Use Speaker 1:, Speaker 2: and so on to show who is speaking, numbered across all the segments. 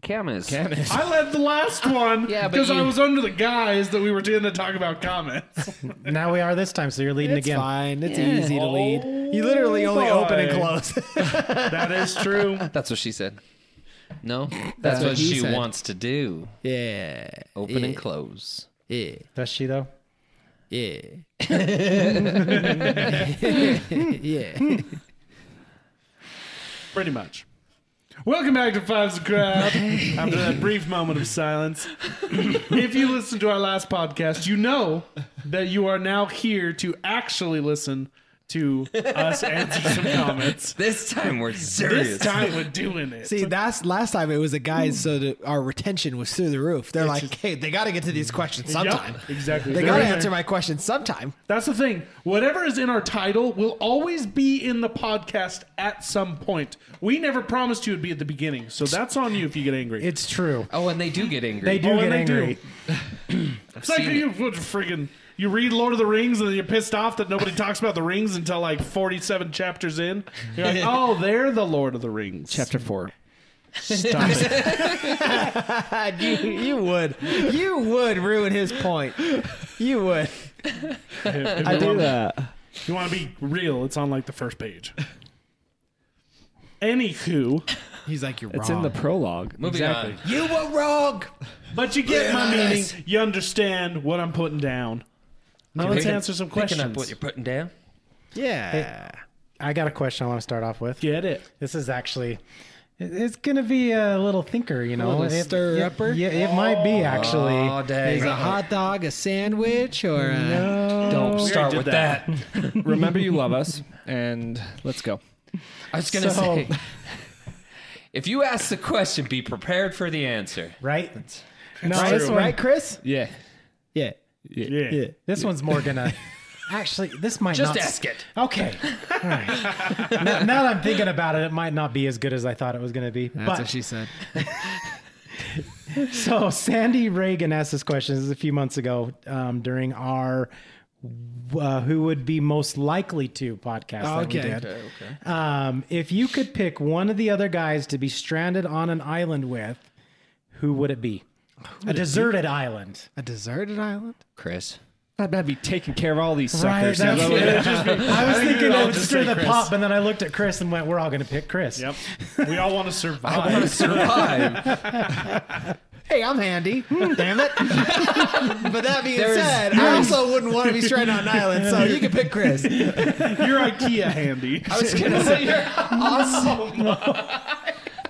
Speaker 1: Camus.
Speaker 2: Camus.
Speaker 3: I led the last one
Speaker 1: Yeah, but
Speaker 3: because I
Speaker 1: you-
Speaker 3: was under the guise that we were doing the talk about comments.
Speaker 4: Now we are this time, so you're leading
Speaker 2: It's
Speaker 4: again.
Speaker 2: fine. It's
Speaker 1: Yeah.
Speaker 2: easy to lead. You
Speaker 3: Oh,
Speaker 2: literally only open and
Speaker 3: boy.
Speaker 2: close.
Speaker 3: that is true.
Speaker 1: That's what she said. No, that's,
Speaker 2: what
Speaker 1: what,
Speaker 2: he
Speaker 1: she
Speaker 2: said.
Speaker 1: wants to do.
Speaker 2: yeah.
Speaker 1: Open
Speaker 2: yeah.
Speaker 1: and close.
Speaker 2: Yeah.
Speaker 4: Does she though?
Speaker 2: Yeah. yeah.
Speaker 3: Pretty much. Welcome back to Fives of Crab. After that brief moment of silence, if you listened to our last podcast, you know that you are now here to actually listen to us answer some comments.
Speaker 1: This time we're serious.
Speaker 3: This time we're doing it.
Speaker 2: See, that's last time it was a guys, so that our retention was through the roof. They're like, hey, they got to get to these questions
Speaker 3: Yep,
Speaker 2: sometime.
Speaker 3: exactly.
Speaker 2: They got to
Speaker 3: They're in
Speaker 2: answer
Speaker 3: there.
Speaker 2: my questions sometime.
Speaker 3: That's the thing. Whatever is in our title will always be in the podcast at some point. We never promised you it'd be at the beginning, so that's on you if you get angry.
Speaker 4: It's true.
Speaker 1: Oh, and they do get angry.
Speaker 4: They do
Speaker 3: Oh, and they
Speaker 4: get
Speaker 3: do.
Speaker 4: angry.
Speaker 3: It's like
Speaker 1: seen
Speaker 3: you what, friggin' you read Lord of the Rings and then you're pissed off that nobody talks about the rings until like 47 chapters in. You're like, oh, they're the Lord of the Rings.
Speaker 2: four.
Speaker 3: Stop it.
Speaker 2: you, you would. You would ruin his point. You would.
Speaker 3: I
Speaker 2: that.
Speaker 3: You want to be real? It's on like the first page. Anywho,
Speaker 2: He's like, you're wrong.
Speaker 5: It's in the prologue.
Speaker 1: Moving
Speaker 5: exactly.
Speaker 1: on.
Speaker 2: you were wrong.
Speaker 3: but you get my meaning.
Speaker 2: Yes.
Speaker 3: You understand what I'm putting down. Now let's
Speaker 1: Picking-
Speaker 3: answer some
Speaker 1: Picking
Speaker 3: questions.
Speaker 1: up what you're putting down.
Speaker 2: Yeah.
Speaker 4: I got a question I want to start off with.
Speaker 3: Get it?
Speaker 4: This is actually. it- It's gonna be a little thinker, you know.
Speaker 2: little
Speaker 4: It- it-
Speaker 2: stir-upper?
Speaker 4: Yeah, it might be actually.
Speaker 1: Oh, dang.
Speaker 2: Is a hot dog a sandwich or a.
Speaker 1: Don't start
Speaker 3: did
Speaker 1: with
Speaker 3: that.
Speaker 1: that.
Speaker 5: Remember you love us, and let's go.
Speaker 1: I was going to
Speaker 4: So-
Speaker 1: say if you ask the question, be prepared for the answer.
Speaker 4: right? No,
Speaker 2: Right,
Speaker 4: this one,
Speaker 2: right, Chris?
Speaker 5: Yeah.
Speaker 2: Yeah.
Speaker 3: Yeah.
Speaker 2: Yeah.
Speaker 4: this one's more gonna. Actually, this might
Speaker 1: Just
Speaker 4: not.
Speaker 1: ask it.
Speaker 4: Okay. All right. now, now that I'm thinking about it, it might not be as good as I thought it was gonna be.
Speaker 2: That's
Speaker 4: but
Speaker 2: what she said.
Speaker 4: So Sandy Reagan asked this question this is a few months ago um, during our uh, "Who Would Be Most Likely to" podcast. that we
Speaker 2: Okay.
Speaker 4: did. Um, if you could pick one of the other guys to be stranded on an island with, who would it be? a deserted island.
Speaker 2: A deserted island?
Speaker 1: Chris.
Speaker 5: I'd better be taking care of all these
Speaker 4: Right,
Speaker 5: suckers.
Speaker 4: that's
Speaker 5: Now,
Speaker 4: it. I was thinking
Speaker 3: all
Speaker 4: I would
Speaker 3: just
Speaker 4: stir
Speaker 3: say
Speaker 4: the
Speaker 3: Chris.
Speaker 4: pop, and then I looked at Chris and went, "We're all going to pick Chris."
Speaker 3: Yep. We all want to
Speaker 1: I want to
Speaker 3: survive.
Speaker 1: survive.
Speaker 2: Hey, I'm handy. Damn it. but that being
Speaker 1: There's-
Speaker 2: said, I also wouldn't want to be stranded on an island, so you can pick Chris.
Speaker 3: You're IKEA handy.
Speaker 1: I was going to say you're awesome.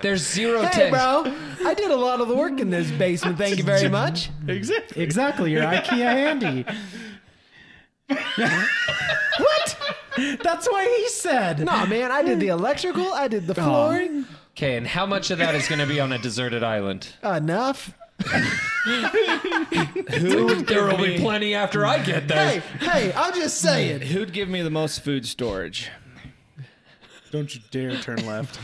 Speaker 1: There's zero
Speaker 2: Hey,
Speaker 1: ten-
Speaker 2: bro. I did a lot of the work in this basement. Thank you very much.
Speaker 3: Exactly.
Speaker 4: Exactly, you're IKEA handy. what? That's what he said.
Speaker 2: No, man, I did the electrical. I did the flooring.
Speaker 1: Okay, and how much of that is going to be on a deserted island?
Speaker 2: Enough.
Speaker 1: There will be plenty after I get
Speaker 2: Hey,
Speaker 1: there.
Speaker 2: hey, I'm just saying.
Speaker 5: Who'd give me the most food storage?
Speaker 3: Don't you dare turn left.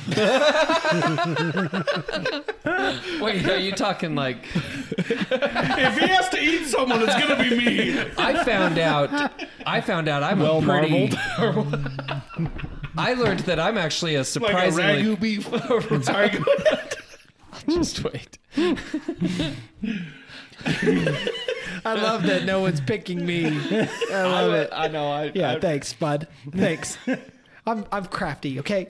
Speaker 1: Wait, are you talking like
Speaker 3: if he has to eat someone, it's gonna be me.
Speaker 1: I found out I found out I'm a pretty I learned that I'm actually a
Speaker 3: Like a
Speaker 1: surprisingly
Speaker 3: ragu beef. Sorry, go ahead.
Speaker 5: Just wait.
Speaker 2: I love that no one's picking me. I love it.
Speaker 5: I know. I,
Speaker 2: Yeah,
Speaker 5: I,
Speaker 2: thanks, bud. Thanks. I'm I'm crafty, okay?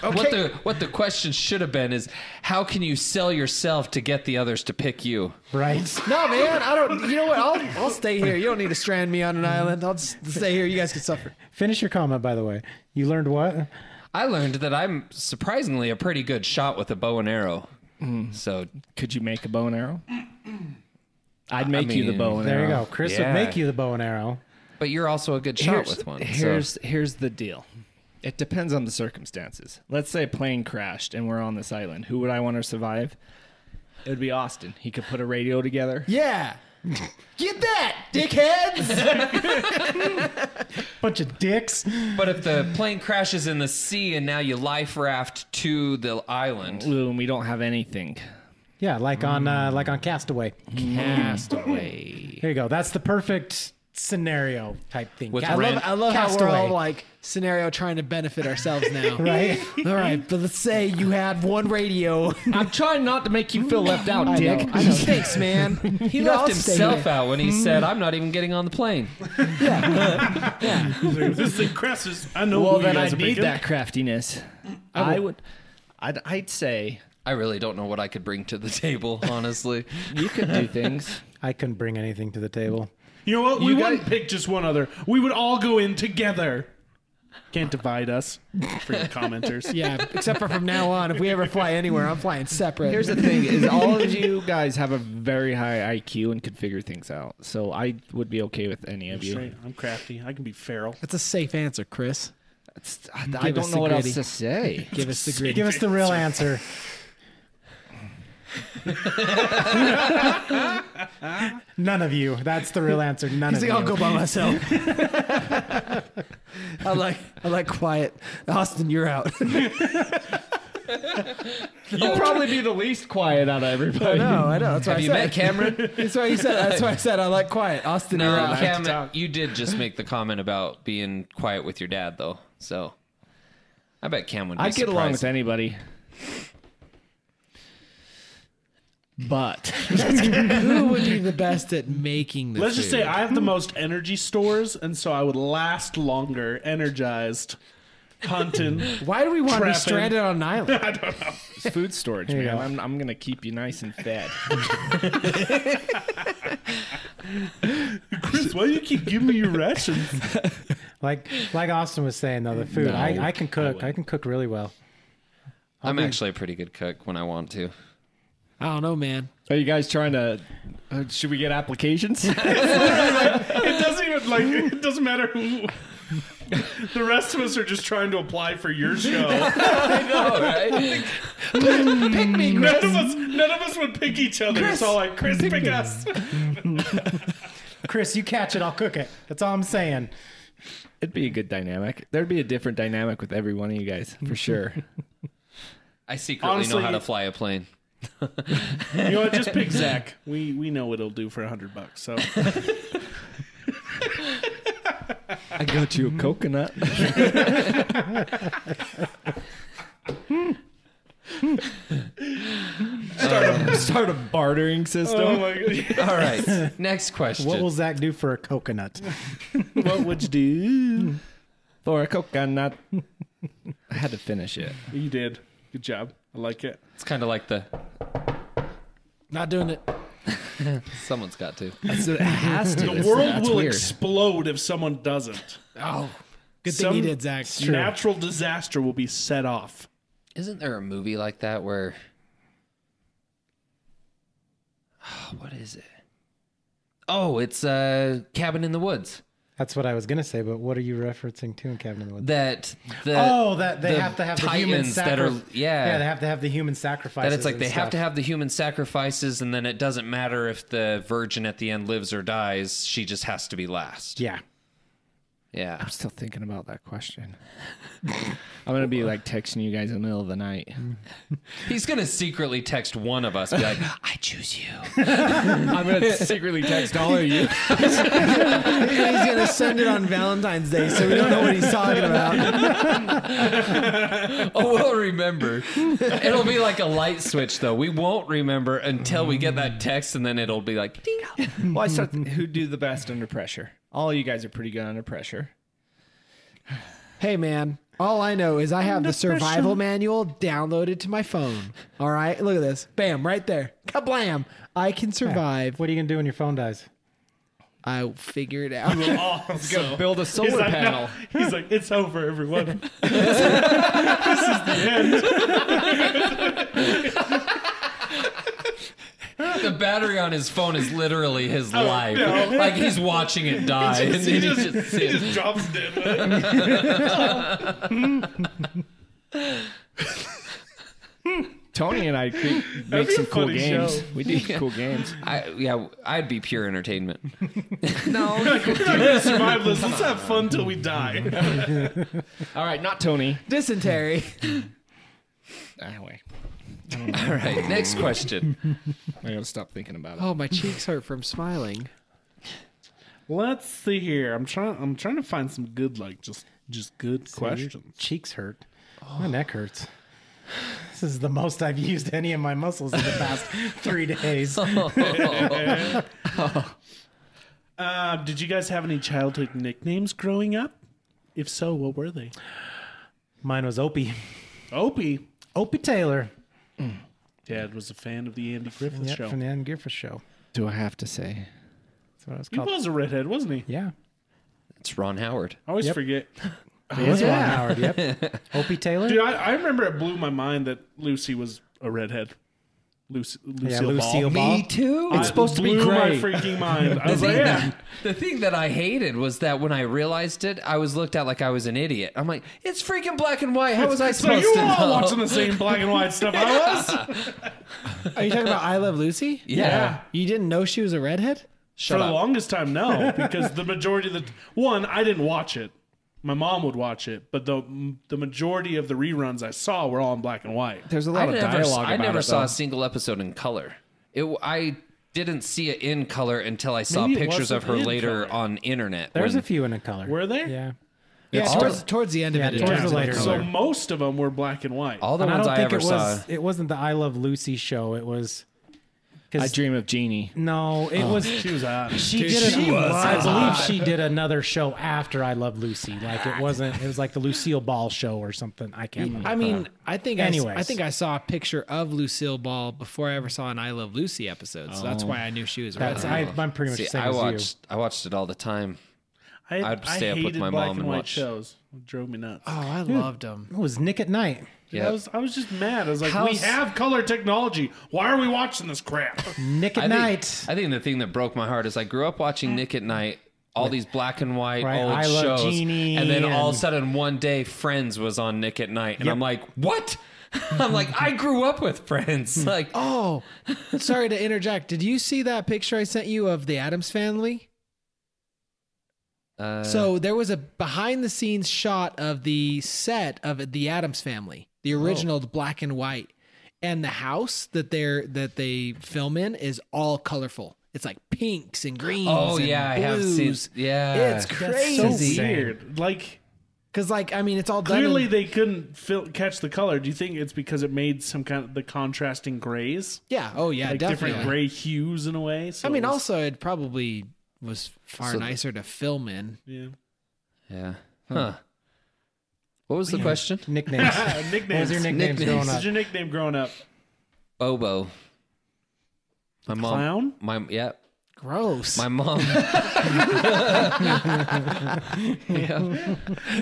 Speaker 1: what the what the question should have been is how can you sell yourself to get the others to pick you?
Speaker 4: Right.
Speaker 2: No, man, I don't. You know what? I'll I'll stay here. You don't need to strand me on an island. I'll just stay here. You guys can suffer.
Speaker 4: Finish your comment, by the way. You learned what?
Speaker 1: I learned that I'm surprisingly a pretty good shot with a bow and arrow. So
Speaker 5: could you make a bow and arrow? I'd make you the
Speaker 1: mean,
Speaker 5: bow and
Speaker 4: There
Speaker 5: arrow.
Speaker 4: you go. Chris
Speaker 1: Yeah.
Speaker 4: would make you the bow and arrow.
Speaker 1: but you're also a good shot
Speaker 5: Here's,
Speaker 1: with one. so-
Speaker 5: here's here's the deal. It depends on the circumstances. Let's say a plane crashed and we're on this island. Who would I want to survive? It would be Austin. He could put a radio together.
Speaker 2: Yeah. Get that, dickheads!
Speaker 4: Bunch of dicks.
Speaker 1: but if the plane crashes in the sea and now you life raft to the island,
Speaker 5: Ooh, and we don't have anything.
Speaker 4: Yeah, like on uh, like on Castaway.
Speaker 5: Castaway.
Speaker 4: There you go. That's the perfect scenario type thing.
Speaker 1: With I
Speaker 4: Ca-
Speaker 2: I
Speaker 1: love-
Speaker 2: love,
Speaker 1: Rent.
Speaker 2: I love how we're all
Speaker 4: Castaway.
Speaker 2: like scenario trying to benefit ourselves now.
Speaker 4: right?
Speaker 2: All right, but let's say you had one radio.
Speaker 5: I'm trying not to make you feel left out, Dick.
Speaker 2: I know. Thanks, man.
Speaker 1: He
Speaker 2: You know,
Speaker 1: left
Speaker 2: I'll stay
Speaker 1: himself
Speaker 2: here.
Speaker 1: out when he said, "I'm not even getting on the plane."
Speaker 3: this thing crashes. I know
Speaker 5: Well,
Speaker 3: who
Speaker 5: then
Speaker 3: you
Speaker 5: I
Speaker 3: guys are
Speaker 5: need
Speaker 3: picking.
Speaker 5: that craftiness. I would. I'd, I'd say
Speaker 1: I really don't know what I could bring to the table, honestly.
Speaker 5: you could do things.
Speaker 4: I couldn't bring anything to the table.
Speaker 3: You know what? We
Speaker 1: You
Speaker 3: wouldn't pick just one other. We would all go in together. Can't divide us. For your commenters.
Speaker 2: Yeah, except for from now on, if we ever fly anywhere, I'm flying separate.
Speaker 5: Here's the thing: is all of you guys have a very high IQ and could figure things out. So I would be okay with any of you.
Speaker 3: Straight. I'm crafty. I can be feral.
Speaker 2: That's a safe answer, Chris.
Speaker 5: It's- I, I
Speaker 2: us
Speaker 5: don't
Speaker 2: the
Speaker 5: know what else
Speaker 2: gritty.
Speaker 5: to say.
Speaker 2: Give us the grid.
Speaker 4: Give us the real answer. None of you. That's the real answer. None
Speaker 2: He's
Speaker 4: of
Speaker 2: like,
Speaker 4: you.
Speaker 2: I'll go by myself. I like I like quiet. Austin, you're out.
Speaker 5: You'll probably be the least quiet out of everybody.
Speaker 2: no, I know. That's why
Speaker 1: Have
Speaker 2: I
Speaker 1: you
Speaker 2: said.
Speaker 1: met Cameron?
Speaker 2: That's why you said. That's why I said I like quiet. Austin, you're
Speaker 1: No,
Speaker 2: out.
Speaker 1: Cameron, you did just make the comment about being quiet with your dad, though. So I bet Cam would. Be
Speaker 5: I get along with
Speaker 1: surprised.
Speaker 5: anybody. But
Speaker 2: Who would be the best at making this?
Speaker 3: Let's just say I have the most energy stores, and so I would last longer, energized, hunting.
Speaker 2: Why do we want to be
Speaker 3: Trapping.
Speaker 2: stranded on an island?
Speaker 5: it's food storage,
Speaker 4: you
Speaker 5: man.
Speaker 4: go.
Speaker 5: I'm, I'm gonna keep you nice and fed.
Speaker 3: Chris, why do you keep giving me your rations?
Speaker 4: Like like Austin was saying though, the food.
Speaker 5: No,
Speaker 4: I, I can cook.
Speaker 5: I
Speaker 4: I, can cook really well.
Speaker 1: I'm actually a pretty good cook when I want to.
Speaker 2: I don't know, man.
Speaker 5: Are you guys trying to? Uh, should we get applications?
Speaker 3: It doesn't even like it doesn't matter who. The rest of us are just trying to apply for your show.
Speaker 1: All right.
Speaker 2: Pick me, Chris.
Speaker 3: None of us, none of us would pick each other. It's all like Chris, pick, us.
Speaker 4: Chris, you catch it, I'll cook it. That's all I'm saying.
Speaker 5: It'd be a good dynamic. There'd be a different dynamic with every one of you guys for sure.
Speaker 1: I secretly know
Speaker 3: Honestly-
Speaker 1: how to fly a plane.
Speaker 3: You know what? Just pick Zach. We we know what it'll do for a hundred bucks. So
Speaker 5: I got you a coconut. start a start a bartering
Speaker 3: oh
Speaker 5: system.
Speaker 3: my god,
Speaker 1: All right. Next question.
Speaker 4: What will Zach do for a coconut?
Speaker 5: what would you do for a coconut? I had to finish it.
Speaker 3: you did good job. I like it.
Speaker 1: it's kind of like the
Speaker 2: Not doing it.
Speaker 1: someone's got to.
Speaker 5: it has to.
Speaker 3: The world will explode if someone doesn't.
Speaker 2: Oh, good
Speaker 3: Some-
Speaker 2: thing he did, Zach.
Speaker 3: Natural disaster will be set off.
Speaker 1: Isn't there a movie like that where? what is it? Oh, it's uh, Cabin in the Woods.
Speaker 4: That's what I was gonna say, but what are you referencing to in Cabin in the Woods?
Speaker 1: That the
Speaker 4: oh, that they
Speaker 1: the
Speaker 4: have to have the human
Speaker 1: titans that are
Speaker 4: sacrifice.
Speaker 1: yeah,
Speaker 4: they have to have the human sacrifices.
Speaker 1: that it's like
Speaker 4: and
Speaker 1: they have
Speaker 4: stuff.
Speaker 1: to have the human sacrifices, and then it doesn't matter if the virgin at the end lives or dies. She just has to be last.
Speaker 4: Yeah.
Speaker 1: Yeah,
Speaker 5: I'm still thinking about that question. I'm gonna be like texting you guys in the middle of the night.
Speaker 1: he's gonna secretly text one of us, be like, "I choose you."
Speaker 5: I'm gonna secretly text all of you.
Speaker 2: He's gonna send it on Valentine's Day, so we don't know what he's talking about.
Speaker 1: Oh, we'll remember. It'll be like a light switch, though. We won't remember until we get that text, and then it'll be like, ding.
Speaker 5: Well, I start who do the best under pressure. All you guys are pretty good under pressure.
Speaker 2: Hey, man. All I know is I have the survival manual downloaded to my phone. All right, look at this. Bam, right there. Kablam! I can survive.
Speaker 4: What are you gonna do when your phone dies?
Speaker 2: I'll figure it out.
Speaker 3: Oh, let's go.
Speaker 5: Build a solar
Speaker 3: He's like, no.
Speaker 5: panel.
Speaker 3: He's like, it's over, everyone.
Speaker 1: The battery on his phone is literally his life. Like he's watching it die, and
Speaker 3: Oh, he,
Speaker 1: then
Speaker 3: just,
Speaker 1: he just
Speaker 3: he
Speaker 1: sits.
Speaker 3: just drops dead.
Speaker 5: Tony and I could make
Speaker 3: be
Speaker 5: some
Speaker 3: a
Speaker 5: cool
Speaker 3: funny
Speaker 5: games.
Speaker 3: show.
Speaker 5: We do cool games.
Speaker 1: I, yeah, I'd be pure entertainment.
Speaker 3: Like, we're not gonna survive this. Let's have fun till we die.
Speaker 5: All right, not Tony. Ah,
Speaker 2: Dysentery.
Speaker 5: Anyway,
Speaker 1: All right, next question.
Speaker 5: Oh. I gotta stop thinking about it.
Speaker 2: Oh, my cheeks hurt from smiling.
Speaker 3: Let's see here. I'm trying. I'm trying to find some good, like just just good questions.
Speaker 4: Cheeks hurt. My neck hurts. This is the most I've used any of my muscles in the past three days.
Speaker 3: Uh, did you guys have any childhood nicknames growing up? If so, what were they?
Speaker 4: Mine was Opie.
Speaker 3: Opie.
Speaker 4: Opie Taylor.
Speaker 3: Dad was a fan of the Andy Griffith
Speaker 4: Yep,
Speaker 3: Show.
Speaker 4: from the Ann Griffith Show.
Speaker 5: Do I have to say?
Speaker 4: That's what it was
Speaker 3: He
Speaker 4: called.
Speaker 3: was a redhead, wasn't he?
Speaker 4: Yeah.
Speaker 1: It's Ron Howard.
Speaker 3: I always forget.
Speaker 4: It's Ron Howard. Yep. Opie Taylor.
Speaker 3: Dude, I, I remember it blew my mind that Lucy was a redhead. Lucy, Lucille
Speaker 4: yeah,
Speaker 3: Ball.
Speaker 4: Lucille Ball.
Speaker 1: too.
Speaker 3: I-
Speaker 1: It's supposed to be
Speaker 3: blew
Speaker 1: great.
Speaker 3: my freaking mind. I was like,
Speaker 1: thing
Speaker 3: yeah.
Speaker 1: that- the thing that I hated was that when I realized it, I was looked at like I was an idiot. I'm like, it's freaking black and white. How was I
Speaker 3: So
Speaker 1: supposed
Speaker 3: you
Speaker 1: to
Speaker 3: were all
Speaker 1: know?
Speaker 3: watching the same black and white stuff I was?
Speaker 2: Are you talking about I Love Lucy?
Speaker 1: yeah.
Speaker 2: You didn't know she was a redhead?
Speaker 1: Shut
Speaker 3: For
Speaker 1: up.
Speaker 3: the longest time, no, because the majority of the one, I didn't watch it. My mom would watch it, but the the majority of the reruns I saw were all in black and white.
Speaker 5: There's a
Speaker 1: I
Speaker 5: lot of
Speaker 1: never,
Speaker 5: dialogue
Speaker 1: I
Speaker 5: about
Speaker 1: never
Speaker 5: it,
Speaker 1: saw
Speaker 5: though.
Speaker 1: a single episode in color. It, I didn't see it in color until I saw
Speaker 3: Maybe it
Speaker 1: pictures
Speaker 3: wasn't
Speaker 1: of her
Speaker 3: in
Speaker 1: later
Speaker 3: color.
Speaker 1: on internet.
Speaker 4: There's
Speaker 1: when-
Speaker 4: a few in a color.
Speaker 3: Were there?
Speaker 4: Yeah.
Speaker 2: Yeah,
Speaker 1: all-
Speaker 2: towards, towards the end of
Speaker 4: Yeah,
Speaker 2: it. it.
Speaker 4: towards
Speaker 2: turns
Speaker 4: the later
Speaker 2: into
Speaker 4: one.
Speaker 2: color.
Speaker 3: So most of them were black and white.
Speaker 1: all the
Speaker 4: And I
Speaker 1: ones
Speaker 4: don't
Speaker 1: I,
Speaker 4: think
Speaker 1: ever
Speaker 4: it was.
Speaker 1: saw.
Speaker 4: It wasn't the I Love Lucy show. It was.
Speaker 5: I
Speaker 4: Because
Speaker 5: dream of Genie.
Speaker 4: no,
Speaker 1: Oh.
Speaker 4: it was.
Speaker 3: she was hot.
Speaker 4: She did. an- I believe she did another show after I Love Lucy. Like it wasn't. It was like the Lucille Ball show or something. I
Speaker 1: Mm.
Speaker 4: can't. remember.
Speaker 2: I mean, I think I, I
Speaker 4: Anyways.
Speaker 2: think I saw a picture of Lucille Ball before I ever saw an I Love Lucy episode, so that's why I knew she was a
Speaker 4: That's,
Speaker 2: redhead.
Speaker 4: I, I'm pretty much
Speaker 1: See,
Speaker 4: the same
Speaker 1: I
Speaker 4: as
Speaker 1: watched. I watched it all the time.
Speaker 3: I,
Speaker 1: I'd stay
Speaker 3: I
Speaker 1: up with
Speaker 3: hated
Speaker 1: my
Speaker 3: black
Speaker 1: mom
Speaker 3: and
Speaker 1: and
Speaker 3: white
Speaker 1: watch.
Speaker 3: shows. It drove me nuts.
Speaker 2: oh,
Speaker 4: Ah,
Speaker 2: I loved them.
Speaker 4: you. It was Nick at Night.
Speaker 1: Yeah.
Speaker 3: I was I was just mad. I was like, we
Speaker 1: How's-
Speaker 3: have color technology. Why are we watching this crap?
Speaker 4: Nick at
Speaker 1: I
Speaker 4: Night.
Speaker 1: Think, I think the thing that broke my heart is I grew up watching Nick at Night, all these black and white
Speaker 4: Right,
Speaker 1: old
Speaker 4: I Love
Speaker 1: shows,
Speaker 4: Jeannie
Speaker 1: and then all of
Speaker 4: and-
Speaker 1: a sudden one day Friends was on Nick at Night, and I'm like, what? I'm like, I grew up with Friends. Like,
Speaker 2: Oh, sorry to interject. Did you see that picture I sent you of the Adams family?
Speaker 1: uh,
Speaker 2: So there was a behind the scenes shot of the set of the Adams family, the
Speaker 1: Oh.
Speaker 2: original black and white. And the house that they're that they film in is all colorful. It's like pinks and greens.
Speaker 1: Oh,
Speaker 2: and
Speaker 1: yeah, I have seen-
Speaker 2: blues.
Speaker 1: yeah.
Speaker 2: It's
Speaker 1: That's
Speaker 3: so
Speaker 2: crazy.
Speaker 3: weird. Like
Speaker 2: Cause like I mean it's all done
Speaker 3: clearly
Speaker 2: in-
Speaker 3: they couldn't fil- catch the color. Do you think it's because it made some kind of the contrasting grays?
Speaker 2: yeah, oh yeah,
Speaker 3: Like
Speaker 2: definitely.
Speaker 3: different gray hues in a way. So
Speaker 2: I mean
Speaker 3: it was-
Speaker 2: also it probably was far nicer to film in.
Speaker 3: yeah.
Speaker 1: yeah, huh? What was the question?
Speaker 4: Nicknames.
Speaker 3: Ah,
Speaker 4: what
Speaker 3: nicknames.
Speaker 4: was your nicknames,
Speaker 1: Nicknames.
Speaker 4: growing
Speaker 3: What was
Speaker 4: up?
Speaker 3: your nickname growing up?
Speaker 1: Bobo. My mom.
Speaker 3: Clown?
Speaker 1: My yeah.
Speaker 2: Gross.
Speaker 1: My mom. yeah.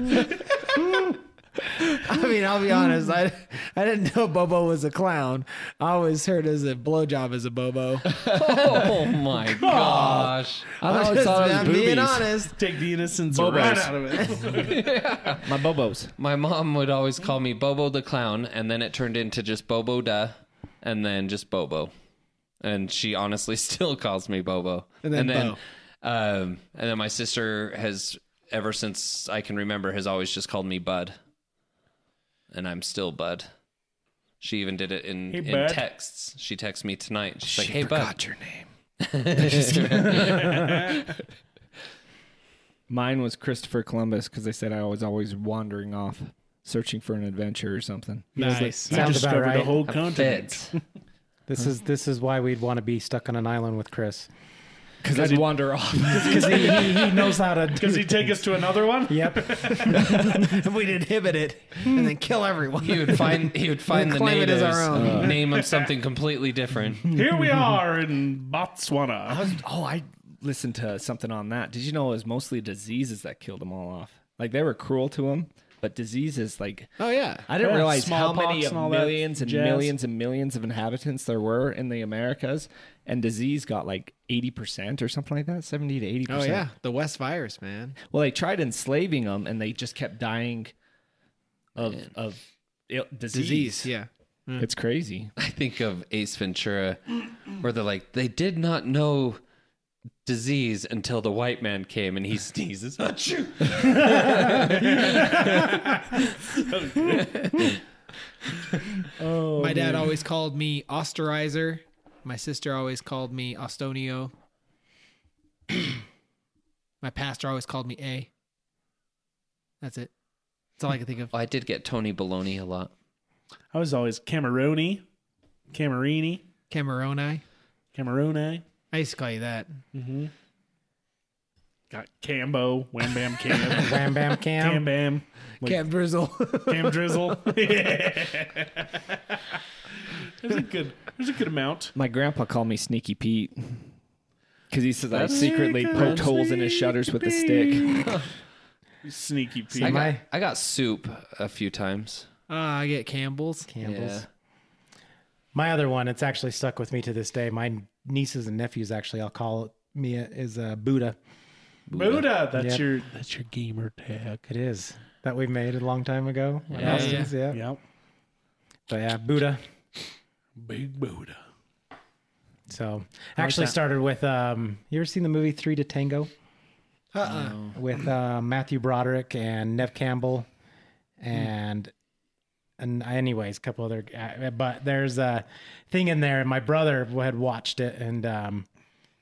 Speaker 2: I mean, I'll be honest, I I didn't know Bobo was a clown. I always heard as a blowjob as a Bobo.
Speaker 1: Oh my gosh.
Speaker 5: I always thought it
Speaker 2: Oh, I'm
Speaker 5: was
Speaker 2: being
Speaker 5: boobies.
Speaker 2: honest.
Speaker 3: Take the innocence
Speaker 5: Bobos.
Speaker 3: right out of it.
Speaker 5: My Bobos.
Speaker 1: My mom would always call me Bobo the Clown, and then it turned into just Bobo da, and then just Bobo. And she honestly still calls me Bobo. And
Speaker 2: then
Speaker 1: um, and then my sister has ever since I can remember has always just called me Bud. And I'm still Bud. She even did it in,
Speaker 3: Hey,
Speaker 1: in
Speaker 3: Bud.
Speaker 1: texts. She texts me tonight. She's like, "Hey, Bud."
Speaker 5: your name. Mine was Christopher Columbus because they said I was always wandering off, searching for an adventure or something.
Speaker 4: Nice.
Speaker 3: I
Speaker 4: Sounds about
Speaker 3: discovered a
Speaker 4: right.
Speaker 3: whole
Speaker 1: I'm
Speaker 3: continent.
Speaker 1: fit.
Speaker 4: This is this is why we'd want to be stuck on an island with Chris
Speaker 5: Because I'd wander off.
Speaker 4: because he, he, he knows how to. do
Speaker 3: Does he take us to another one?
Speaker 4: Yep.
Speaker 2: We'd inhibit it and then kill everyone.
Speaker 1: He would find he would find the
Speaker 2: claim it as
Speaker 1: natives,
Speaker 2: our own.
Speaker 1: name them something completely different.
Speaker 3: Here we are in Botswana.
Speaker 5: oh, I listened to something on that. Did you know it was mostly diseases that killed them all off? Like they were cruel to them, but diseases like
Speaker 2: Oh yeah.
Speaker 5: I didn't
Speaker 3: Yeah,
Speaker 5: realize how
Speaker 3: smallpox
Speaker 5: many of
Speaker 3: and all that
Speaker 5: millions and
Speaker 3: jazz.
Speaker 5: millions and millions of inhabitants there were in the Americas, and disease got like eighty percent or something like that, seventy to eighty
Speaker 2: Oh
Speaker 5: percent.
Speaker 2: yeah, the West virus, man.
Speaker 5: Well, they tried enslaving them, and they just kept dying of of Ill, disease.
Speaker 2: Disease, yeah.
Speaker 5: It's crazy.
Speaker 1: I think of Ace Ventura, where they're like, they did not know disease until the white man came and he sneezes. Achoo! Oh.
Speaker 2: My dad always called me Osterizer. My sister always called me Ostonio. My pastor always called me A. That's it. That's all I can think of.
Speaker 1: Oh, I did get Tony Baloney a lot.
Speaker 3: I was always Cameroni, Camerini,
Speaker 2: Cameroni.
Speaker 3: Camerone.
Speaker 2: I used to call you that.
Speaker 3: Got Cambo, Wham Bam Cam,
Speaker 4: Wham bam
Speaker 3: Cam
Speaker 4: cam.
Speaker 3: Bam,
Speaker 2: Cam Drizzle.
Speaker 3: Cam Drizzle. there's a good, there's a good amount.
Speaker 5: My grandpa called me Sneaky Pete because he says I
Speaker 3: That's
Speaker 5: secretly
Speaker 3: sneaky,
Speaker 5: poked holes in his shutters with a stick.
Speaker 3: Sneaky Pete.
Speaker 1: I got,
Speaker 4: My-
Speaker 1: I got soup a few times.
Speaker 2: uh, I get Campbell's.
Speaker 1: Yeah.
Speaker 4: Campbell's. My other one, it's actually stuck with me to this day. My nieces and nephews actually, I'll call me is uh, Buddha.
Speaker 3: Buddha. That's
Speaker 4: Yeah.
Speaker 3: your, that's your gamer tag.
Speaker 4: It is that we made a long time ago.
Speaker 2: Yeah,
Speaker 4: Yeah, yeah. yeah.
Speaker 3: Yep.
Speaker 4: But yeah, Buddha.
Speaker 3: Big Buddha.
Speaker 4: So actually started with um you ever seen the movie Three to Tango?
Speaker 2: Uh-uh.
Speaker 4: With uh, Matthew Broderick and Nev Campbell and and anyways, a couple other uh, but there's a thing in there my brother had watched it and um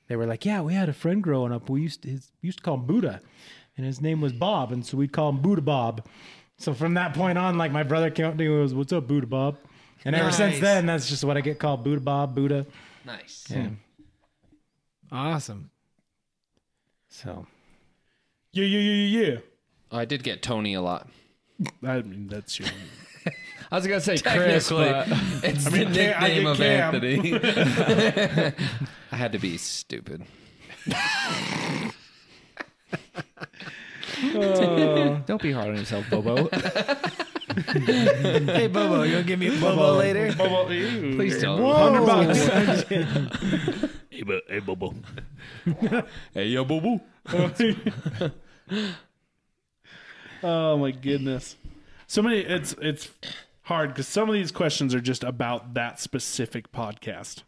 Speaker 4: they were like, Yeah, we had a friend growing up. We used to his we used to call him Buddha and his name was Bob and so we'd call him Buddha Bob. So from that point on, like my brother came up to me and was, What's up, Buddha Bob? And ever since
Speaker 2: Nice.
Speaker 4: then, that's just what I get called Buddha Bob, Buddha.
Speaker 1: Nice.
Speaker 4: Yeah.
Speaker 2: Awesome.
Speaker 4: So
Speaker 3: Yeah, yeah, yeah, yeah,
Speaker 1: Oh, I did get Tony a lot.
Speaker 3: yeah. I mean, that's your.
Speaker 5: I was gonna say Chris, but
Speaker 1: it's
Speaker 3: mean,
Speaker 1: the
Speaker 3: Cam- I
Speaker 1: nickname
Speaker 3: get
Speaker 1: of
Speaker 3: Cam.
Speaker 1: Anthony. I had to be stupid.
Speaker 5: don't be hard on yourself, Bobo.
Speaker 2: hey, Bobo, you going to give me a Bobo later?
Speaker 3: Bobo, ew.
Speaker 1: Please don't.
Speaker 4: Oh.
Speaker 3: Hundred bucks.
Speaker 1: Hey, yo, boo boo.
Speaker 3: oh my goodness. So many it's it's hard because some of these questions are just about that specific podcast.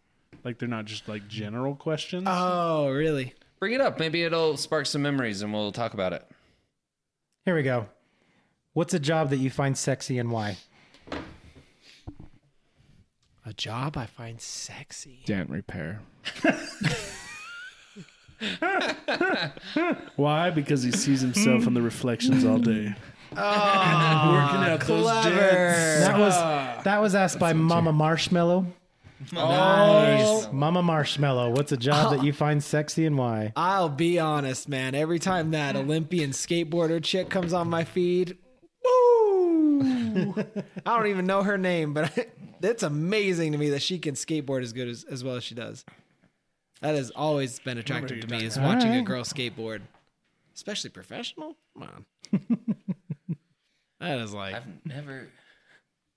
Speaker 3: Like they're not just like general questions.
Speaker 2: Oh, really?
Speaker 1: Bring it up. Maybe it'll spark some memories and we'll talk about it.
Speaker 4: Here we go. What's a job that you find sexy and why?
Speaker 2: A job I find sexy.
Speaker 5: Dent repair.
Speaker 3: Why? Because he sees himself in the reflections all day. Oh,
Speaker 2: Uh,
Speaker 3: working out those dents.
Speaker 4: That was that was asked by Mama Marshmallow. Nice. Mama Marshmallow. What's a job that you find sexy and why?
Speaker 2: I'll be honest, man. Every time that Olympian skateboarder chick comes on my feed, woo! I don't even know her name, but it's amazing to me that she can skateboard as good as, as well as she does. That has always been attractive to me is watching a girl skateboard, especially professional. Come on, that is like
Speaker 1: I've never.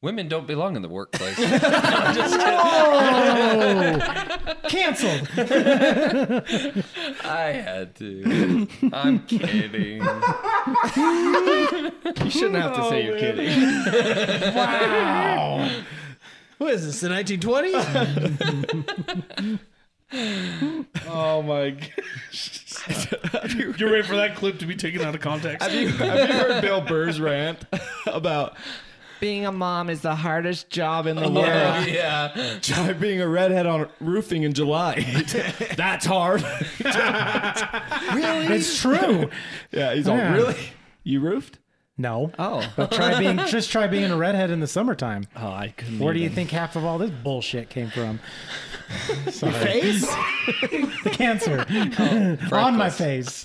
Speaker 1: Women don't belong in the workplace.
Speaker 4: Canceled.
Speaker 1: I had to. I'm kidding.
Speaker 5: You shouldn't have to say you're kidding.
Speaker 2: what is this the 1920s?
Speaker 3: Oh my gosh. You're ready for that clip to be taken out of context.
Speaker 5: Have you heard Bill Burr's rant about being a mom is the hardest job in the world?
Speaker 1: yeah.
Speaker 5: Oh, Try being a redhead on roofing in July. That's hard.
Speaker 4: It's true.
Speaker 5: Yeah, he's all
Speaker 4: Yeah.
Speaker 5: really. You roofed?
Speaker 4: No.
Speaker 5: Oh,
Speaker 4: But try being just try being a redhead in the summertime.
Speaker 5: oh, I couldn't.
Speaker 4: Where do you think half of all this bullshit came from? Sorry.
Speaker 2: Face?
Speaker 4: The cancer. On my face.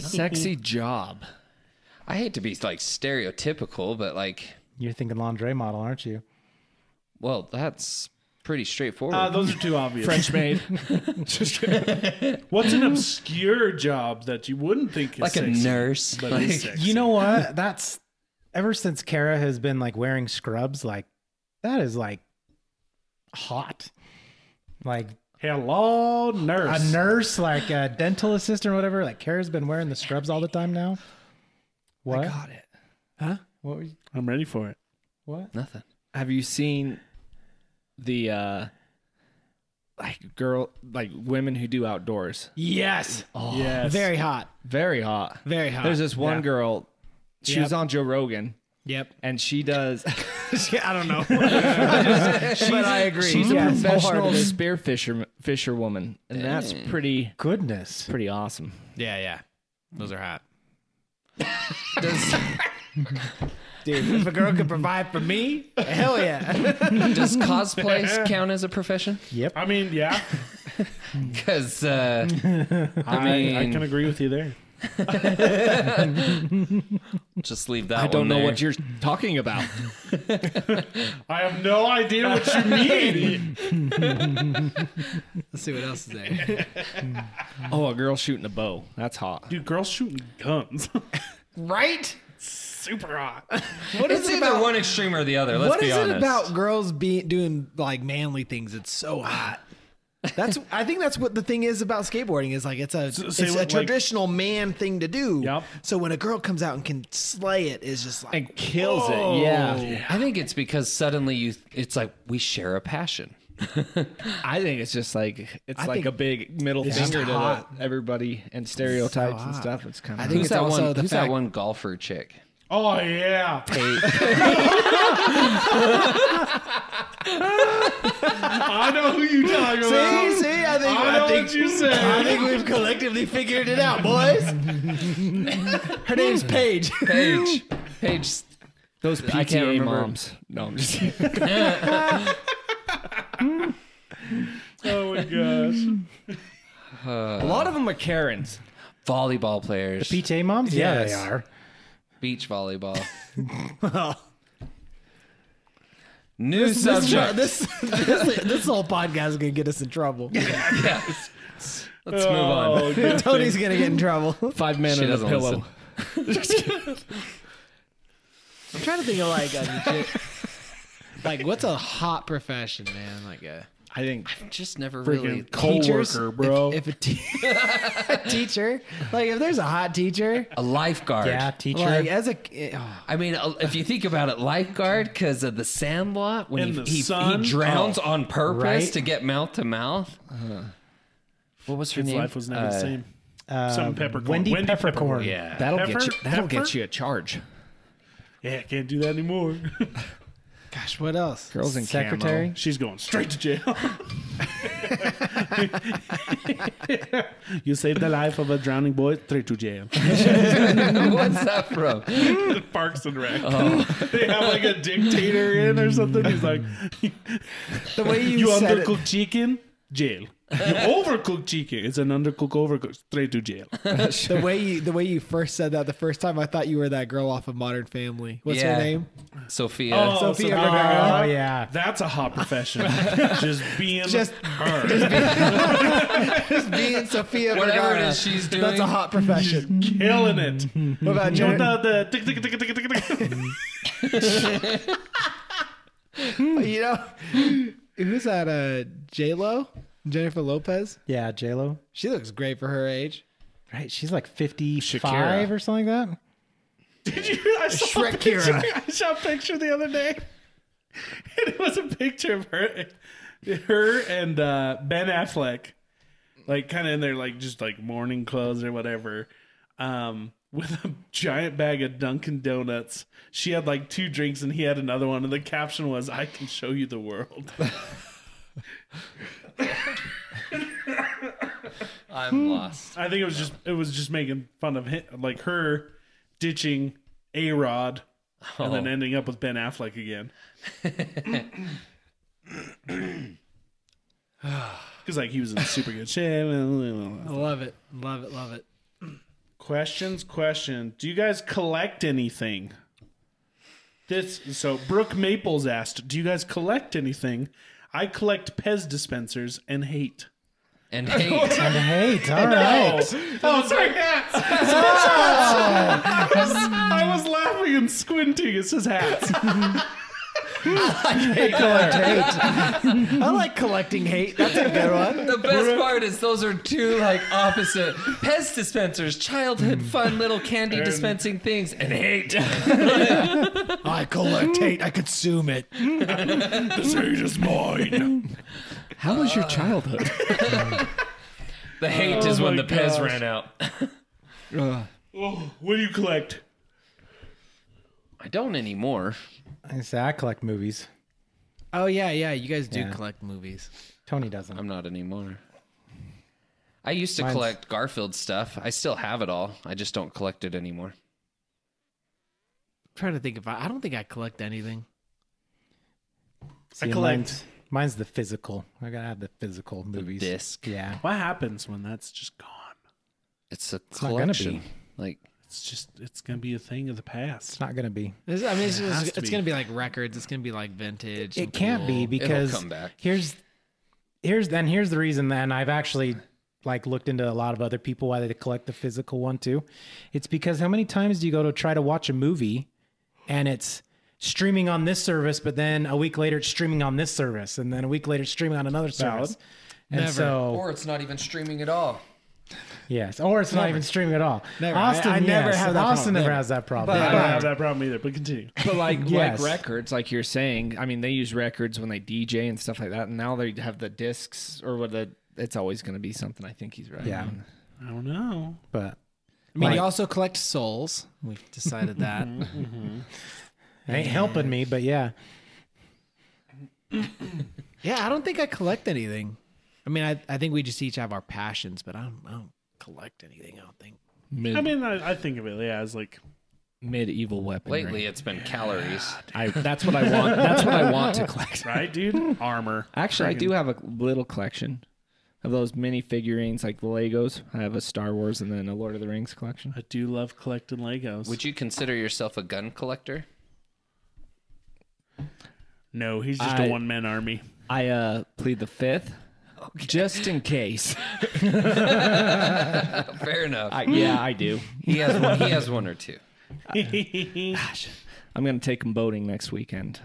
Speaker 5: Sexy job.
Speaker 1: I hate to be like stereotypical, but like,
Speaker 4: You're thinking laundry model, aren't you?
Speaker 1: well, that's pretty straightforward.
Speaker 3: Uh, those are too obvious.
Speaker 5: French maid.
Speaker 3: What's an obscure job that you wouldn't think is
Speaker 1: like a
Speaker 3: sexy,
Speaker 1: nurse.
Speaker 3: but
Speaker 1: Like-
Speaker 3: is sexy?
Speaker 4: You know what? That's ever since Kara has been like wearing scrubs, like that is like hot. Like
Speaker 3: hello, nurse.
Speaker 4: a nurse, like a dental assistant or whatever, like Kara's been wearing the scrubs all the time now. What?
Speaker 5: Got it.
Speaker 4: What were you,
Speaker 3: I'm ready for it.
Speaker 4: what?
Speaker 1: nothing.
Speaker 5: Have you seen the uh like girl like women who do outdoors?
Speaker 2: yes.
Speaker 3: yes.
Speaker 2: Very hot.
Speaker 5: Very hot.
Speaker 2: Very hot.
Speaker 5: There's this one girl. She was on Joe Rogan,
Speaker 2: Yep.
Speaker 5: and she does.
Speaker 2: I don't know. but I agree.
Speaker 5: She's a
Speaker 2: Yeah.
Speaker 5: professional spear fisherman, fisherwoman, and that's pretty
Speaker 4: Goodness.
Speaker 5: pretty awesome.
Speaker 6: Yeah, yeah. Those are hot.
Speaker 7: Dude, if a girl could provide for me, hell yeah.
Speaker 1: Does cosplay count as a profession?
Speaker 3: I mean, yeah,
Speaker 1: Because uh, I
Speaker 3: I,
Speaker 1: mean,
Speaker 3: I can agree with you there.
Speaker 1: just leave that.
Speaker 5: I don't
Speaker 1: one
Speaker 5: know
Speaker 1: there.
Speaker 5: what you're talking about.
Speaker 3: I have no idea what you mean.
Speaker 2: Let's see what else is there.
Speaker 5: oh, a girl shooting a bow. That's hot.
Speaker 3: Dude, girls shooting guns.
Speaker 7: Right?
Speaker 3: Super hot.
Speaker 1: What is it's either one extreme or the other. Let's
Speaker 2: what
Speaker 1: be
Speaker 2: is
Speaker 1: honest.
Speaker 2: it about girls being doing like manly things? It's so hot. That's I think that's what the thing is about skateboarding is like it's a
Speaker 3: say
Speaker 2: it's
Speaker 3: what,
Speaker 2: a
Speaker 3: like-
Speaker 2: traditional man thing to do.
Speaker 3: Yep.
Speaker 2: So when a girl comes out and can slay it is just like
Speaker 5: And kills it. Yeah.
Speaker 1: I think it's because suddenly you. It's like we share a passion.
Speaker 5: I think it's just like it's
Speaker 2: I
Speaker 5: like
Speaker 2: think
Speaker 5: a big middle
Speaker 2: just
Speaker 5: finger to the,
Speaker 2: hot.
Speaker 5: everybody and stereotypes and stuff. It's kind
Speaker 2: I
Speaker 5: of
Speaker 2: think
Speaker 1: Who's
Speaker 2: it's
Speaker 1: that
Speaker 2: also
Speaker 1: one?
Speaker 2: the
Speaker 1: Who's
Speaker 2: fact
Speaker 1: that one golfer chick?
Speaker 3: Oh yeah. I know who you talking about.
Speaker 2: See, see, I think
Speaker 3: I
Speaker 2: I,
Speaker 3: know
Speaker 2: think
Speaker 3: what you said.
Speaker 2: I think we've collectively figured it out, boys. Her name's Paige.
Speaker 1: Paige. Paige.
Speaker 5: those
Speaker 1: I can't
Speaker 5: PTA
Speaker 1: remember.
Speaker 5: moms. No, I'm just
Speaker 3: Oh my gosh.
Speaker 5: a lot of them are Karens.
Speaker 1: Volleyball players.
Speaker 4: PTA moms? Yeah,
Speaker 5: Yes.
Speaker 4: they are.
Speaker 1: beach volleyball.
Speaker 2: Well,
Speaker 1: New
Speaker 2: this,
Speaker 1: subject.
Speaker 2: this, this, this whole podcast is gonna get us in trouble.
Speaker 1: Let's move on.
Speaker 3: Oh, good.
Speaker 2: Tony's gonna get in trouble.
Speaker 5: Five men
Speaker 1: She
Speaker 5: and a
Speaker 1: doesn't
Speaker 5: pillow.
Speaker 1: listen.
Speaker 2: I'm trying to think of like a legit, like what's a hot profession, man? Like a
Speaker 5: I think
Speaker 1: Just never really.
Speaker 3: Freaking coworker, bro.
Speaker 2: If, if a, te- a teacher, like if there's a hot teacher,
Speaker 1: A lifeguard.
Speaker 4: Yeah, teacher.
Speaker 2: like as a oh,
Speaker 1: I mean, uh, if you think about it, lifeguard because of the sandlot when
Speaker 3: In
Speaker 1: he,
Speaker 3: the
Speaker 1: he,
Speaker 3: sun? Oh,
Speaker 1: he drowns on purpose
Speaker 4: Right.
Speaker 1: to get mouth to mouth. What was her
Speaker 3: His
Speaker 1: name?
Speaker 3: life was never
Speaker 1: Uh,
Speaker 3: the same.
Speaker 4: Uh,
Speaker 3: Some peppercorn.
Speaker 4: Wendy,
Speaker 3: Wendy
Speaker 4: Peppercorn.
Speaker 1: Yeah.
Speaker 5: that'll
Speaker 3: Pepper?
Speaker 5: get you. That'll get
Speaker 3: Pepper?
Speaker 5: you a charge.
Speaker 3: Yeah, can't do that anymore.
Speaker 2: gosh, what else?
Speaker 5: Girls in camo.
Speaker 4: Secretary.
Speaker 3: She's going straight to jail. you saved the life of a drowning boy. Straight to jail.
Speaker 1: What's that from?
Speaker 3: Parks and Rec. they have like a dictator in or something. He's like,
Speaker 2: The way you,
Speaker 3: you
Speaker 2: said it,
Speaker 3: undercooked chicken, jail. You overcooked chicken. It's an undercooked overcooked. Straight to jail.
Speaker 2: the way you, the way you first said that the first time, I thought you were that girl off of Modern Family. What's
Speaker 1: Yeah.
Speaker 2: her name?
Speaker 1: Sophia.
Speaker 2: Sophia
Speaker 3: Oh, so-
Speaker 2: Vergara.
Speaker 4: Oh, yeah.
Speaker 3: That's a hot profession. just being
Speaker 2: Just-
Speaker 3: her.
Speaker 2: Me and Sophia
Speaker 1: Whatever it
Speaker 2: Vergara.
Speaker 1: is she's doing.
Speaker 2: That's a hot profession.
Speaker 3: killing it.
Speaker 2: What about
Speaker 3: You
Speaker 2: Jennifer?
Speaker 3: know the- the tick, tick, tick, tick, tick, tick, tick.
Speaker 2: You know, who's that? Uh, J Lo, Jennifer Lopez.
Speaker 4: Yeah, J-Lo.
Speaker 2: She looks great for her age.
Speaker 4: Right? She's like 55 or something like that.
Speaker 3: Did you? I saw a
Speaker 2: Shrek
Speaker 3: picture.
Speaker 2: Kira.
Speaker 3: I saw a picture the other day. And it was a picture of her, her and uh, Ben Affleck, like kind of in their like just like morning clothes or whatever, um, with a giant bag of Dunkin' Donuts. She had like two drinks and he had another one, and the caption was, "I can show you the world."
Speaker 2: Hmm.
Speaker 1: I'm lost.
Speaker 3: I think it was just it was just making fun of him, like her ditching A Rod and then ending up with Ben Affleck again. Because like he was in super good shape.
Speaker 2: I love it. Love it. Love it.
Speaker 3: Questions, question. Do you guys collect anything? This so Brooke Maples asked, "Do you guys collect anything?" I collect Pez dispensers and hate.
Speaker 1: And hate.
Speaker 4: And hate. All right.
Speaker 3: Oh, oh sorry. Hats. I, was, I was laughing and squinting. It says hats.
Speaker 2: I like collecting hate. That's a good one.
Speaker 1: the best part is those are two like opposite pest dispensers, childhood
Speaker 2: Hmm.
Speaker 1: fun little candy dispensing things, and hate.
Speaker 2: I collect hate. I consume it.
Speaker 3: this hate is mine.
Speaker 5: How was
Speaker 2: Uh,
Speaker 5: your childhood?
Speaker 1: The hate is when
Speaker 3: Oh my
Speaker 1: the Pez
Speaker 3: gosh.
Speaker 1: ran out.
Speaker 3: Oh, what do you collect?
Speaker 1: I don't anymore.
Speaker 4: I say I collect movies.
Speaker 2: Oh yeah, yeah. You guys do collect movies.
Speaker 4: Tony doesn't.
Speaker 1: I'm not anymore. I used to collect Garfield stuff. I still have it all. I just don't collect it anymore.
Speaker 2: trying to think if I, I don't think I collect anything.
Speaker 4: See,
Speaker 3: I
Speaker 4: and
Speaker 3: collect-
Speaker 4: Mine's, mine's the physical. I gotta have the physical movies.
Speaker 1: Disc.
Speaker 4: Yeah,
Speaker 3: What happens when that's just gone?
Speaker 1: It's a
Speaker 4: not gonna
Speaker 1: collection.
Speaker 4: be.
Speaker 1: Like
Speaker 3: It's just it's gonna be a thing of the past.
Speaker 4: it's not gonna be.
Speaker 2: This- I mean, it's, just-
Speaker 3: has to
Speaker 2: it's
Speaker 3: be.
Speaker 2: gonna be like records. It's gonna be like vintage.
Speaker 4: It can't be because
Speaker 1: come back.
Speaker 4: here's here's and here's the reason. Then I've actually like looked into a lot of other people why they collect the physical one too. It's because how many times do you go to try to watch a movie and it's streaming on this service, but then a week later it's streaming on this service, and then a week later it's streaming on another service. And
Speaker 2: Never.
Speaker 4: so
Speaker 1: or it's not even streaming at all.
Speaker 4: yes, or it's not even streaming at all.
Speaker 2: Never. I-
Speaker 4: Austin,
Speaker 2: I never
Speaker 4: yes.
Speaker 2: have that problem.
Speaker 4: Austin never
Speaker 2: Never.
Speaker 4: has that problem.
Speaker 3: I don't have that problem either. But continue.
Speaker 5: But like
Speaker 4: Yes.
Speaker 5: like records, like you're saying, I mean, they use records when they DJ and stuff like that, and now they have the discs or what the. It's always going to be something. I think he's right.
Speaker 4: Yeah.
Speaker 5: on.
Speaker 3: I don't know.
Speaker 2: I
Speaker 4: but
Speaker 2: mean,
Speaker 4: Like-
Speaker 2: you also collect souls. We've decided that.
Speaker 4: It ain't helping me, but yeah.
Speaker 2: yeah, I don't think I collect anything. I mean, I, I think we just each have our passions, but I don't, I don't collect anything. I don't think.
Speaker 5: mid
Speaker 3: I mean, I, I think of it yeah as like
Speaker 5: medieval weapon.
Speaker 1: Lately, it's been calories.
Speaker 5: I, that's what I want. That's what I want to collect.
Speaker 3: right, dude. Armor.
Speaker 5: Actually, I do have a little collection of those mini figurines, like the Legos. I have a Star Wars and then a Lord of the Rings collection.
Speaker 3: I do love collecting Legos.
Speaker 1: Would you consider yourself a gun collector?
Speaker 3: no, he's just a
Speaker 5: I-
Speaker 3: one man army.
Speaker 5: I uh, plead the fifth, just in case.
Speaker 1: Fair enough.
Speaker 5: I, yeah, I do.
Speaker 1: he has one. He has one or two.
Speaker 5: I'm gonna take them boating next weekend.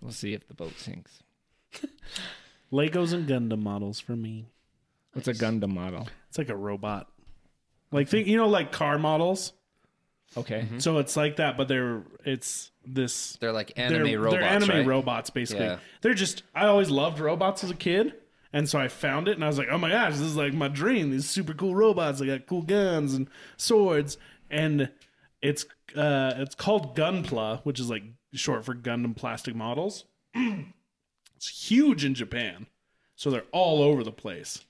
Speaker 5: We'll see if the boat sinks.
Speaker 3: Legos and Gundam models for me.
Speaker 5: What's a Gundam model?
Speaker 3: It's like a robot. Like think you know like car models.
Speaker 5: Okay.
Speaker 3: So it's like that, but they're it's this
Speaker 1: They're like
Speaker 3: they're,
Speaker 1: anime robots.
Speaker 3: they're anime
Speaker 1: right?
Speaker 3: robots basically.
Speaker 1: Yeah.
Speaker 3: They're just I always loved robots as a kid. And so I found it and I was like, oh my gosh, this is like my dream. These super cool robots. They got cool guns and swords. And it's uh it's called Gunpla, which is like short for Gundam plastic models. it's huge in Japan. So they're all over the place.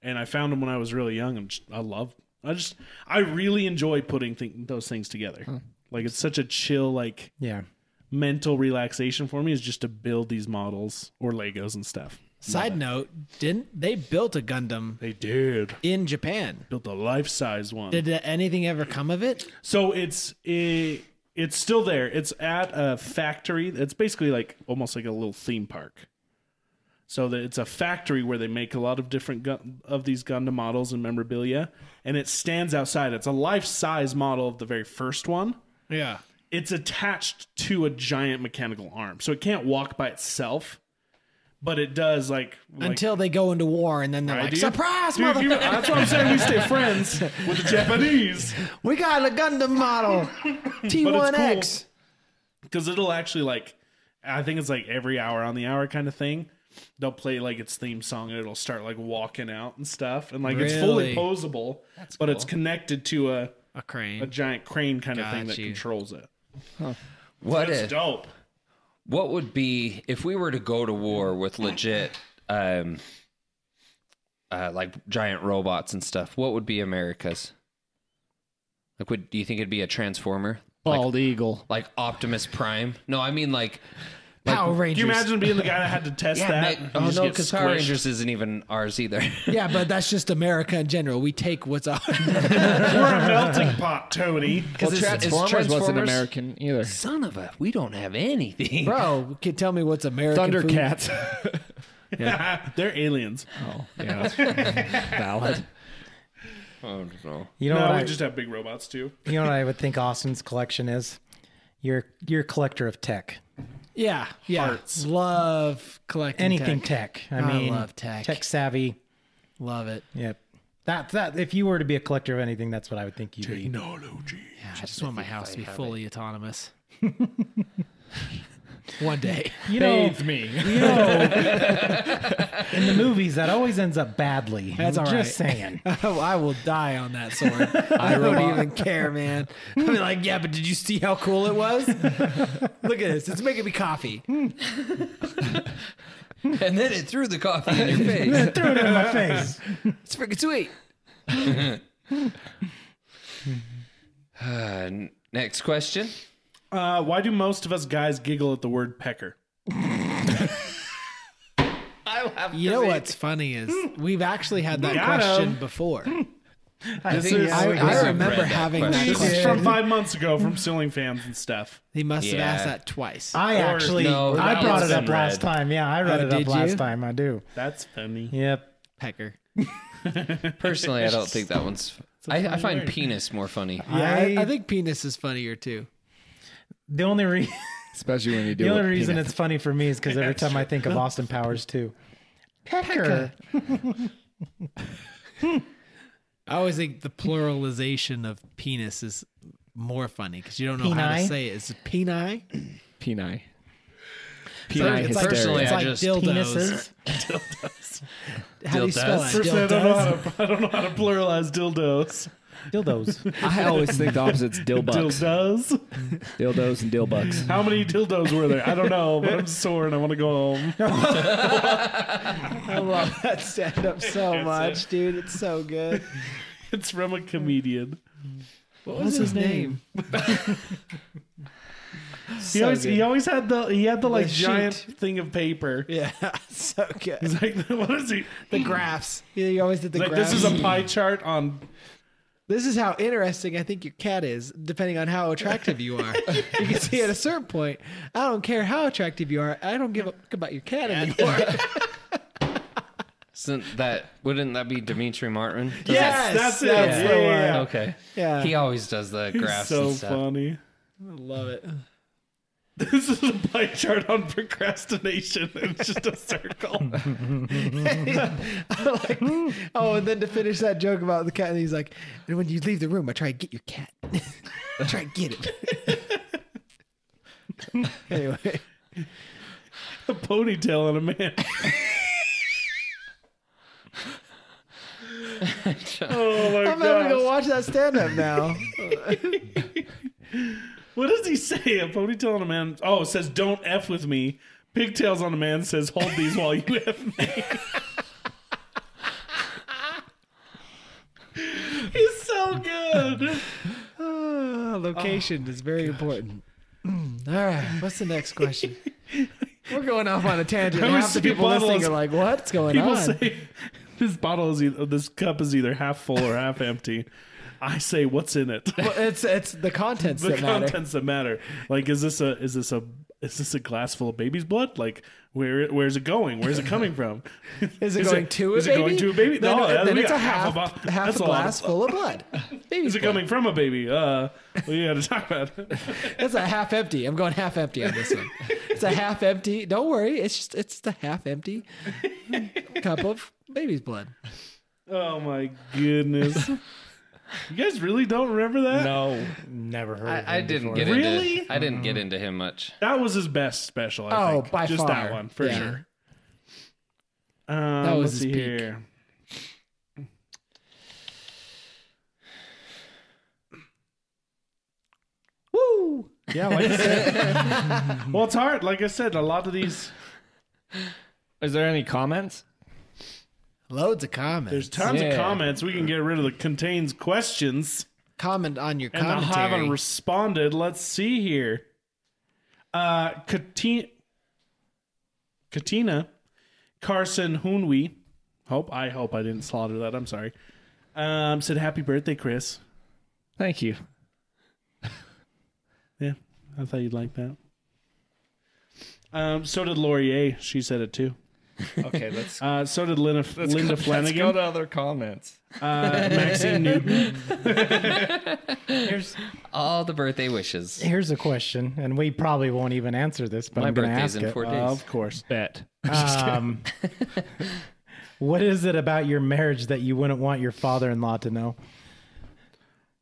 Speaker 3: And I found them when I was really young and just- I love I just I really enjoy putting th- those things together. Like it's such a chill like
Speaker 4: Yeah.
Speaker 3: mental relaxation for me is just to build these models or Legos and stuff.
Speaker 2: Side note: Didn't they built a Gundam
Speaker 3: They did.
Speaker 2: in Japan?
Speaker 3: Built a life size one.
Speaker 2: Did uh, anything ever come of it?
Speaker 3: so it's it, it's still there. It's at a factory. It's basically like almost like a little theme park. So that it's a factory where they make a lot of different gun, of these Gundam models and memorabilia, and it stands outside. It's a life size model of the very first one.
Speaker 2: Yeah.
Speaker 3: it's attached to a giant mechanical arm, so it can't walk by itself. But it does like, like
Speaker 2: Until they go into war, and then they're
Speaker 3: I
Speaker 2: like,
Speaker 3: do.
Speaker 2: "Surprise,
Speaker 3: Dude, if you-
Speaker 2: motherfucker!
Speaker 3: That's what I'm saying. We stay friends with the Japanese
Speaker 2: We got a Gundam model, T1X."
Speaker 3: because it'll actually like, I think it's like every hour on the hour kind of thing. They'll play like its theme song and it'll start like walking out and stuff, and like it's fully
Speaker 2: Really?
Speaker 3: posable, but it's connected to a,
Speaker 2: A
Speaker 3: a
Speaker 2: crane.
Speaker 3: giant crane kind of thing
Speaker 2: Got
Speaker 3: that
Speaker 2: you.
Speaker 3: controls it.
Speaker 1: What
Speaker 3: That's
Speaker 1: if?
Speaker 3: dope.
Speaker 1: What would be if we were to go to war with legit, um, uh, like giant robots and stuff? What would be America's? Like, would do you think it'd be a transformer,
Speaker 5: Bald eagle.
Speaker 1: like Optimus Prime? No, I mean like
Speaker 2: Power
Speaker 3: Can you
Speaker 2: Rangers.
Speaker 3: imagine being the guy that had to test that?
Speaker 1: Ma-
Speaker 3: You
Speaker 1: oh
Speaker 3: just
Speaker 1: no,
Speaker 3: get
Speaker 1: because Power
Speaker 3: squished.
Speaker 1: Rangers isn't even ours either.
Speaker 2: yeah, but that's just America in general. We take what's ours.
Speaker 3: We're a melting pot, Tony.
Speaker 1: it's-
Speaker 5: Well,
Speaker 1: it's
Speaker 5: Transformers, wasn't
Speaker 1: Transformers.
Speaker 5: American either.
Speaker 1: Son of a, we don't have anything.
Speaker 2: Bro, can tell me what's American food?
Speaker 5: Thundercats.
Speaker 3: They're aliens.
Speaker 5: oh, yeah, that's valid.
Speaker 1: Oh no.
Speaker 4: You know
Speaker 3: No,
Speaker 4: what?
Speaker 3: we
Speaker 4: I,
Speaker 3: just have big robots too.
Speaker 4: you know what I would think Austin's collection is. You're you're a collector of tech.
Speaker 2: Yeah, yeah.
Speaker 3: Parts.
Speaker 2: Love collecting
Speaker 4: Anything
Speaker 2: tech.
Speaker 4: tech. I,
Speaker 2: I
Speaker 4: mean,
Speaker 2: love tech.
Speaker 4: Tech savvy.
Speaker 2: Love it.
Speaker 4: Yep. That that if you were to be a collector of anything, that's what I would think you'd be.
Speaker 2: Yeah, I just want my house to be fully autonomous. One day.
Speaker 4: You know,
Speaker 5: me.
Speaker 4: you know, in the movies that always ends up badly.
Speaker 2: That's
Speaker 4: I'm
Speaker 2: all
Speaker 4: Just
Speaker 2: right.
Speaker 4: saying.
Speaker 2: Oh, I will die on that sword. I don't even care, man. I'll be like, yeah, but did you see how cool it was? Look at this. It's making me coffee.
Speaker 1: and then it threw the coffee in your face.
Speaker 4: Threw it in my face.
Speaker 1: it's freaking sweet. Uh, n- next question.
Speaker 3: Uh, why do most of us guys giggle at the word pecker?
Speaker 2: You know what's funny is we've actually had that
Speaker 3: Got 'em.
Speaker 2: question before.
Speaker 1: I, think
Speaker 3: is-
Speaker 1: I
Speaker 2: I,
Speaker 1: think
Speaker 2: I
Speaker 1: I've
Speaker 2: remember
Speaker 1: read that
Speaker 2: having
Speaker 1: question.
Speaker 2: that
Speaker 3: This is
Speaker 2: question.
Speaker 3: from five months ago from Ceiling Fans and stuff.
Speaker 2: He must
Speaker 1: Yeah.
Speaker 2: have asked that twice.
Speaker 4: I
Speaker 3: Or-
Speaker 4: actually,
Speaker 1: No,
Speaker 4: I
Speaker 1: that
Speaker 4: brought
Speaker 1: one's
Speaker 4: it up
Speaker 1: been
Speaker 4: last
Speaker 1: read.
Speaker 4: time. Yeah, I read
Speaker 2: Oh,
Speaker 4: it up
Speaker 2: did
Speaker 4: last
Speaker 2: you?
Speaker 4: time. I do.
Speaker 3: That's funny.
Speaker 4: Yep.
Speaker 2: Pecker.
Speaker 1: Personally, I don't think that one's. I, I find penis more funny.
Speaker 2: Yeah, I,
Speaker 4: I-
Speaker 2: I think penis is funnier too.
Speaker 4: The only re-
Speaker 5: Especially when you do
Speaker 4: the
Speaker 5: it
Speaker 4: only
Speaker 5: with
Speaker 4: reason
Speaker 5: peanut.
Speaker 4: it's funny for me is because every time I think of Austin Powers too. Pecker.
Speaker 2: I always think the pluralization of penis is more funny because you don't know how to
Speaker 4: Peni?
Speaker 2: say it. It's peni.
Speaker 5: Peni.
Speaker 1: Sorry, it's
Speaker 5: Peni hysteria.
Speaker 1: like- Personally, I just-
Speaker 4: Penises.
Speaker 2: How do you spell
Speaker 1: Dildos.
Speaker 2: it?
Speaker 3: Personally, I don't, know how to, I don't know how to pluralize dildos.
Speaker 4: Dildos.
Speaker 5: I always think the opposite's dill bucks.
Speaker 3: Dildos?
Speaker 5: Dildos and dill bucks.
Speaker 3: How many dildos were there? I don't know, but I'm sore and I want to go home.
Speaker 7: I love that stand up so much, dude. It's so good.
Speaker 3: It's from a comedian.
Speaker 2: What was his name?
Speaker 3: He always, he always had the he had the like
Speaker 7: The sheet.
Speaker 3: giant thing of paper.
Speaker 7: Yeah, so good.
Speaker 3: He's like, what is he?
Speaker 7: The graphs. Yeah, you always did the
Speaker 3: Like
Speaker 7: graphs.
Speaker 3: this is a pie chart on.
Speaker 2: This is how interesting I think your cat is, depending on how attractive you are. You can see at a certain point, I don't care how attractive you are. I don't give a fuck about your cat anymore.
Speaker 1: Isn't that? Wouldn't that be Dimitri Martin? Does
Speaker 7: Yes,
Speaker 3: that's it.
Speaker 7: that's the
Speaker 3: Yeah, yeah,
Speaker 7: one.
Speaker 1: that-
Speaker 3: yeah.
Speaker 1: okay.
Speaker 7: yeah.
Speaker 1: He always does the
Speaker 3: He's
Speaker 1: graphs
Speaker 3: so
Speaker 1: and stuff.
Speaker 3: funny.
Speaker 2: Love it.
Speaker 3: This is a pie chart on procrastination. It's just a circle.
Speaker 2: like, oh, and then to finish that joke about the cat, and he's like, and when you leave the room, I try to get your cat. I try to get it. anyway,
Speaker 3: a ponytail and a man. oh my
Speaker 7: I'm having to go
Speaker 3: god!
Speaker 7: watch that stand up now.
Speaker 3: What does he say? A ponytail and a man. Oh, it says don't f with me. Pigtails on a man says hold these while you f me. He's so good.
Speaker 2: Ah, location
Speaker 3: Oh,
Speaker 2: is very important. Mm, All right, what's the next question? We're going off on a tangent.
Speaker 3: I was
Speaker 2: Half the
Speaker 3: saying
Speaker 2: people listening
Speaker 3: bottles.
Speaker 2: are like, "What's going
Speaker 3: People
Speaker 2: on?"
Speaker 3: say this bottle is either, this cup is either half full or half empty. I say what's in it.
Speaker 2: Well, it's it's the contents
Speaker 3: the
Speaker 2: that matter.
Speaker 3: contents that matter. Like, is this a is this a is this a glass full of baby's blood? Like, where where's it going? Where's it coming from?
Speaker 2: Is it going to a
Speaker 3: is it
Speaker 2: baby?
Speaker 3: going to a baby?
Speaker 2: Then,
Speaker 3: No, that-
Speaker 2: then
Speaker 3: we
Speaker 2: it's
Speaker 3: got
Speaker 2: a half
Speaker 3: half a
Speaker 2: half
Speaker 3: bo-
Speaker 2: a,
Speaker 3: that's a lot
Speaker 2: glass
Speaker 3: of-
Speaker 2: full of blood. Baby's
Speaker 3: Is it
Speaker 2: blood.
Speaker 3: coming from a baby? Uh, we got to talk about it.
Speaker 2: That's a half empty. I'm going half empty on this one. It's a half empty. Don't worry. It's just it's the half empty cup of baby's blood.
Speaker 3: Oh my goodness! You guys really don't remember that?
Speaker 4: no, never heard. of
Speaker 1: I, I
Speaker 4: him
Speaker 1: didn't
Speaker 4: before.
Speaker 1: get
Speaker 3: Really?
Speaker 1: into. I didn't get into him much.
Speaker 3: That was his best special. I
Speaker 2: Oh,
Speaker 3: think.
Speaker 2: by
Speaker 3: just that
Speaker 2: far.
Speaker 3: one for
Speaker 2: Yeah.
Speaker 3: sure. Um,
Speaker 2: That was
Speaker 3: let's
Speaker 2: his
Speaker 3: see
Speaker 2: peak.
Speaker 3: here.
Speaker 2: Woo!
Speaker 3: Yeah, like I said. well, it's hard. Like I said, a lot of these.
Speaker 5: Is there any comments?
Speaker 2: Loads of comments.
Speaker 3: There's tons of
Speaker 5: Yeah.
Speaker 3: comments. We can get rid of the contains questions.
Speaker 2: comment on your
Speaker 3: and I
Speaker 2: commentary.
Speaker 3: haven't responded. Let's see here. Uh, Katina, Katina Carson Hoonwee. Hope I hope I didn't slaughter that. I'm sorry. Um, said happy birthday, Chris.
Speaker 5: Thank you.
Speaker 3: Yeah, I thought you'd like that. Um, so did Laurier. She said it too.
Speaker 5: Okay, let's,
Speaker 3: Uh, so did Linda, Linda Flanagan.
Speaker 5: go to other comments.
Speaker 3: uh, Maxine Newton.
Speaker 4: Here's,
Speaker 1: All the birthday wishes.
Speaker 4: here's a question, and we probably won't even answer this, but
Speaker 1: My
Speaker 4: I'm going to
Speaker 1: birthday's
Speaker 4: ask
Speaker 1: in
Speaker 4: it.
Speaker 1: four days.
Speaker 3: of course.
Speaker 5: Bet. Uh,
Speaker 4: Um, what is it about your marriage that you wouldn't want your father-in-law to know?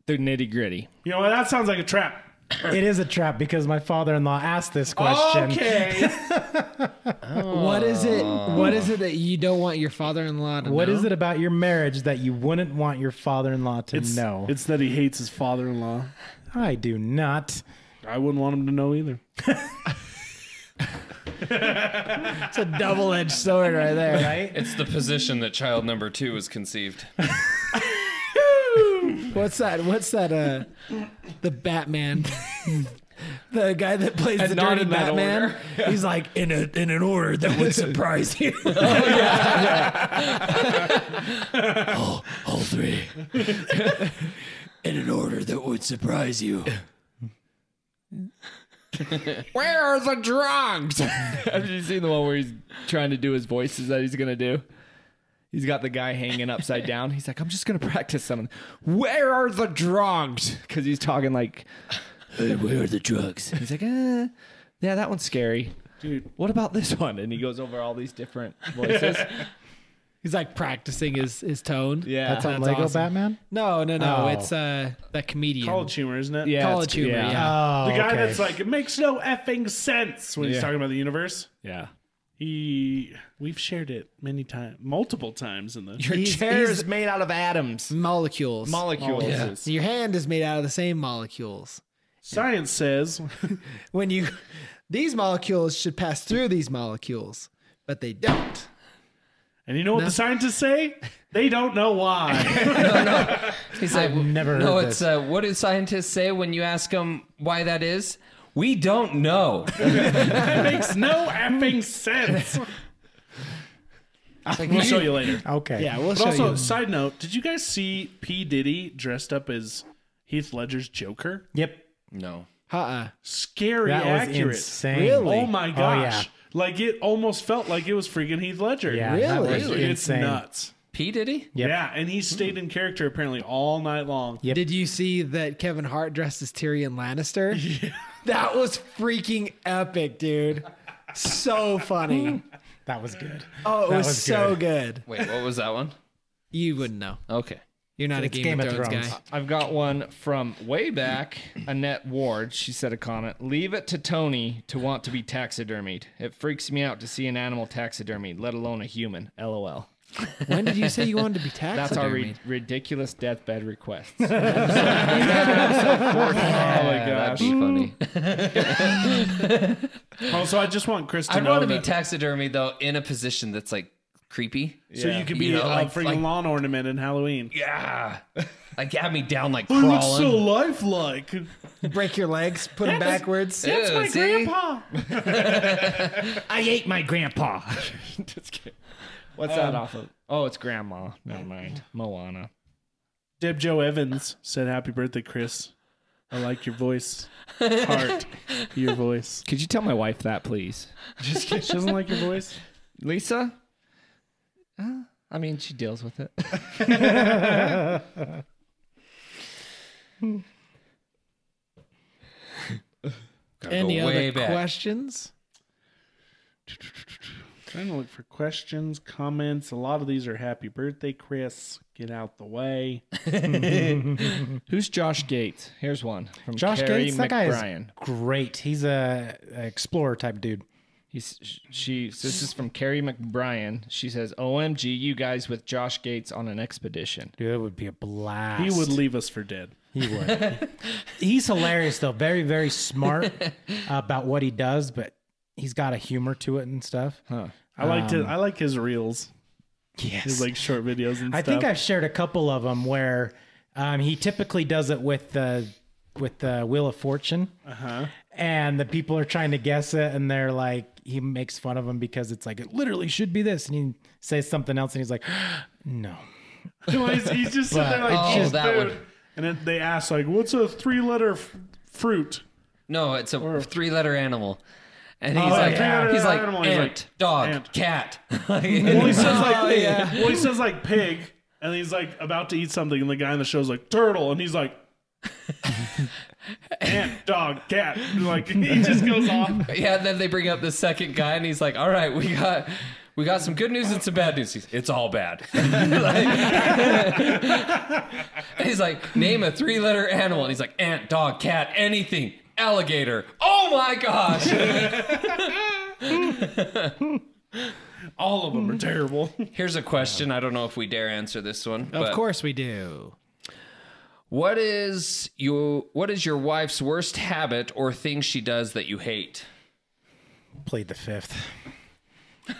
Speaker 5: The nitty gritty.
Speaker 3: You know what? That sounds like a trap.
Speaker 4: It is a trap because my father-in-law asked this question.
Speaker 3: Okay.
Speaker 2: What is it? What is it that you don't want your father-in-law to
Speaker 4: What
Speaker 2: know?
Speaker 4: is it about your marriage that you wouldn't want your father-in-law to
Speaker 3: It's-
Speaker 4: know?
Speaker 3: It's that he hates his father-in-law.
Speaker 4: I do not.
Speaker 3: I wouldn't want him to know either.
Speaker 7: It's a double edged sword right there, right?
Speaker 1: It's the position that child number two was conceived.
Speaker 7: What's that? What's that? Uh,
Speaker 2: The Batman.
Speaker 7: the guy that plays the
Speaker 1: not
Speaker 7: dirty
Speaker 1: in that
Speaker 7: Batman.
Speaker 1: order.
Speaker 7: He's like in a in an order that would surprise you.
Speaker 2: Oh,
Speaker 7: all, all three in an order that would surprise you.
Speaker 2: Where are the drugs?
Speaker 5: Have you seen the one where he's trying to do his voices that he's gonna do? He's got the guy hanging upside down. He's like, I'm just gonna practice something. Where are the drugs? Because he's talking like,
Speaker 7: Hey, where are the drugs?
Speaker 5: he's like, eh, yeah, that one's scary.
Speaker 3: Dude.
Speaker 5: what about this one? And he goes over all these different voices.
Speaker 2: He's like practicing his, his tone.
Speaker 5: yeah,
Speaker 4: That's on Lego Batman.
Speaker 2: No, no, no.
Speaker 4: Oh.
Speaker 2: It's uh that comedian.
Speaker 3: College humor, isn't it?
Speaker 5: Yeah, it's-
Speaker 2: College humor, yeah.
Speaker 7: Uh,
Speaker 4: Oh,
Speaker 3: The guy
Speaker 4: okay.
Speaker 3: that's like, it makes no effing sense when he's
Speaker 5: Yeah.
Speaker 3: talking about the universe.
Speaker 5: yeah.
Speaker 3: He, we've shared it many times, multiple times in the.
Speaker 5: Your
Speaker 2: He's-
Speaker 5: chair
Speaker 2: he's-
Speaker 5: is made out of atoms,
Speaker 2: Molecules.
Speaker 5: molecules.
Speaker 2: So your hand is made out of the same molecules.
Speaker 3: Science says
Speaker 2: When you these molecules should pass through these molecules, but they don't.
Speaker 3: And you know what the scientists say? They don't know why.
Speaker 1: He's like,
Speaker 4: never
Speaker 1: No,
Speaker 4: heard
Speaker 1: it's uh, what do scientists say when you ask them why that is? We don't know.
Speaker 3: that makes no effing sense. we'll show you later.
Speaker 4: okay.
Speaker 2: Yeah, we'll
Speaker 3: But
Speaker 2: show
Speaker 3: also,
Speaker 2: you.
Speaker 3: side note: Did you guys see P Diddy dressed up as Heath Ledger's Joker?
Speaker 4: Yep.
Speaker 1: No.
Speaker 2: Uh-uh.
Speaker 3: Scary
Speaker 4: That was
Speaker 3: accurate.
Speaker 4: insane.
Speaker 3: Oh my
Speaker 4: Oh, yeah.
Speaker 3: gosh! Like it almost felt like it was freaking Heath Ledger.
Speaker 4: Yeah, that
Speaker 2: Really?
Speaker 4: was
Speaker 3: It's
Speaker 4: insane.
Speaker 3: nuts.
Speaker 1: P Diddy?
Speaker 4: Yep.
Speaker 3: Yeah, and he stayed in character apparently all night long.
Speaker 4: Yep.
Speaker 2: Did you see that Kevin Hart dressed as Tyrion Lannister? That was freaking epic, dude. So funny.
Speaker 4: That was good.
Speaker 2: Oh, it
Speaker 4: That
Speaker 2: was,
Speaker 4: was
Speaker 2: so good.
Speaker 1: Wait, what was that one?
Speaker 2: You wouldn't know.
Speaker 1: Okay.
Speaker 2: You're not a
Speaker 4: It's
Speaker 2: Game, of, Thrones, guy.
Speaker 5: I've got one from way back. Annette Ward. She said a comment. Leave it to Tony to want to be taxidermied. It freaks me out to see an animal taxidermied, let alone a human. LOL.
Speaker 2: When did you say you wanted to be taxidermied?
Speaker 5: That's our ri- ridiculous deathbed requests. Oh You guys are
Speaker 1: Oh
Speaker 5: so fortunate.
Speaker 1: That'd be funny.
Speaker 3: Also, Oh, I just want Chris to
Speaker 1: I'd
Speaker 3: know
Speaker 1: want to be
Speaker 3: that.
Speaker 1: taxidermy though in a position that's like creepy.
Speaker 3: so you could be
Speaker 1: You know,
Speaker 3: a
Speaker 1: like-
Speaker 3: freaking
Speaker 1: like-
Speaker 3: lawn ornament in Halloween.
Speaker 1: Yeah. Like have me down like
Speaker 3: Oh, It looks so
Speaker 1: crawling.
Speaker 3: lifelike.
Speaker 2: Break your legs, put them backwards.
Speaker 3: That's my
Speaker 1: Ew, see?
Speaker 3: grandpa.
Speaker 5: I ate my grandpa. Just kidding. What's that off of? Oh, it's grandma. Never mind. Moana.
Speaker 3: Deb Joe Evans said, "Happy birthday, Chris. I like your voice, heart, your voice.
Speaker 5: Could you tell my wife that, please?
Speaker 3: Just kidding. She doesn't like your voice.
Speaker 5: Lisa? Uh, I mean, she deals with it.
Speaker 1: Gotta
Speaker 2: Any
Speaker 1: go way
Speaker 2: other
Speaker 1: back.
Speaker 2: questions?
Speaker 3: Trying to look for questions, comments. A lot of these are happy birthday, Chris. Get out the way.
Speaker 5: Who's Josh Gates? Here's one from
Speaker 4: Josh
Speaker 5: Carrie
Speaker 4: Gates,
Speaker 5: McBrien.
Speaker 4: that guy is great. He's a, a explorer type dude.
Speaker 5: He's she. so This is from Carrie McBrien. She says, "OMG, you guys with Josh Gates on an expedition."
Speaker 4: Dude, that would be a blast.
Speaker 3: He would leave us for dead.
Speaker 4: He would. he's hilarious though. Very very smart about what he does, but he's got a humor to it and stuff.
Speaker 3: I like
Speaker 4: Um,
Speaker 3: to. I like his reels.
Speaker 4: Yes.
Speaker 3: His like short videos and
Speaker 4: I
Speaker 3: stuff.
Speaker 4: think I've shared a couple of them where um, he typically does it with the with the Wheel of Fortune,
Speaker 3: Uh-huh.
Speaker 4: and the people are trying to guess it, and they're like, he makes fun of them because it's like it literally should be this, and he says something else, and he's like, no,
Speaker 3: Well, he's, he's just sitting there
Speaker 1: Oh,
Speaker 3: like, "Choose
Speaker 1: that
Speaker 3: food."
Speaker 1: one.
Speaker 3: And then they ask like, "What's a three-letter f- fruit?"
Speaker 1: No, it's a three letter animal. And he's
Speaker 3: yeah,
Speaker 1: like
Speaker 3: Oh, three-letter
Speaker 1: he's like
Speaker 3: animal.
Speaker 1: ant,
Speaker 3: He's like,
Speaker 1: dog,
Speaker 3: ant.
Speaker 1: cat.
Speaker 3: Well, he says like,
Speaker 2: Oh, yeah.
Speaker 3: well, he says like pig, and he's like about to eat something, and the guy in the show's like turtle, and he's like. Ant, dog, cat, like he just goes off.
Speaker 1: Yeah, and then they bring up the second guy, and he's like, "All right, we got." We got some good news and some bad news. He's, it's all bad. Like- and he's like, name a three-letter animal. And he's like, ant, dog, cat, anything, alligator. Oh my gosh!
Speaker 3: All of them are terrible.
Speaker 1: Here's a question. I don't know if we dare answer this one.
Speaker 2: Of course we do.
Speaker 1: What is your What is your wife's worst habit or thing she does that you hate?
Speaker 4: plead the fifth.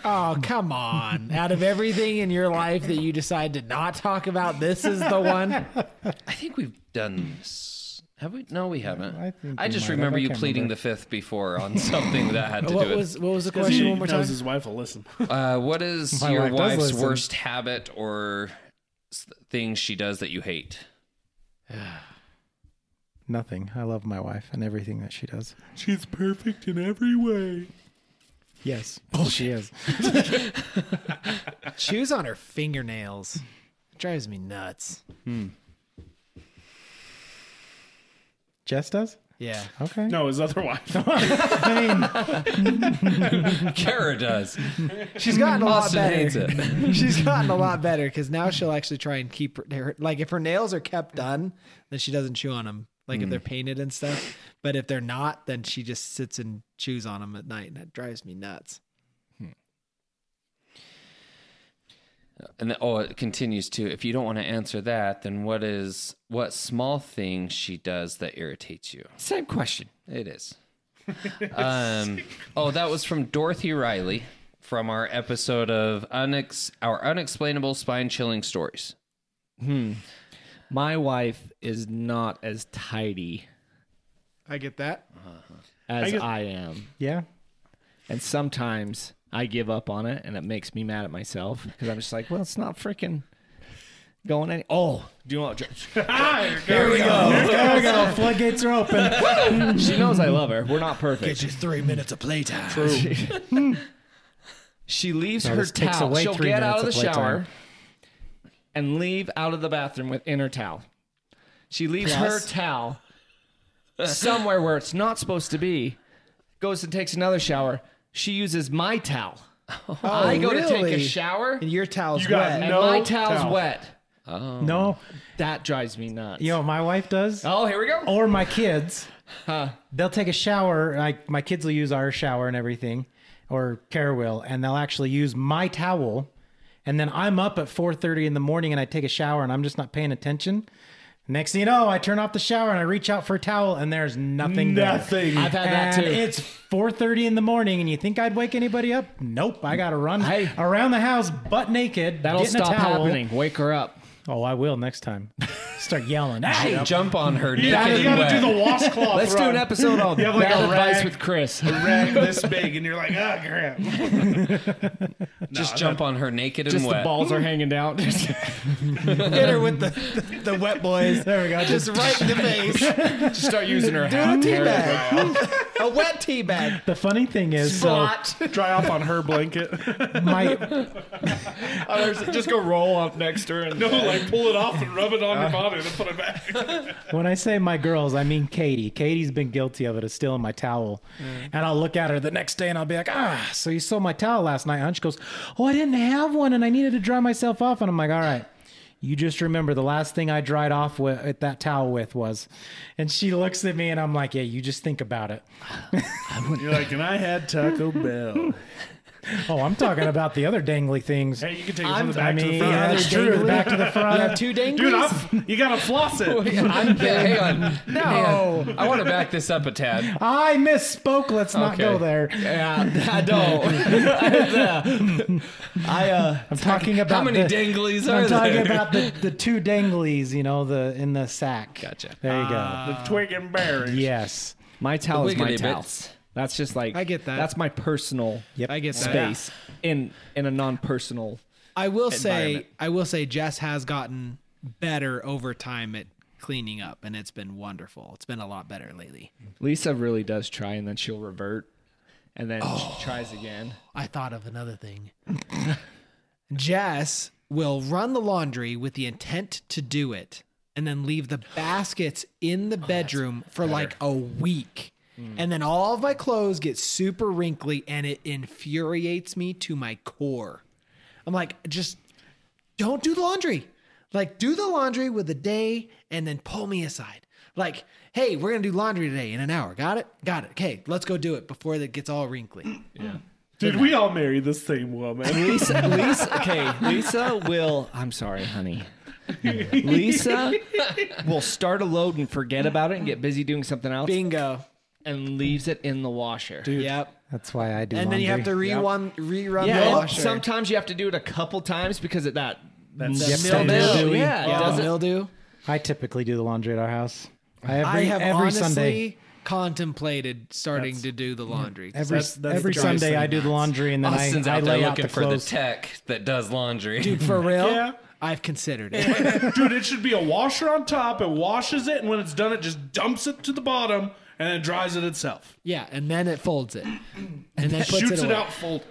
Speaker 2: Oh, come on. Out of everything in your life that you decide to not talk about, this is the one.
Speaker 1: I think we've done this. Have we? No, we haven't.
Speaker 4: I
Speaker 1: I,
Speaker 4: think we
Speaker 1: just
Speaker 4: might have.
Speaker 1: remember
Speaker 4: I
Speaker 1: you
Speaker 4: can't
Speaker 1: pleading
Speaker 4: remember.
Speaker 1: the fifth before on something that had to do
Speaker 2: What
Speaker 1: with.
Speaker 2: was what was the
Speaker 3: Because
Speaker 2: question
Speaker 3: he
Speaker 2: one more
Speaker 3: knows
Speaker 2: time?
Speaker 3: his wife will listen.
Speaker 1: Uh, what is
Speaker 4: My
Speaker 1: your
Speaker 4: wife does
Speaker 1: wife's
Speaker 4: listen.
Speaker 1: worst habit or s- thing she does that you hate?
Speaker 4: Nothing. I love my wife and everything that she does.
Speaker 3: She's perfect in every way.
Speaker 4: Yes, she is.
Speaker 2: Chews on her fingernails. It drives me nuts.
Speaker 4: Jess does.
Speaker 2: Yeah.
Speaker 4: Okay.
Speaker 3: No, his other wife.
Speaker 4: I mean,
Speaker 1: Kara does.
Speaker 2: She's gotten a lot
Speaker 1: Austin hates
Speaker 2: better.
Speaker 1: it.
Speaker 2: She's gotten a lot better because now she'll actually try and keep her, her like if her nails are kept done, then she doesn't chew on them. Like if they're painted and stuff. But if they're not, then she just sits and chews on them at night, and that drives me nuts.
Speaker 1: And then, oh, it continues to. If you don't want to answer that, then what is what small thing she does that irritates you?
Speaker 6: Same question.
Speaker 1: It is. Um, oh, that was from Dorothy Riley from our episode of unex- our unexplainable spine chilling stories.
Speaker 5: My wife is not as tidy
Speaker 2: I get that.
Speaker 5: as I,
Speaker 3: I guess-
Speaker 5: am.
Speaker 4: yeah.
Speaker 5: And sometimes I give up on it and it makes me mad at myself because I'm just like, well, it's not freaking going any. Oh, do you know what?
Speaker 4: There we go. Floodgates are open.
Speaker 5: She knows I love her. We're not perfect.
Speaker 2: Just three minutes of playtime.
Speaker 5: She leaves
Speaker 4: No,
Speaker 5: her
Speaker 4: this takes
Speaker 5: towel.
Speaker 4: away
Speaker 5: She'll
Speaker 4: three
Speaker 5: get out of the
Speaker 4: minutes of
Speaker 5: shower
Speaker 4: playtime.
Speaker 5: and leave out of the bathroom with in her towel. She leaves her towel somewhere where it's not supposed to be, goes and takes another shower. She uses my towel.
Speaker 4: Oh,
Speaker 5: I go to take a
Speaker 2: Oh, really?
Speaker 5: shower
Speaker 2: And your towel's
Speaker 3: You got
Speaker 2: wet.
Speaker 5: and
Speaker 3: No
Speaker 5: my towel's
Speaker 3: towel.
Speaker 5: wet.
Speaker 3: Oh.
Speaker 4: No,
Speaker 5: That drives me nuts.
Speaker 4: you know what my wife does,
Speaker 5: oh, here we go.
Speaker 4: or my kids. They'll take a shower. Like my kids will use our shower and everything, or Kara will, and they'll actually use my towel. And then I'm up at 4:30 in the morning, and I take a shower, and I'm just not paying attention. Next thing you know, I turn off the shower and I reach out for a towel, and there's nothing. there.
Speaker 3: Nothing.
Speaker 5: I've had that
Speaker 4: And
Speaker 5: too.
Speaker 4: It's 4:30 in the morning, and you think I'd wake anybody up? Nope. I gotta run
Speaker 5: Hey.
Speaker 4: around the house, butt naked.
Speaker 5: That'll
Speaker 4: getting a
Speaker 5: stop
Speaker 4: towel.
Speaker 5: happening. Wake her up.
Speaker 4: Oh, I will next time. Start yelling. Hey,
Speaker 1: Jump on her.
Speaker 3: Yeah,
Speaker 1: naked
Speaker 3: you
Speaker 1: and
Speaker 3: gotta do
Speaker 1: wet.
Speaker 3: the washcloth.
Speaker 5: Let's do
Speaker 3: run.
Speaker 5: an episode on
Speaker 3: You have like
Speaker 5: bad
Speaker 3: a
Speaker 5: advice
Speaker 3: rag.
Speaker 5: with Chris.
Speaker 3: rag this big, and you're like, oh crap.
Speaker 1: Just jump on her naked and
Speaker 5: Just the
Speaker 1: wet.
Speaker 5: balls are hanging down.
Speaker 2: Hit her with the, the wet boys.
Speaker 4: there we go.
Speaker 2: Just
Speaker 4: Just
Speaker 2: right in the face. Just
Speaker 5: Start using her
Speaker 2: do a tea bag. a wet tea bag.
Speaker 4: the funny thing is, so
Speaker 2: Blot.
Speaker 3: Dry off on her blanket.
Speaker 4: my
Speaker 5: Just go roll up next to her and
Speaker 3: no, like pull it off and rub it on your body and then put it back.
Speaker 4: when I say my girls, I mean Katie. Katie's been guilty of it. Is stealing my towel, and I'll look at her the next day and I'll be like, ah, so you stole my towel last night? And she goes, oh, I didn't have one, and I needed to dry myself off, and I'm like, all right. You just remember the last thing I dried off with at that towel with was, and she looks at me and I'm like, yeah, you just think about it.
Speaker 3: You're like, and I had Taco Bell.
Speaker 4: Oh, I'm talking about the other dangly things.
Speaker 3: Hey, you can take it
Speaker 2: I'm-
Speaker 3: from the back
Speaker 4: I
Speaker 3: to
Speaker 4: mean,
Speaker 3: the
Speaker 4: yeah,
Speaker 3: front.
Speaker 4: that's true. Back to the
Speaker 2: You
Speaker 4: front.
Speaker 2: have two danglies?
Speaker 3: Dude, I'm, you gotta floss
Speaker 2: Oh,
Speaker 3: it.
Speaker 1: I'm yeah, hang on.
Speaker 2: no.
Speaker 1: I want to back this up a tad.
Speaker 4: I misspoke. Let's not
Speaker 1: Okay.
Speaker 4: go there.
Speaker 5: Yeah, I don't. I uh,
Speaker 4: I'm talking about
Speaker 1: How many
Speaker 4: the,
Speaker 1: danglies are
Speaker 4: I'm talking
Speaker 1: there?
Speaker 4: about the, the two danglies, you know, the in the sack.
Speaker 1: Gotcha. Ah.
Speaker 4: There you go.
Speaker 3: The twig and berry.
Speaker 4: yes.
Speaker 5: my towel is my
Speaker 1: Wiggly
Speaker 5: towel.
Speaker 1: bits.
Speaker 5: That's just like
Speaker 2: I get that.
Speaker 5: That's my personal
Speaker 4: Yep.
Speaker 2: I get that.
Speaker 5: space in in a non-personal.
Speaker 2: I will say, I will say, Jess has gotten better over time at cleaning up, and it's been wonderful. It's been a lot better lately.
Speaker 5: Lisa really does try, and then she'll revert, and then she tries again.
Speaker 2: I thought of another thing. Jess will run the laundry with the intent to do it, and then leave the baskets in the bedroom for like a week. And then all of my clothes get super wrinkly, and it infuriates me to my core. I'm like, just don't do the laundry. Like, do the laundry with a day and then pull me aside. Like, hey, we're going to do laundry today in an hour. Got it? Got it. Okay, let's go do it before it gets all wrinkly.
Speaker 3: Dude, we all marry the same woman.
Speaker 5: Lisa, Lisa, okay, Lisa will. I'm sorry, honey. Lisa will start a load and forget about it and get busy doing something else.
Speaker 2: Bingo.
Speaker 5: and leaves it in the washer.
Speaker 2: Yep.
Speaker 4: That's why I do.
Speaker 2: And then you have to rerun
Speaker 4: laundry.
Speaker 2: rerun
Speaker 5: Yeah,
Speaker 2: the
Speaker 5: and
Speaker 2: washer.
Speaker 5: sometimes you have to do it a couple times because of that.
Speaker 3: That's
Speaker 5: the
Speaker 3: yep,
Speaker 5: mildew.
Speaker 3: mildewy.
Speaker 5: Yeah, it
Speaker 2: yeah,
Speaker 5: doesn't-
Speaker 2: mildew.
Speaker 4: I typically do the laundry at our house. I, every,
Speaker 2: I have
Speaker 4: every
Speaker 2: honestly
Speaker 4: Sunday.
Speaker 2: contemplated starting
Speaker 3: That's-
Speaker 2: to do the laundry.
Speaker 4: Every
Speaker 3: That's- that's
Speaker 4: every
Speaker 3: the
Speaker 4: Sunday
Speaker 3: driest
Speaker 4: I do the laundry and then I,
Speaker 1: Austin's
Speaker 4: I
Speaker 1: out there
Speaker 4: lay out the
Speaker 1: looking for the
Speaker 4: clothes.
Speaker 1: tech that does laundry.
Speaker 2: Dude, for real,
Speaker 3: Yeah.
Speaker 2: I've considered it.
Speaker 3: Dude, it should be a washer on top. It washes it, and when it's done, it just dumps it to the bottom and then dries it itself.
Speaker 2: yeah, and then it folds it, and then puts
Speaker 3: Shoots
Speaker 2: it,
Speaker 3: it,
Speaker 2: away.
Speaker 3: out folded.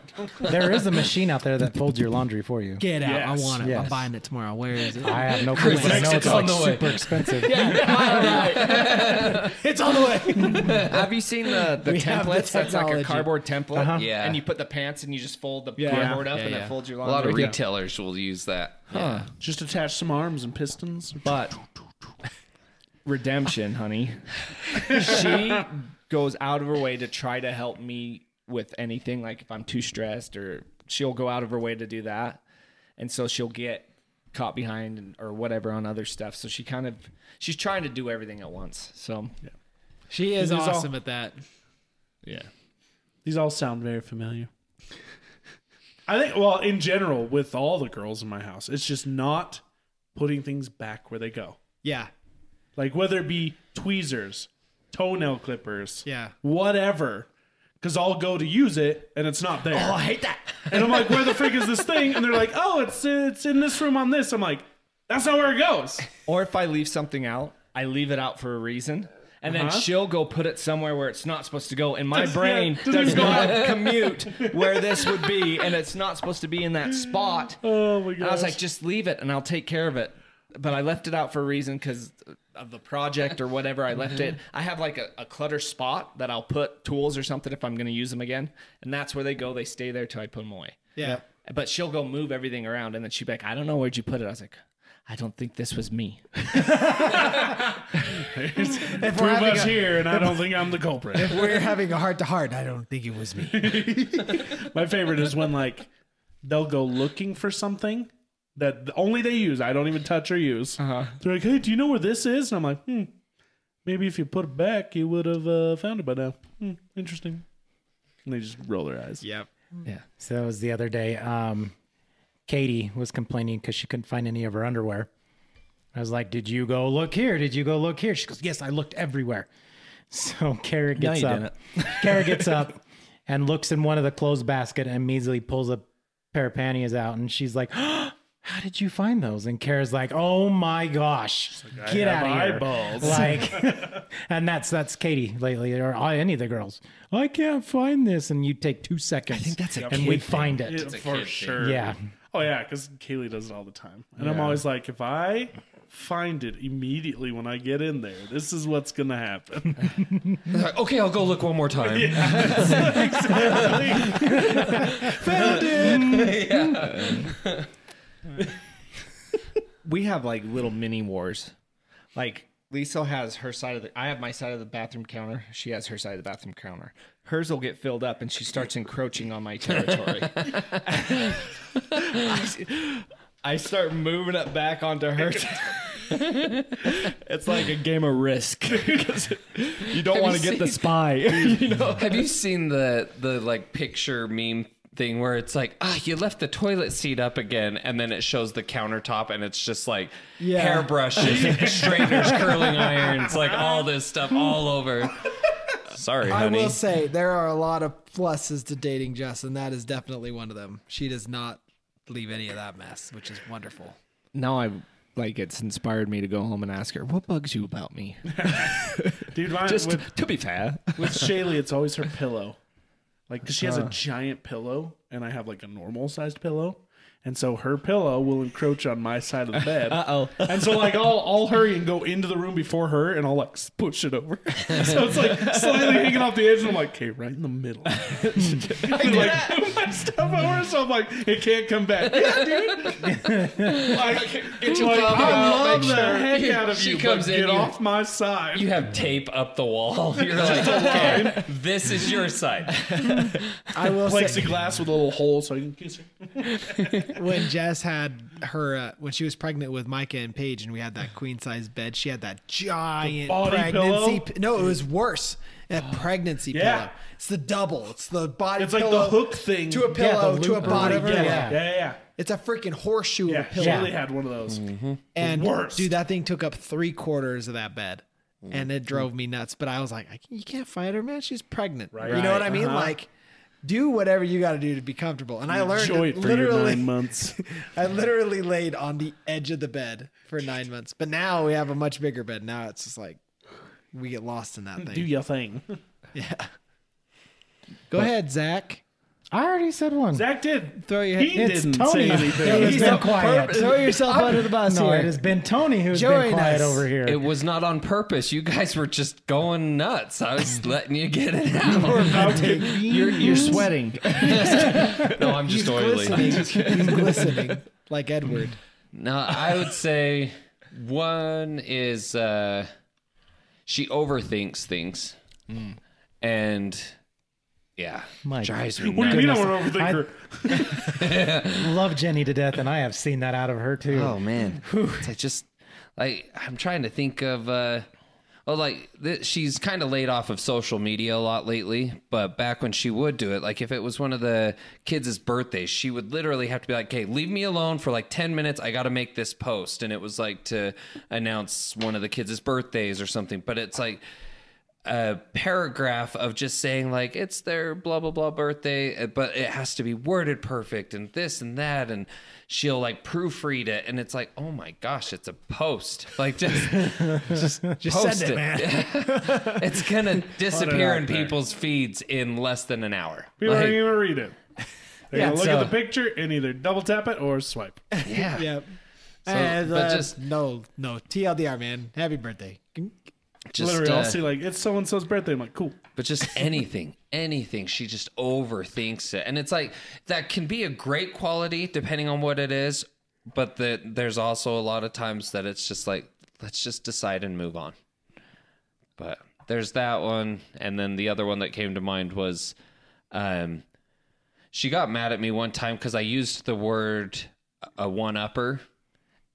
Speaker 4: there is a machine out there that folds your laundry for you.
Speaker 2: Get out!
Speaker 3: Yes.
Speaker 2: I want it. I'm
Speaker 4: Yes.
Speaker 2: buying it tomorrow. Where is it?
Speaker 4: I have no clue. I know
Speaker 1: Mexico's
Speaker 4: it's
Speaker 1: on
Speaker 4: like
Speaker 1: the way.
Speaker 4: super expensive.
Speaker 2: it's on the way.
Speaker 5: Have you seen the, the
Speaker 2: We have the
Speaker 5: templates? That's like a
Speaker 2: technology.
Speaker 5: cardboard template.
Speaker 4: Uh-huh.
Speaker 1: Yeah.
Speaker 5: And you put the pants and you just fold the
Speaker 2: Yeah.
Speaker 5: cardboard up
Speaker 6: Yeah,
Speaker 5: and
Speaker 6: yeah.
Speaker 5: it folds your
Speaker 1: a lot
Speaker 5: laundry.
Speaker 1: of retailers will use that.
Speaker 3: Just attach some arms and pistons.
Speaker 5: But redemption, honey. she goes out of her way to try to help me with anything. Like if I'm too stressed, or she'll go out of her way to do that, and so she'll get caught behind and, or whatever on other stuff. So she kind of she's trying to do everything at once. So
Speaker 2: She is
Speaker 3: It's all-
Speaker 2: awesome at that.
Speaker 5: yeah,
Speaker 3: These all sound very familiar. I think, well, in general, with all the girls in my house, it's just not putting things back where they go.
Speaker 2: Yeah,
Speaker 3: Like whether it be tweezers, toenail clippers,
Speaker 2: yeah.
Speaker 3: whatever. Because I'll go to use it and it's not there. Oh, I hate that. And I'm like, where the freak is this thing? And they're like, oh, it's it's in this room on this. I'm like, that's not where it goes.
Speaker 5: Or if I leave something out, I leave it out for a reason. And then
Speaker 3: Uh-huh.
Speaker 5: she'll go put it somewhere where it's not supposed to go, and my
Speaker 3: Does- yeah,
Speaker 5: brain
Speaker 3: doesn't
Speaker 5: does
Speaker 3: even go
Speaker 5: not commute where this would be, and it's not supposed to be in that spot.
Speaker 3: Oh my god.
Speaker 5: And I was like, just leave it and I'll take care of it. But I left it out for a reason because of the project or whatever. I left it.
Speaker 3: Mm-hmm.
Speaker 5: I have like a, a clutter spot that I'll put tools or something if I'm going to use them again. And that's where they go. They stay there till I put them away.
Speaker 2: Yeah.
Speaker 5: But she'll go move everything around. And then she'd be like, I don't know where'd you put it. I was like, I don't think this was me.
Speaker 2: If
Speaker 3: two
Speaker 2: we're
Speaker 3: of
Speaker 2: having
Speaker 3: us
Speaker 2: a-
Speaker 3: here, and I don't think I'm the culprit.
Speaker 2: we're having a heart to heart. I don't think it was me.
Speaker 3: My favorite is when like they'll go looking for something that only they use. I don't even touch or use.
Speaker 5: Uh-huh.
Speaker 3: They're like, "Hey, do you know where this is?" And I'm like, "Hmm, maybe if you put it back, you would have uh, found it by now." Hmm, interesting. And they just roll their eyes.
Speaker 6: Yep.
Speaker 4: So that was the other day. Um, Katie was complaining because she couldn't find any of her underwear. I was like, "Did you go look here? Did you go look here?" She goes, "Yes, I looked everywhere." So Kara gets
Speaker 5: you
Speaker 4: up. Kara gets up and looks in one of the clothes basket and immediately pulls a pair of panties out, and she's like. How did you find those? And Kara's like, "Oh my gosh, get
Speaker 3: have
Speaker 4: out of here!"
Speaker 3: eyeballs.
Speaker 4: Like, and that's that's Katie lately, or any of the girls. I can't find this, and you take two seconds. I think that's a and we find it.
Speaker 3: Yeah, for sure.
Speaker 4: Yeah.
Speaker 3: Oh yeah, because Kaylee does it all the time, and I'm always like, if I find it immediately when I get in there, this is what's gonna happen.
Speaker 1: Like, okay, I'll go look one more time.
Speaker 5: we have like little mini wars. Like Lisa has her side of the I have my side of the bathroom counter. She has her side of the bathroom counter. Hers will get filled up and she starts encroaching on my territory. I- I start moving it back onto her. it's like a game of risk. 'Cause you don't want to get the
Speaker 1: seen-
Speaker 5: spy. you know?
Speaker 1: Have you seen the the like picture meme thing where it's like, ah, you left the toilet seat up again, and then it shows the countertop, and it's just like hairbrushes, straighteners, curling irons, like all this stuff all over. Sorry,
Speaker 2: I
Speaker 1: honey.
Speaker 2: will say there are a lot of pluses to dating Jess, and that is definitely one of them. She does not leave any of that mess, which is wonderful.
Speaker 5: Now I like it's inspired me to go home and ask her, what bugs you about me?
Speaker 3: Dude, mine,
Speaker 5: Just
Speaker 3: with,
Speaker 5: to be fair.
Speaker 3: with Shaylee, it's always her pillow. Like, 'cause she has a giant pillow, and I have like a normal sized pillow. And so her pillow will encroach on my side of the bed. Uh oh. And so, like, I'll, I'll hurry and go into the room before her, and I'll like s- push it over. so it's like slightly hanging off the edge, and I'm like, okay, right in the middle. I like, put my stuff over, so I'm like, it can't come back. Yeah, dude. like, get your like,
Speaker 1: puppy
Speaker 3: I
Speaker 1: out,
Speaker 3: love
Speaker 1: make
Speaker 3: the
Speaker 1: sure-
Speaker 3: heck out of
Speaker 1: She
Speaker 3: you.
Speaker 1: comes
Speaker 3: but
Speaker 1: in,
Speaker 3: get
Speaker 1: you-
Speaker 3: off my side.
Speaker 1: You have tape up the wall. You're like, okay, this is your side.
Speaker 2: I will say,
Speaker 3: plexiglass with a little hole so I can kiss her.
Speaker 2: when Jess had her uh, when she was pregnant with Micah and Paige, and we had that queen size bed. She had that giant
Speaker 3: body
Speaker 2: pregnancy.
Speaker 3: pillow?
Speaker 2: p- No, it was worse. That pregnancy
Speaker 3: Yeah.
Speaker 2: pillow. It's the double. It's the body.
Speaker 3: It's like the
Speaker 2: pillow
Speaker 3: hook thing.
Speaker 2: to a
Speaker 3: Yeah,
Speaker 2: pillow
Speaker 4: the
Speaker 2: to a
Speaker 4: loop or
Speaker 2: body
Speaker 3: Yeah,
Speaker 4: whatever.
Speaker 2: pillow.
Speaker 3: yeah, yeah. yeah.
Speaker 2: It's a freaking horseshoe
Speaker 3: Yeah,
Speaker 2: of a
Speaker 3: she
Speaker 2: pillow.
Speaker 3: really had one of those.
Speaker 2: And
Speaker 3: worst.
Speaker 2: dude, that thing took up three quarters of that bed, and it drove me nuts. But I was like, I, you can't fight her, man. She's pregnant. Right. You know what I mean? Like, do whatever you got to do to be comfortable. And I learned
Speaker 3: Uh-huh. Enjoy it for your
Speaker 2: literally.
Speaker 3: nine months.
Speaker 2: I literally laid on the edge of the bed for nine months. But now we have a much bigger bed. Now it's just like we get lost in that thing.
Speaker 3: Do your thing.
Speaker 2: Go ahead, Zach.
Speaker 4: I already said one.
Speaker 3: Zach did.
Speaker 2: Throw your
Speaker 3: He
Speaker 4: it's
Speaker 3: didn't
Speaker 4: Tony.
Speaker 3: say anything.
Speaker 4: He's been quiet.
Speaker 2: throw yourself under the bus
Speaker 4: No,
Speaker 2: here.
Speaker 4: it has been Tony who's
Speaker 2: Join
Speaker 4: been
Speaker 2: us.
Speaker 4: quiet over here.
Speaker 1: It was not on purpose. You guys were just going nuts. I was letting you get it out.
Speaker 5: You're, you're sweating.
Speaker 1: no, I'm just
Speaker 2: He's
Speaker 1: oily.
Speaker 2: glistening. He's glistening like Edward.
Speaker 1: No, I would say one is uh, she overthinks things,
Speaker 5: Mm.
Speaker 1: and yeah,
Speaker 4: My
Speaker 1: drives me
Speaker 3: What do you mean I
Speaker 1: nuts.
Speaker 3: want to overthink
Speaker 4: I-
Speaker 3: her?
Speaker 4: Love Jenny to death, and I have seen that out of her too.
Speaker 1: Oh man, I just like I'm trying to think of. Uh, well, like th- she's kind of laid off of social media a lot lately, but back when she would do it, like if it was one of the kids' birthdays, she would literally have to be like, "Okay, leave me alone for like ten minutes. I got to make this post," and it was like to announce one of the kids' birthdays or something. But it's like a paragraph of just saying like it's their blah blah blah birthday uh, but it has to be worded perfect and this and that and she'll like proofread it and it's like oh my gosh it's a post like just
Speaker 2: Just
Speaker 1: Post
Speaker 2: send it,
Speaker 1: it.
Speaker 2: man.
Speaker 1: it's gonna disappear
Speaker 3: out
Speaker 1: in
Speaker 3: there.
Speaker 1: people's feeds in less than an hour
Speaker 3: People
Speaker 1: Like,
Speaker 3: aren't even gonna read it. They're
Speaker 4: Yeah,
Speaker 3: gonna look
Speaker 4: so-
Speaker 3: at the picture and either double tap it or swipe.
Speaker 1: yeah,
Speaker 2: yep.
Speaker 1: And, but uh, just-
Speaker 2: Eh, no, no TLDR, man. Happy birthday.
Speaker 1: just
Speaker 3: Literally,
Speaker 1: uh,
Speaker 3: I'll see like it's so and so's birthday. I'm like, cool.
Speaker 1: but just anything anything she just overthinks it and it's like that can be a great quality depending on what it is but the, there's also a lot of times that it's just like let's just decide and move on but there's that one and then the other one that came to mind was um she got mad at me one time because i used the word uh, a one-upper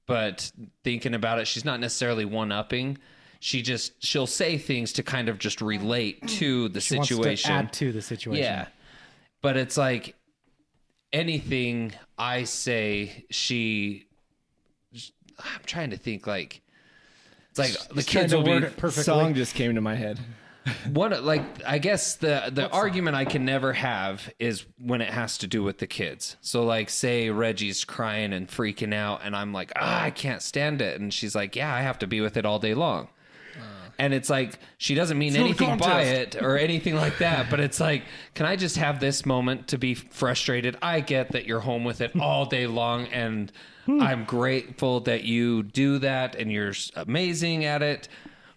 Speaker 1: but thinking about it, she's not necessarily one upping. She just she'll say things to kind of just relate to the
Speaker 4: Wants to
Speaker 1: situation.
Speaker 4: add to the situation.
Speaker 1: yeah. But it's like anything I say, she I'm trying to think like it's like the kids will be
Speaker 5: Perfect song just came to my head.
Speaker 1: what like I guess the the argument I can never have is when it has to do with the kids. So like say Reggie's crying and freaking out and I'm like, "Ah, I can't stand it." And she's like, "Yeah, I have to be with it all day long." and it's like she doesn't mean
Speaker 3: not a
Speaker 1: anything by
Speaker 3: Uh. contest.
Speaker 1: it or anything like that, but it's like, "Can I just have this moment to be frustrated? I get that you're home with it all day long and
Speaker 3: Hmm.
Speaker 1: I'm grateful that you do that and you're s- amazing at it."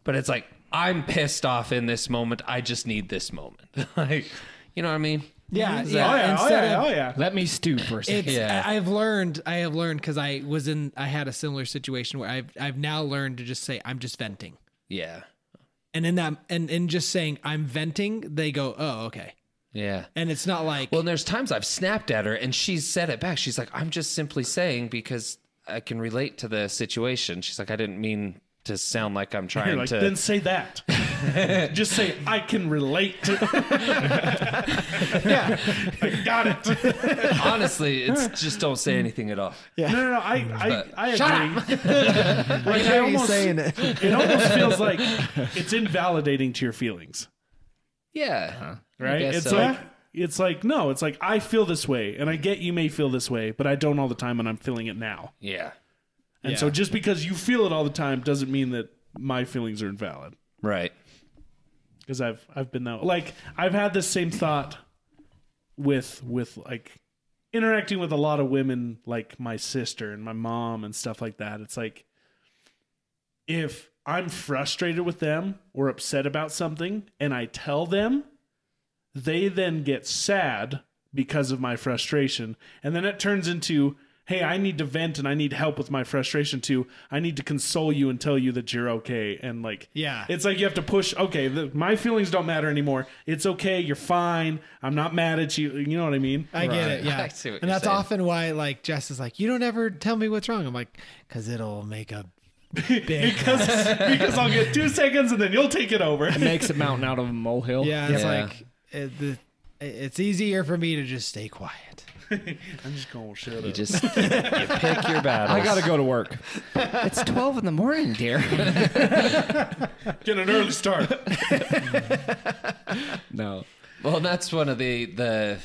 Speaker 1: but it's like I'm pissed off in this moment. I
Speaker 3: Uh-huh.
Speaker 1: just need this moment. like, you know what I mean?
Speaker 2: Yeah,
Speaker 3: Oh yeah, oh
Speaker 2: instead
Speaker 3: yeah,
Speaker 2: of-
Speaker 3: oh yeah.
Speaker 5: Let me stew for a second.
Speaker 2: It's,
Speaker 1: Yeah.
Speaker 2: I, I've learned. I have learned because I was in. I had a similar situation where I've I've now learned to just say I'm just venting,
Speaker 1: Yeah.
Speaker 2: and in that and in just saying I'm venting, they go, oh okay,
Speaker 1: Yeah.
Speaker 2: and it's not like
Speaker 1: Well, and there's times I've snapped at her and she's said it back. She's like, I'm just simply saying because I can relate to the situation. She's like, I didn't mean to sound like I'm
Speaker 3: You're
Speaker 1: trying
Speaker 3: like,
Speaker 1: to.
Speaker 3: then say that. Just say I can relate.
Speaker 2: yeah,
Speaker 3: I got it.
Speaker 1: honestly, it's just don't say anything at all.
Speaker 3: No, no, no. I, I, I agree. like,
Speaker 2: Why
Speaker 3: I
Speaker 2: are you
Speaker 3: almost,
Speaker 2: saying it.
Speaker 3: it almost feels like it's invalidating to your feelings,
Speaker 1: Yeah.
Speaker 3: right?
Speaker 1: guess
Speaker 3: It's
Speaker 1: so.
Speaker 3: like it's like no, it's like I feel this way, and I get you may feel this way, but I don't all the time, and I'm feeling it now.
Speaker 1: Yeah.
Speaker 3: And so just because you feel it all the time doesn't mean that my feelings are invalid.
Speaker 1: Right.
Speaker 3: Because I've I've been that like I've had this same thought with with like interacting with a lot of women like my sister and my mom and stuff like that. It's like if I'm frustrated with them or upset about something and I tell them, they then get sad because of my frustration. And then it turns into hey, I need to vent and I need help with my frustration to I need to console you and tell you that you're okay. And like,
Speaker 6: Yeah.
Speaker 3: it's like you have to push, okay, the, my feelings don't matter anymore. It's okay. You're fine. I'm not mad at you. You know what I mean?
Speaker 2: I get it. Yeah.
Speaker 1: I see what
Speaker 2: and
Speaker 1: you're
Speaker 2: that's
Speaker 1: saying.
Speaker 2: often why, like, Jess is like, you don't ever tell me what's wrong. I'm like, because it'll make a big.
Speaker 3: Because, because I'll get two seconds and then you'll take it over.
Speaker 5: Makes a mountain out of a molehill.
Speaker 2: yeah. It's
Speaker 1: Yeah.
Speaker 2: like, it, the, it's easier for me to just stay quiet.
Speaker 3: I'm just going to shut
Speaker 1: You
Speaker 3: up.
Speaker 1: just you pick your battles.
Speaker 5: I gotta go to work.
Speaker 7: It's 12 in the morning, dear.
Speaker 3: Get an early start.
Speaker 1: No. Well, that's one of the the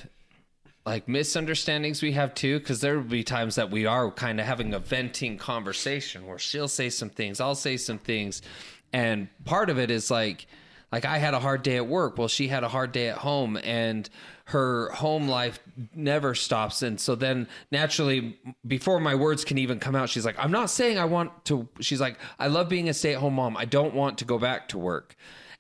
Speaker 1: like misunderstandings we have too, because there will be times that we are kind of having a venting conversation where she'll say some things, I'll say some things, and part of it is like like I had a hard day at work. Well, she had a hard day at home, and her home life never stops. And so then naturally, before my words can even come out, she's like, "I'm not saying I want to." She's like, "I love being a stay at home mom. I don't want to go back to work."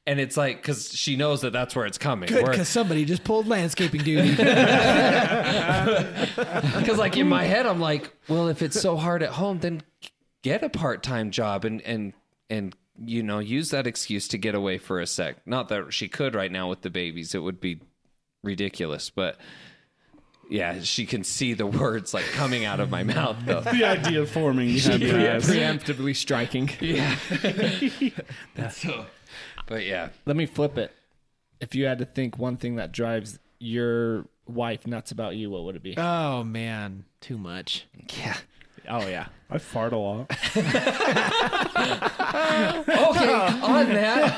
Speaker 1: And it's like, because she knows that that's where it's coming. Where-
Speaker 2: Because somebody just pulled landscaping duty.
Speaker 1: Because like in my head, I'm like, well, if it's so hard at home, then get a part time job and and and you know use that excuse to get away for a sec. Not that she could right now with the babies; it would be ridiculous. But yeah, she can see the words like coming out of my mouth though.
Speaker 3: the idea of forming. you have your eyes.
Speaker 5: Preemptively striking.
Speaker 1: But yeah,
Speaker 5: Let me flip it. If you had to think one thing that drives your wife nuts about you, what would it be?
Speaker 2: oh, man. Too much.
Speaker 1: yeah.
Speaker 5: oh yeah.
Speaker 3: I fart a lot.
Speaker 1: Okay, on that,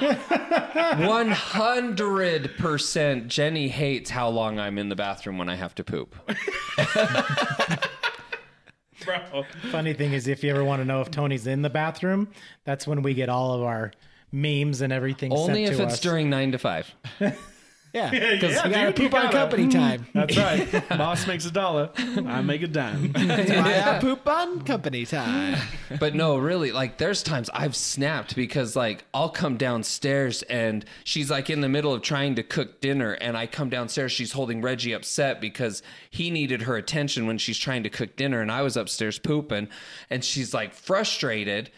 Speaker 1: I know one hundred percent. Jenny hates how long I'm in the bathroom when I have to poop.
Speaker 3: Bro.
Speaker 4: Funny thing is, if you ever want to know if Tony's in the bathroom, that's when we get all of our memes and everything.
Speaker 1: Only
Speaker 4: sent
Speaker 1: if
Speaker 4: to
Speaker 1: it's
Speaker 4: us.
Speaker 1: during nine to five.
Speaker 2: Yeah.
Speaker 3: Because
Speaker 2: we got to poop on company time.
Speaker 3: Mm. That's right. Boss makes a dollar. I make a dime.
Speaker 2: That's why I poop on company time.
Speaker 1: But no, really, like there's times I've snapped because like I'll come downstairs and she's like in the middle of trying to cook dinner and I come downstairs, she's holding Reggie upset because he needed her attention when she's trying to cook dinner and I was upstairs pooping and she's like frustrated.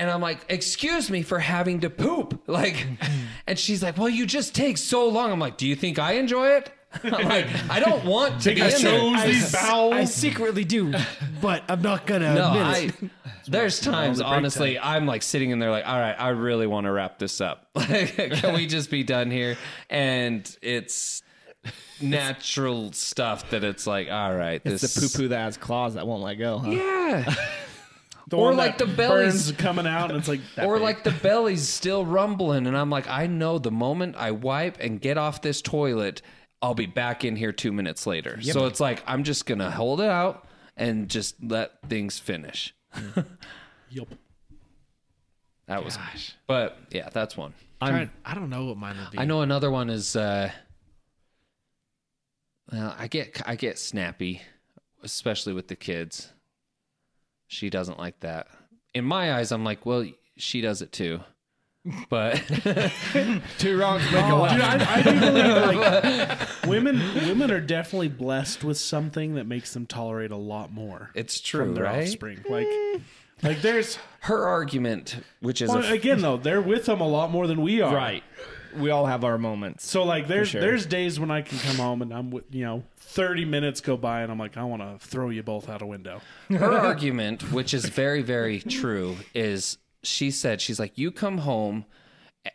Speaker 1: And I'm like, excuse me for having to poop. Like, and she's like, well, you just take so long. I'm like, do you think I enjoy it? I'm like, I don't want to be
Speaker 3: I
Speaker 1: in there.
Speaker 3: chose these bowels.
Speaker 2: I secretly do, but I'm not going to
Speaker 1: No,
Speaker 2: admit it.
Speaker 1: I, there's times, honestly, I'm like sitting in there, like, all right, I really want to wrap this up. Like, can we just be done here? And it's natural stuff that it's like, all right, this
Speaker 5: It's the poo poo that has claws that won't let go. Huh?
Speaker 1: Yeah.
Speaker 3: The
Speaker 1: Or
Speaker 3: one
Speaker 1: like
Speaker 3: that
Speaker 1: the bellies-
Speaker 3: burns coming out, and it's like that
Speaker 1: or
Speaker 3: big.
Speaker 1: like the belly's still rumbling, and I'm like, I know the moment I wipe and get off this toilet, I'll be back in here two minutes later. So it's like I'm just gonna hold it out and just let things finish.
Speaker 3: Mm. Yup.
Speaker 1: That was, but yeah, that's one.
Speaker 2: Trying- I don't know what mine would be.
Speaker 1: I know another one is uh well, I get I get snappy, especially with the kids. She doesn't like that. In my eyes, I'm like, well, she does it too. But
Speaker 5: Two wrongs make a
Speaker 3: Dude,
Speaker 5: left.
Speaker 3: I, I do believe like women. Women are definitely blessed with something that makes them tolerate a lot more
Speaker 1: it's
Speaker 3: from
Speaker 1: true,
Speaker 3: their
Speaker 1: right?
Speaker 3: offspring. Like, like there's
Speaker 1: Her argument, which is a
Speaker 3: well,
Speaker 1: f-
Speaker 3: again though, they're with them a lot more than we are.
Speaker 5: Right. We all have our moments.
Speaker 3: So like there's
Speaker 5: sure.
Speaker 3: there's days when I can come home and I'm with you know 30 minutes go by and I'm like I want to throw you both out a window.
Speaker 1: her argument, which is very, very true, is she said she's like, you come home,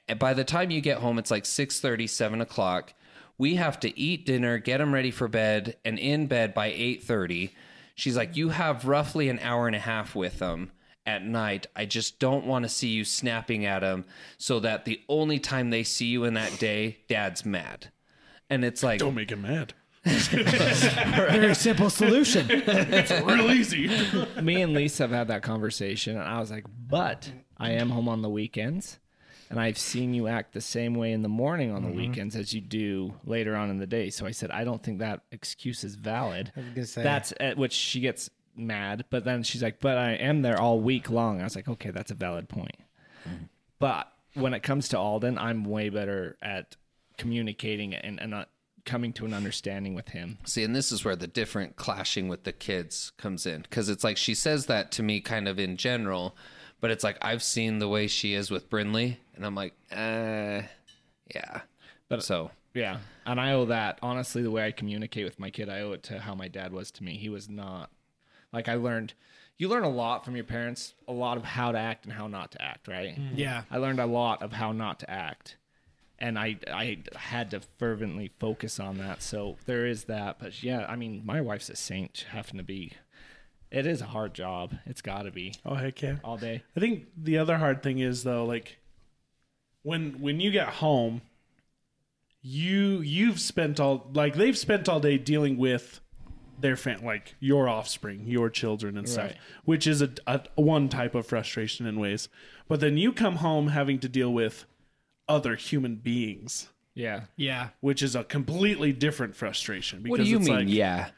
Speaker 1: and by the time you get home, it's like 6.30, 7 o'clock. We have to eat dinner, get them ready for bed, and in bed by eight thirty. She's like, you have roughly an hour and a half with them at night. I just don't want to see you snapping at them, so that the only time they see you in that day, Dad's mad. And it's like,
Speaker 3: Don't make him mad.
Speaker 2: Very simple solution.
Speaker 3: Real easy.
Speaker 5: Me and Lisa have had that conversation, and I was like, "But I am home on the weekends, and I've seen you act the same way in the morning on the
Speaker 4: Mm-hmm.
Speaker 5: weekends as you do later on in the day." So I said, "I don't think that excuse is valid."
Speaker 4: gonna say.
Speaker 5: That's at which she gets mad, but then she's like, "But I am there all week long." I was like, "Okay, that's a valid point."
Speaker 4: Mm-hmm.
Speaker 5: But when it comes to Alden, I'm way better at communicating and, and not coming to an understanding with him.
Speaker 1: See, and this is where the different clashing with the kids comes in because it's like she says that to me kind of in general, but it's like I've seen the way she is with Brinley, and I'm like, uh, yeah. But so
Speaker 5: Yeah. And I owe that, honestly, the way I communicate with my kid, I owe it to how my dad was to me. He was not, like, I learned, you learn a lot from your parents, a lot of how to act and how not to act, right?
Speaker 3: Mm-hmm.
Speaker 2: Yeah.
Speaker 5: I learned a lot of how not to act. And I, I had to fervently focus on that. So there is that. But yeah, I mean, my wife's a saint, having to be. It is a hard job. It's got to be
Speaker 3: Oh heck yeah!
Speaker 5: all day.
Speaker 3: I think the other hard thing is though, like when when you get home, you you've spent all like they've spent all day dealing with their fan like your offspring, your children and stuff,
Speaker 5: Right.
Speaker 3: which is a, a one type of frustration in ways. But then you come home having to deal with other human beings,
Speaker 5: Yeah.
Speaker 2: Yeah.
Speaker 3: which is a completely different frustration. Because
Speaker 1: what do you
Speaker 3: it's
Speaker 1: mean?
Speaker 3: Like,
Speaker 1: yeah.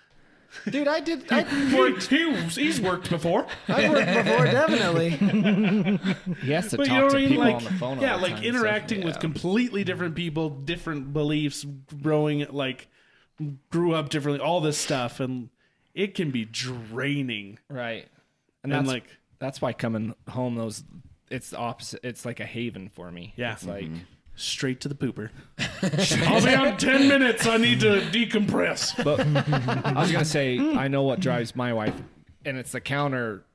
Speaker 5: Dude, I did. I,
Speaker 3: Worked, he, he's worked before.
Speaker 5: I've worked before, definitely. he has to
Speaker 3: But you know
Speaker 5: talk
Speaker 3: what
Speaker 5: to
Speaker 3: I mean?
Speaker 5: people
Speaker 3: Like,
Speaker 5: on the phone.
Speaker 3: yeah,
Speaker 5: all the
Speaker 3: like
Speaker 5: time, so-
Speaker 3: interacting with completely different people, different beliefs, growing like grew up differently, all this stuff, and it can be draining.
Speaker 5: right?
Speaker 3: And,
Speaker 5: And, that's
Speaker 3: like-
Speaker 5: like that's why coming home those it's the opposite. It's like a haven for me.
Speaker 3: Yeah.
Speaker 5: it's like
Speaker 3: Straight to the pooper. I'll be on ten minutes. I need to decompress.
Speaker 5: but I was gonna say I know what drives my wife, and it's the counter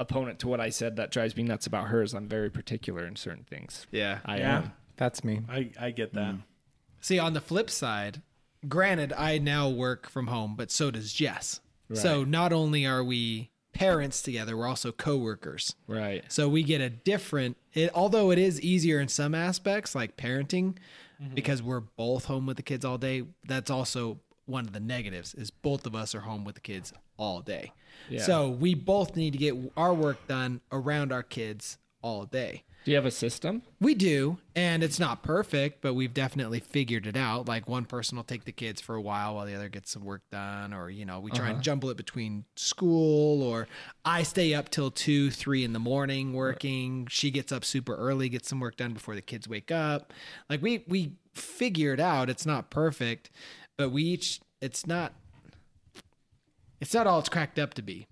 Speaker 5: opponent to what I said that drives me nuts about hers. I'm very particular in certain things.
Speaker 6: Yeah.
Speaker 5: I
Speaker 3: Yeah,
Speaker 5: am.
Speaker 4: That's me.
Speaker 3: I, I get
Speaker 5: Mm.
Speaker 3: that.
Speaker 2: See, on the flip side, granted, I now work from home, but so does Jess. So not only are we parents together, we're also coworkers.
Speaker 5: Right.
Speaker 2: So we get a different. It, although it is easier in some aspects, like parenting, because we're both home with the kids all day. That's also one of the negatives is both of us are home with the kids all day. So we both need to get our work done around our kids all day.
Speaker 5: Do you have a system?
Speaker 2: We do, and it's not perfect, but we've definitely figured it out. Like one person will take the kids for a while while the other gets some work done, or you know, we try and jumble it between school, or I stay up till two, three in the morning working. She gets up super early, gets some work done before the kids wake up. Like we we figure it out. It's not perfect, but we each it's not it's not all it's cracked up to be.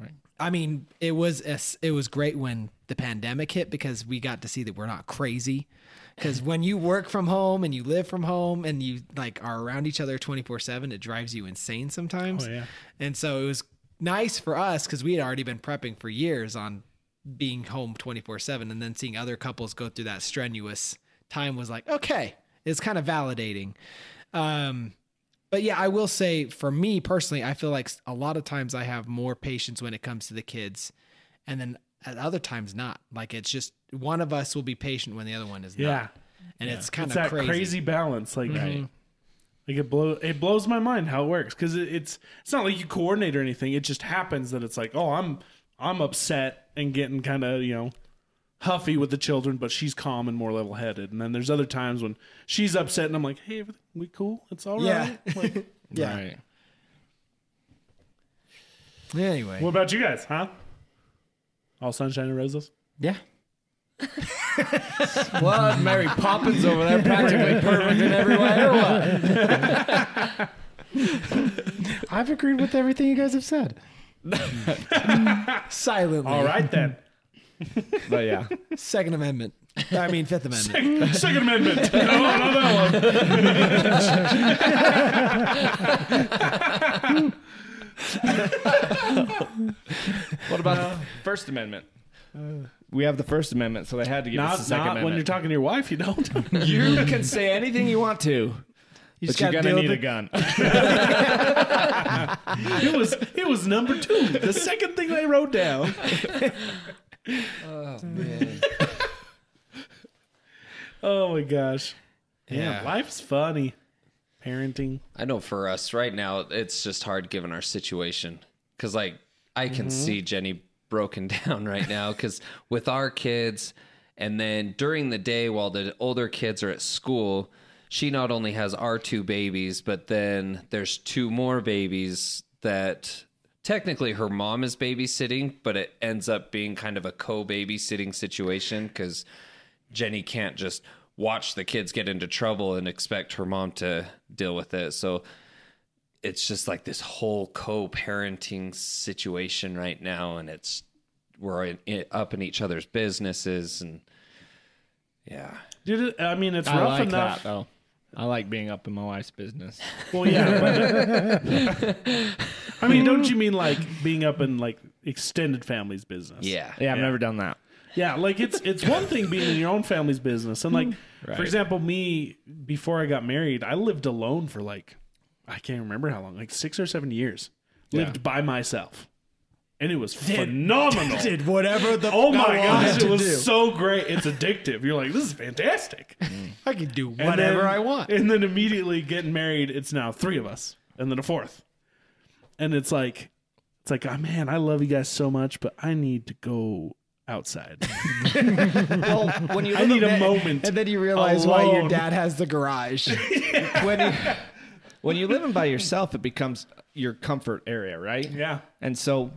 Speaker 5: Right.
Speaker 2: I mean, it was a s it was great when the pandemic hit because we got to see that we're not crazy. Because when you work from home and you live from home and you like are around each other twenty four seven, it drives you insane sometimes.
Speaker 3: yeah.
Speaker 2: And so it was nice for us because we had already been prepping for years on being home twenty four seven, and then seeing other couples go through that strenuous time was like okay, it's kind of validating. Um, but yeah, I will say for me personally, I feel like a lot of times I have more patience when it comes to the kids, and then at other times not. Like it's just one of us will be patient when the other one is
Speaker 3: Yeah,
Speaker 2: not. And it's kind
Speaker 3: it's
Speaker 2: of
Speaker 3: that
Speaker 2: crazy.
Speaker 3: crazy. balance. Like, like it blow it blows my mind how it works because it, it's it's not like you coordinate or anything. It just happens that it's like, oh, I'm I'm upset and getting kind of you know huffy with the children, but she's calm and more level headed. And then there's other times when she's upset and I'm like, hey, everything we cool? It's all right.
Speaker 2: Yeah.
Speaker 3: Like,
Speaker 2: Yeah.
Speaker 5: Right.
Speaker 2: Anyway,
Speaker 3: what about you guys, huh? All sunshine and roses.
Speaker 4: Yeah.
Speaker 5: Blood, Mary Poppins over there, practically perfect in every way. or what?
Speaker 4: I've agreed with everything you guys have said.
Speaker 2: silently.
Speaker 3: All right then.
Speaker 5: But yeah,
Speaker 2: Second Amendment. I mean Fifth Amendment.
Speaker 3: Second Amendment. No, not that one.
Speaker 5: What about the First Amendment? we have the First Amendment, so they had to give us the
Speaker 3: Not,
Speaker 5: Second
Speaker 3: not
Speaker 5: Amendment.
Speaker 3: when you're talking to your wife, you don't.
Speaker 5: You can say anything you want to, but you're
Speaker 2: gotta deal
Speaker 5: gonna need
Speaker 2: with
Speaker 5: a gun.
Speaker 3: it was it was number two, the second thing they wrote down. oh my gosh, yeah, life's funny. Parenting,
Speaker 1: I know for us right now, it's just hard given our situation. Cause like I can see Jenny broken down right now. Cause with our kids, and then during the day while the older kids are at school, she not only has our two babies, but then there's two more babies that technically her mom is babysitting, but it ends up being kind of a co babysitting situation because Jenny can't just watch the kids get into trouble and expect her mom to deal with it. So it's just like this whole co-parenting situation right now, and it's we're in, in, up in each other's businesses, and yeah,
Speaker 3: Did it, I mean, it's
Speaker 5: I
Speaker 3: rough
Speaker 5: like
Speaker 3: enough.
Speaker 5: that though. I like being up in my wife's business.
Speaker 3: Well, yeah. But, I mean, don't you mean like being up in like extended family's business?
Speaker 1: yeah,
Speaker 5: Yeah, I've never done that.
Speaker 3: Yeah, like it's it's one thing being in your own family's business, and like for example, me before I got married, I lived alone for like I can't remember how long, like six or seven years, lived by myself, and it was phenomenal.
Speaker 4: Did whatever the
Speaker 3: Oh
Speaker 4: fuck
Speaker 3: my
Speaker 4: I wanted
Speaker 3: gosh,
Speaker 4: to
Speaker 3: it was
Speaker 4: do.
Speaker 3: so great! It's addictive. You're like, this is fantastic.
Speaker 4: I can do
Speaker 3: And
Speaker 4: whatever
Speaker 3: then-
Speaker 4: I want.
Speaker 3: And then immediately getting married, it's now three of us, and then a fourth, and it's like, it's like, oh man, I love you guys so much, but I need to go outside.
Speaker 5: Well, when you
Speaker 3: I need a moment.
Speaker 4: And then you realize why
Speaker 3: Alone.
Speaker 4: your dad has the garage.
Speaker 5: when you, when you living by yourself, it becomes your comfort area, right?
Speaker 3: Yeah.
Speaker 5: And so,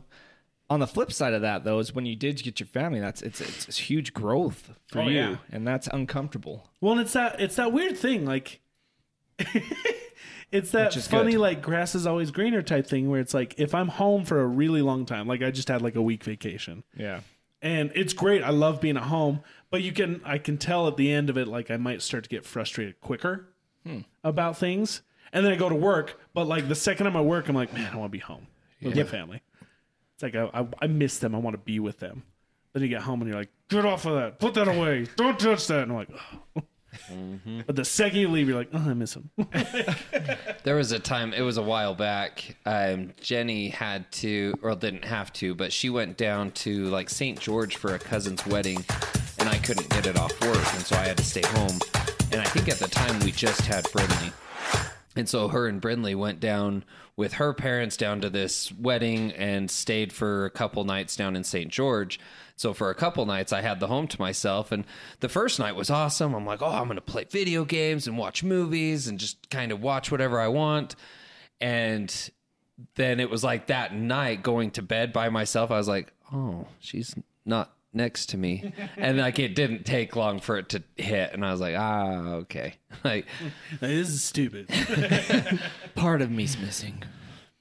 Speaker 5: on the flip side of that, though, is when you did get your family, that's it's it's, it's huge growth for
Speaker 3: Oh,
Speaker 5: you,
Speaker 3: yeah.
Speaker 5: and that's uncomfortable.
Speaker 3: Well, and it's that it's that weird thing, like it's that
Speaker 5: is
Speaker 3: funny
Speaker 5: good.
Speaker 3: like grass is always greener type thing where it's like if I'm home for a really long time, like I just had like a week vacation.
Speaker 5: Yeah.
Speaker 3: And it's great. I love being at home, but you can I can tell at the end of it like I might start to get frustrated quicker
Speaker 1: Hmm.
Speaker 3: about things. And then I go to work, but like the second I'm at work, I'm like, man, I want to be home with my family. It's like I, I, I miss them. I want to be with them. Then you get home and you're like, get off of that. Put that away. Don't touch that. And I'm like, oh.
Speaker 1: Mm-hmm.
Speaker 3: but the second you leave, you're like, oh, I miss them.
Speaker 1: There was a time, it was a while back. Um, Jenny had to, or didn't have to, but she went down to like St. George for a cousin's wedding, and I couldn't get it off work, and so I had to stay home. And I think at the time we just had Brindley. And so her and Brindley went down with her parents down to this wedding and stayed for a couple nights down in St. George. So for a couple nights, I had the home to myself. And the first night was awesome. I'm like, oh, I'm going to play video games and watch movies and just kind of watch whatever I want. And then it was like that night going to bed by myself, I was like, oh, she's not next to me. and like it didn't take long for it to hit. And I was like, ah, okay. Like,
Speaker 3: this is stupid.
Speaker 5: Part of me's missing.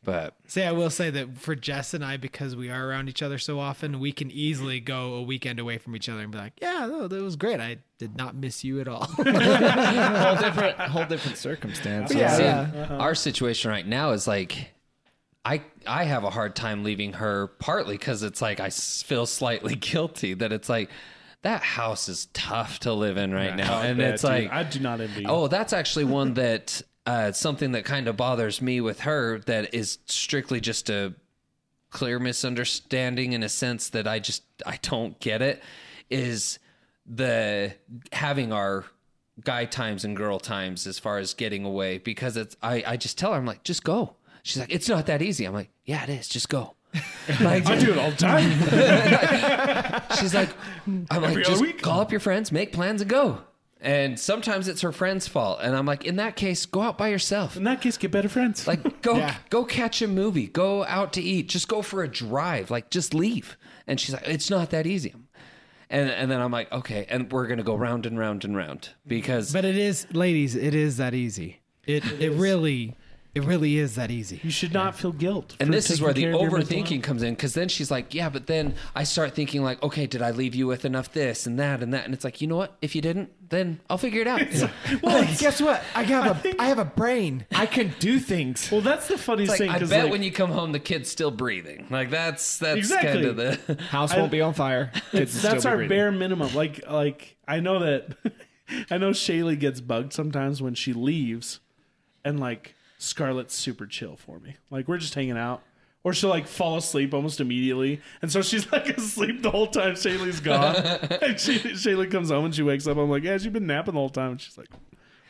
Speaker 1: but
Speaker 2: See, I will say that for Jess and I, because we are around each other so often, we can easily go a weekend away from each other and be like, "Yeah, no, that was great. I did not miss you at all."
Speaker 5: whole different, whole different circumstance.
Speaker 1: See, uh-huh. Our situation right now is like I I have a hard time leaving her partly cuz it's like I s- feel slightly guilty that it's like that house is tough to live in right
Speaker 5: Oh,
Speaker 1: now and it's
Speaker 3: Dude,
Speaker 1: like
Speaker 3: I do not envy. Oh,
Speaker 1: Oh, that's actually one that uh, something that kind of bothers me with her that is strictly just a clear misunderstanding in a sense that I just I don't get it is the having our guy times and girl times as far as getting away because it's I I just tell her I'm like just go. She's like it's not that easy. I'm like yeah it is. Just go. Like,
Speaker 3: I do it all the time.
Speaker 1: She's like, I'm like,
Speaker 3: other
Speaker 1: just
Speaker 3: week."
Speaker 1: call up your friends, make plans, and go. And sometimes it's her friend's fault. And I'm like, in that case, go out by yourself.
Speaker 3: In that case, get better friends.
Speaker 1: Like, go go catch a movie, go out to eat, just go for a drive, like, just leave. And she's like, it's not that easy. And and then I'm like, okay, and we're gonna go round and round and round because
Speaker 2: but it is, ladies, it is that easy. It it really, it really is that easy.
Speaker 3: you should not feel guilt.
Speaker 1: and
Speaker 3: for
Speaker 1: this is
Speaker 3: taking
Speaker 1: where the
Speaker 3: care of your mental
Speaker 1: overthinking
Speaker 3: health.
Speaker 1: comes in because then she's like yeah but then i start thinking like okay did i leave you with enough this and that and that and it's like you know what if you didn't then i'll figure it out
Speaker 2: Well, guess what? I have a I have a brain.
Speaker 6: I can do things.
Speaker 3: Well, that's the funniest
Speaker 1: Like,
Speaker 3: thing.
Speaker 1: I
Speaker 3: 'cause,
Speaker 1: bet
Speaker 3: like,
Speaker 1: when you come home, the kid's still breathing. Like that's that's
Speaker 3: Exactly.
Speaker 1: kind of the.
Speaker 5: House won't be on fire. Kids will
Speaker 3: that's
Speaker 5: still
Speaker 3: our
Speaker 5: be breathing.
Speaker 3: bare minimum. Like like I know that I know Shaylee gets bugged sometimes when she leaves, and like Scarlett's super chill for me. Like we're just hanging out. Or she'll like fall asleep almost immediately, and so she's like asleep the whole time Shaylee's gone. and she, Shaylee comes home and she wakes up. I'm like, yeah, she's been napping the whole time. And she's like, what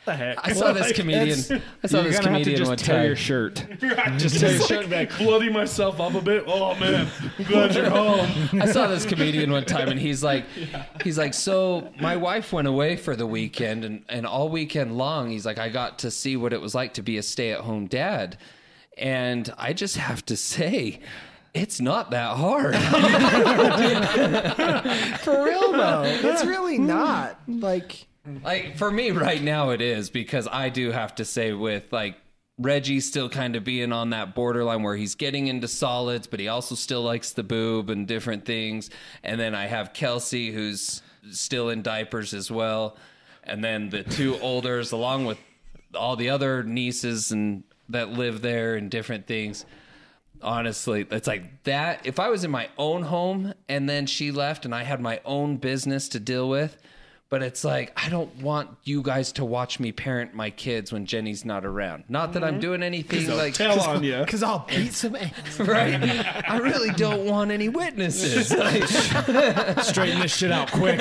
Speaker 3: the heck?
Speaker 1: I saw this
Speaker 3: Like,
Speaker 1: comedian. I saw
Speaker 5: You're
Speaker 1: this
Speaker 5: gonna have to
Speaker 1: comedian one
Speaker 5: just tear
Speaker 1: time.
Speaker 5: your shirt.
Speaker 3: I'm just, like, bloody myself up a bit. Oh man, I'm glad you're home.
Speaker 1: I saw this comedian one time, and he's like, he's like, so my wife went away for the weekend, and and all weekend long, he's like, I got to see what it was like to be a stay at home dad, and I just have to say. It's not that hard.
Speaker 2: Mm. For real though, it's really not. Like
Speaker 1: Like for me right now it is because I do have to say with like Reggie still kind of being on that borderline where he's getting into solids, but he also still likes the boob and different things. And then I have Kelsey who's still in diapers as well. And then the two olders along with all the other nieces and that live there and different things honestly it's like that if i was in my own home and then she left and i had my own business to deal with but it's like i don't want you guys to watch me parent my kids when jenny's not around not that i'm doing anything like
Speaker 3: Tell on you.
Speaker 2: Because I'll beat some ass.
Speaker 1: right i really don't want any witnesses Like,
Speaker 6: Straighten this shit out quick.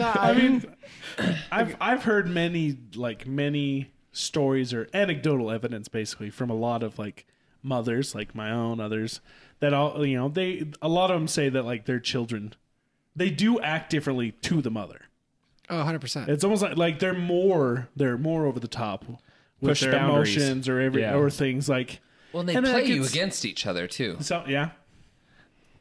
Speaker 3: I mean, I've I've heard many like many stories or anecdotal evidence basically from a lot of like mothers like my own others that all you know they a lot of them say that like their children they do act differently to the mother.
Speaker 2: Oh, 100%.
Speaker 3: It's almost like like they're more they're more over the top with
Speaker 6: Push
Speaker 3: their
Speaker 6: boundaries.
Speaker 3: emotions or every
Speaker 6: Yeah.
Speaker 3: or things like
Speaker 1: well and they
Speaker 3: And I
Speaker 1: play
Speaker 3: could
Speaker 1: you
Speaker 3: s-
Speaker 1: against each other too
Speaker 3: so yeah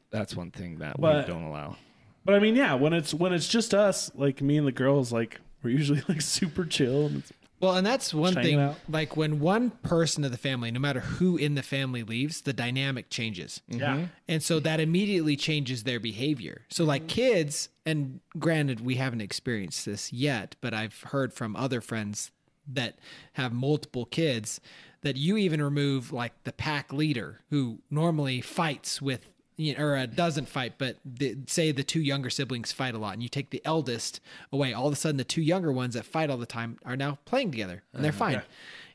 Speaker 5: That's one thing that
Speaker 3: But-
Speaker 5: we don't allow.
Speaker 3: But I mean, yeah, when it's when it's just us, like me and the girls, like we're usually like super chill. And it's,
Speaker 2: Well, and that's one
Speaker 3: hanging
Speaker 2: thing.
Speaker 3: out.
Speaker 2: Like when one person of the family, no matter who in the family leaves, the dynamic changes.
Speaker 6: Mm-hmm.
Speaker 3: Yeah,
Speaker 2: And so that immediately changes their behavior. So, like kids, and granted, we haven't experienced this yet, but I've heard from other friends that have multiple kids that you even remove like the pack leader who normally fights with, you know, or uh, doesn't fight, but the, say the two younger siblings fight a lot and you take the eldest away. All of a sudden, the two younger ones that fight all the time are now playing together and they're fine.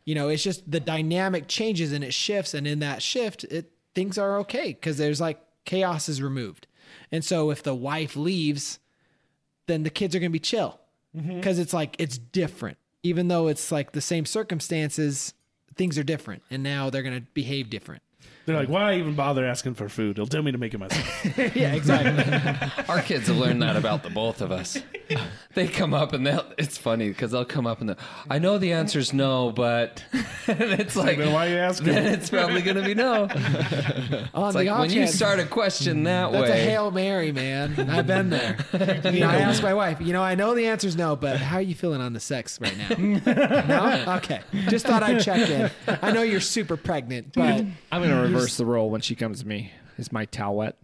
Speaker 2: You know, it's just the dynamic changes and it shifts. And in that shift, it, things are okay because there's like chaos is removed. And so if the wife leaves, then the kids are going to be chill
Speaker 1: Mm-hmm.
Speaker 2: because it's like it's different. Even though it's like the same circumstances, things are different. And now they're going to behave different.
Speaker 3: they're like, why even bother asking for food? They'll tell me to make it myself.
Speaker 2: yeah, exactly.
Speaker 1: Our kids have learned that about the both of us. They come up and they'll, it's funny because they'll come up and they'll, I know the answer's no, but and it's like,
Speaker 3: then why you asking?
Speaker 1: Then it's probably going to be no.
Speaker 2: On
Speaker 1: It's
Speaker 2: the
Speaker 1: like
Speaker 2: off
Speaker 1: when you
Speaker 2: chance,
Speaker 1: start a question that
Speaker 2: that's a
Speaker 1: way,
Speaker 2: hail mary, man. I've been there. You know, I asked my wife. You know, I know the answer's no, but how are you feeling on the sex right now? no, okay. Just thought I'd check in. I know you're super pregnant, but
Speaker 5: I'm gonna reverse the role when she comes to me. Is my towel wet?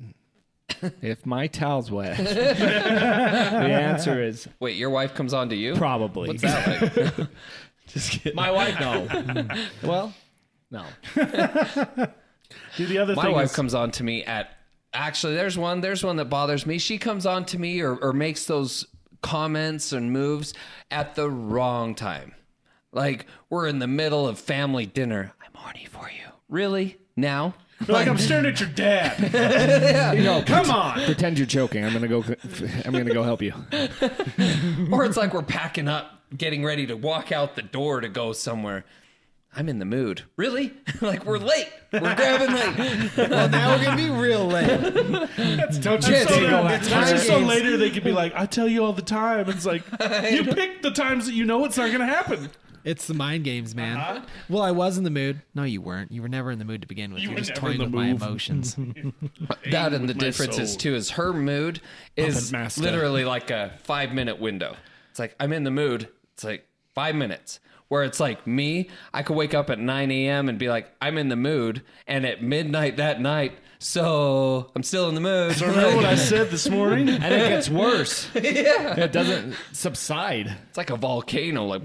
Speaker 5: if my towel's wet, the answer is
Speaker 1: wait, your wife comes on to you?
Speaker 5: probably.
Speaker 1: What's that like?
Speaker 5: My wife, no. well, no.
Speaker 3: Dude, the other
Speaker 1: My
Speaker 3: thing
Speaker 1: wife
Speaker 3: is,
Speaker 1: comes on to me at actually there's one there's one that bothers me. She comes on to me or, or makes those comments and moves at the wrong time. Like we're in the middle of family dinner. I'm horny for you. Really? Now?
Speaker 3: they're like I'm staring at your dad. Come on,
Speaker 5: Pretend you're joking. I'm gonna go. I'm gonna go help you.
Speaker 1: or it's like we're packing up, getting ready to walk out the door to go somewhere. I'm in the mood. Really? like we're late. We're grabbing late.
Speaker 2: well, now we're gonna be real late.
Speaker 3: don't you
Speaker 1: Kids,
Speaker 3: so,
Speaker 1: they
Speaker 5: go
Speaker 3: that,
Speaker 5: at
Speaker 3: that's just so
Speaker 2: times.
Speaker 3: later they could be like, I tell you all the time. It's like you pick the times that you know it's not gonna happen.
Speaker 2: It's the mind games, man.
Speaker 3: Uh-huh.
Speaker 2: Well, I was in the mood. No, you weren't. You were never in the mood to begin with.
Speaker 3: You
Speaker 2: You are
Speaker 3: were
Speaker 2: just
Speaker 3: never in
Speaker 2: toying
Speaker 3: the
Speaker 2: with my
Speaker 3: move.
Speaker 2: emotions.
Speaker 1: that and the
Speaker 3: with my
Speaker 1: difference is
Speaker 3: soul.
Speaker 1: too is her mood is
Speaker 6: Puppet master.
Speaker 1: literally like a five minute window. It's like I'm in the mood. It's like five minutes. Where it's like me, I could wake up at 9 a.m. and be like, I'm in the mood, and at midnight that night, so I'm still in the mood.
Speaker 3: Remember what I said this morning?
Speaker 6: And it gets worse. It doesn't subside.
Speaker 1: It's like a volcano. Like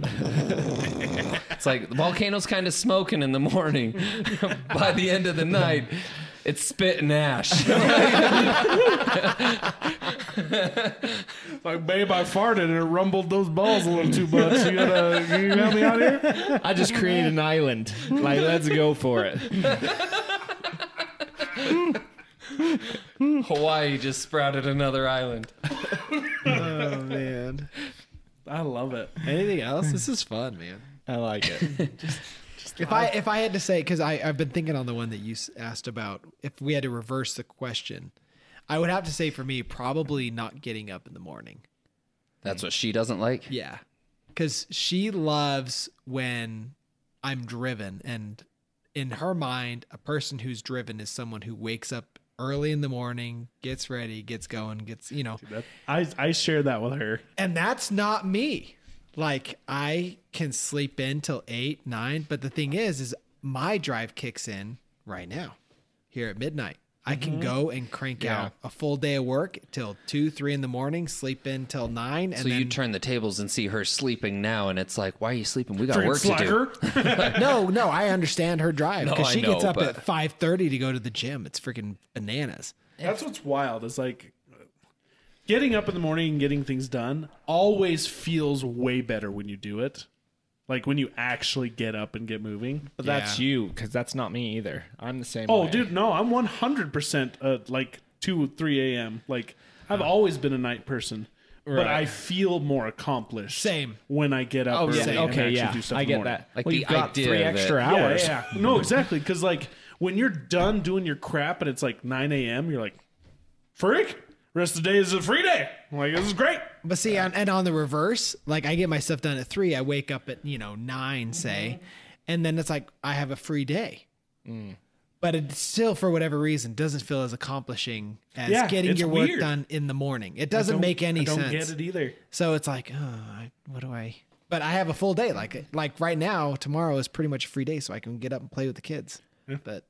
Speaker 1: it's like the volcano's kind of smoking in the morning. By the end of the night, it's spitting ash.
Speaker 3: Like, babe, I farted and it rumbled those balls a little too much. You gotta, can you help me out here?
Speaker 6: I just created an island. Like, let's go for it.
Speaker 1: Hawaii just sprouted another island.
Speaker 2: oh man,
Speaker 3: I love it.
Speaker 2: anything else? This is fun, man.
Speaker 6: I like it.
Speaker 2: If I if I had to say, because I've been thinking on the one that you s- asked about, if we had to reverse the question, I would have to say for me, probably not getting up in the morning.
Speaker 1: That's what she doesn't like.
Speaker 2: Yeah, because she loves when I'm driven, and in her mind, a person who's driven is someone who wakes up early in the morning, gets ready, gets going, gets, you know.
Speaker 3: That, I I share that with her.
Speaker 2: And that's not me. Like I can sleep in till 8, 9, but the thing is is my drive kicks in right now. Here at midnight. I
Speaker 1: Mm-hmm.
Speaker 2: can go and crank out a full day of work till 2, 3 in the morning, sleep in till 9 and
Speaker 1: So
Speaker 2: then
Speaker 1: you turn the tables and see her sleeping now, and it's like, why are you sleeping? We got
Speaker 3: Friggin'
Speaker 1: work to do.
Speaker 3: slacker.
Speaker 2: No, no, I understand her drive because
Speaker 1: I
Speaker 2: she gets
Speaker 1: know,
Speaker 2: up
Speaker 1: but-
Speaker 2: at five thirty to go to the gym. It's freaking bananas.
Speaker 3: That's what's wild. Is like getting up in the morning and getting things done always feels way better when you do it. Like when you actually get up and get moving.
Speaker 5: But that's you, because that's not me either. I'm the same.
Speaker 3: Oh,
Speaker 5: way.
Speaker 3: dude, no, I'm 100% uh, like 2 or 3 a.m. Like, I've
Speaker 5: Uh-huh.
Speaker 3: always been a night person, but I feel more accomplished.
Speaker 2: Same.
Speaker 3: When I get up
Speaker 5: Oh,
Speaker 3: early
Speaker 5: yeah.
Speaker 3: and
Speaker 5: Okay,
Speaker 3: actually
Speaker 5: yeah.
Speaker 3: do stuff
Speaker 5: I
Speaker 3: in the
Speaker 5: get
Speaker 3: morning.
Speaker 5: that.
Speaker 1: Like
Speaker 5: well,
Speaker 1: the
Speaker 5: you've got
Speaker 1: idea
Speaker 5: three
Speaker 1: that-
Speaker 5: extra
Speaker 1: Yeah,
Speaker 5: hours.
Speaker 3: Yeah, yeah. No, exactly. Because, like, when you're done doing your crap and it's like 9 a.m., you're like, freak, rest of the day is a free day. I'm like, this is great.
Speaker 2: But see, on, and on the reverse, like I get my stuff done at three, I wake up at you know nine,
Speaker 3: Mm-hmm.
Speaker 2: say, and then it's like I have a free day.
Speaker 3: Mm.
Speaker 2: But it still, for whatever reason, doesn't feel as accomplishing as
Speaker 3: Yeah,
Speaker 2: getting
Speaker 3: it's
Speaker 2: your work
Speaker 3: weird.
Speaker 2: done in the morning. It doesn't make any
Speaker 3: I don't
Speaker 2: sense.
Speaker 3: get it either.
Speaker 2: So it's like, oh, I- what do I? But I have a full day. Like like right now, tomorrow is pretty much a free day, so I can get up and play with the kids. But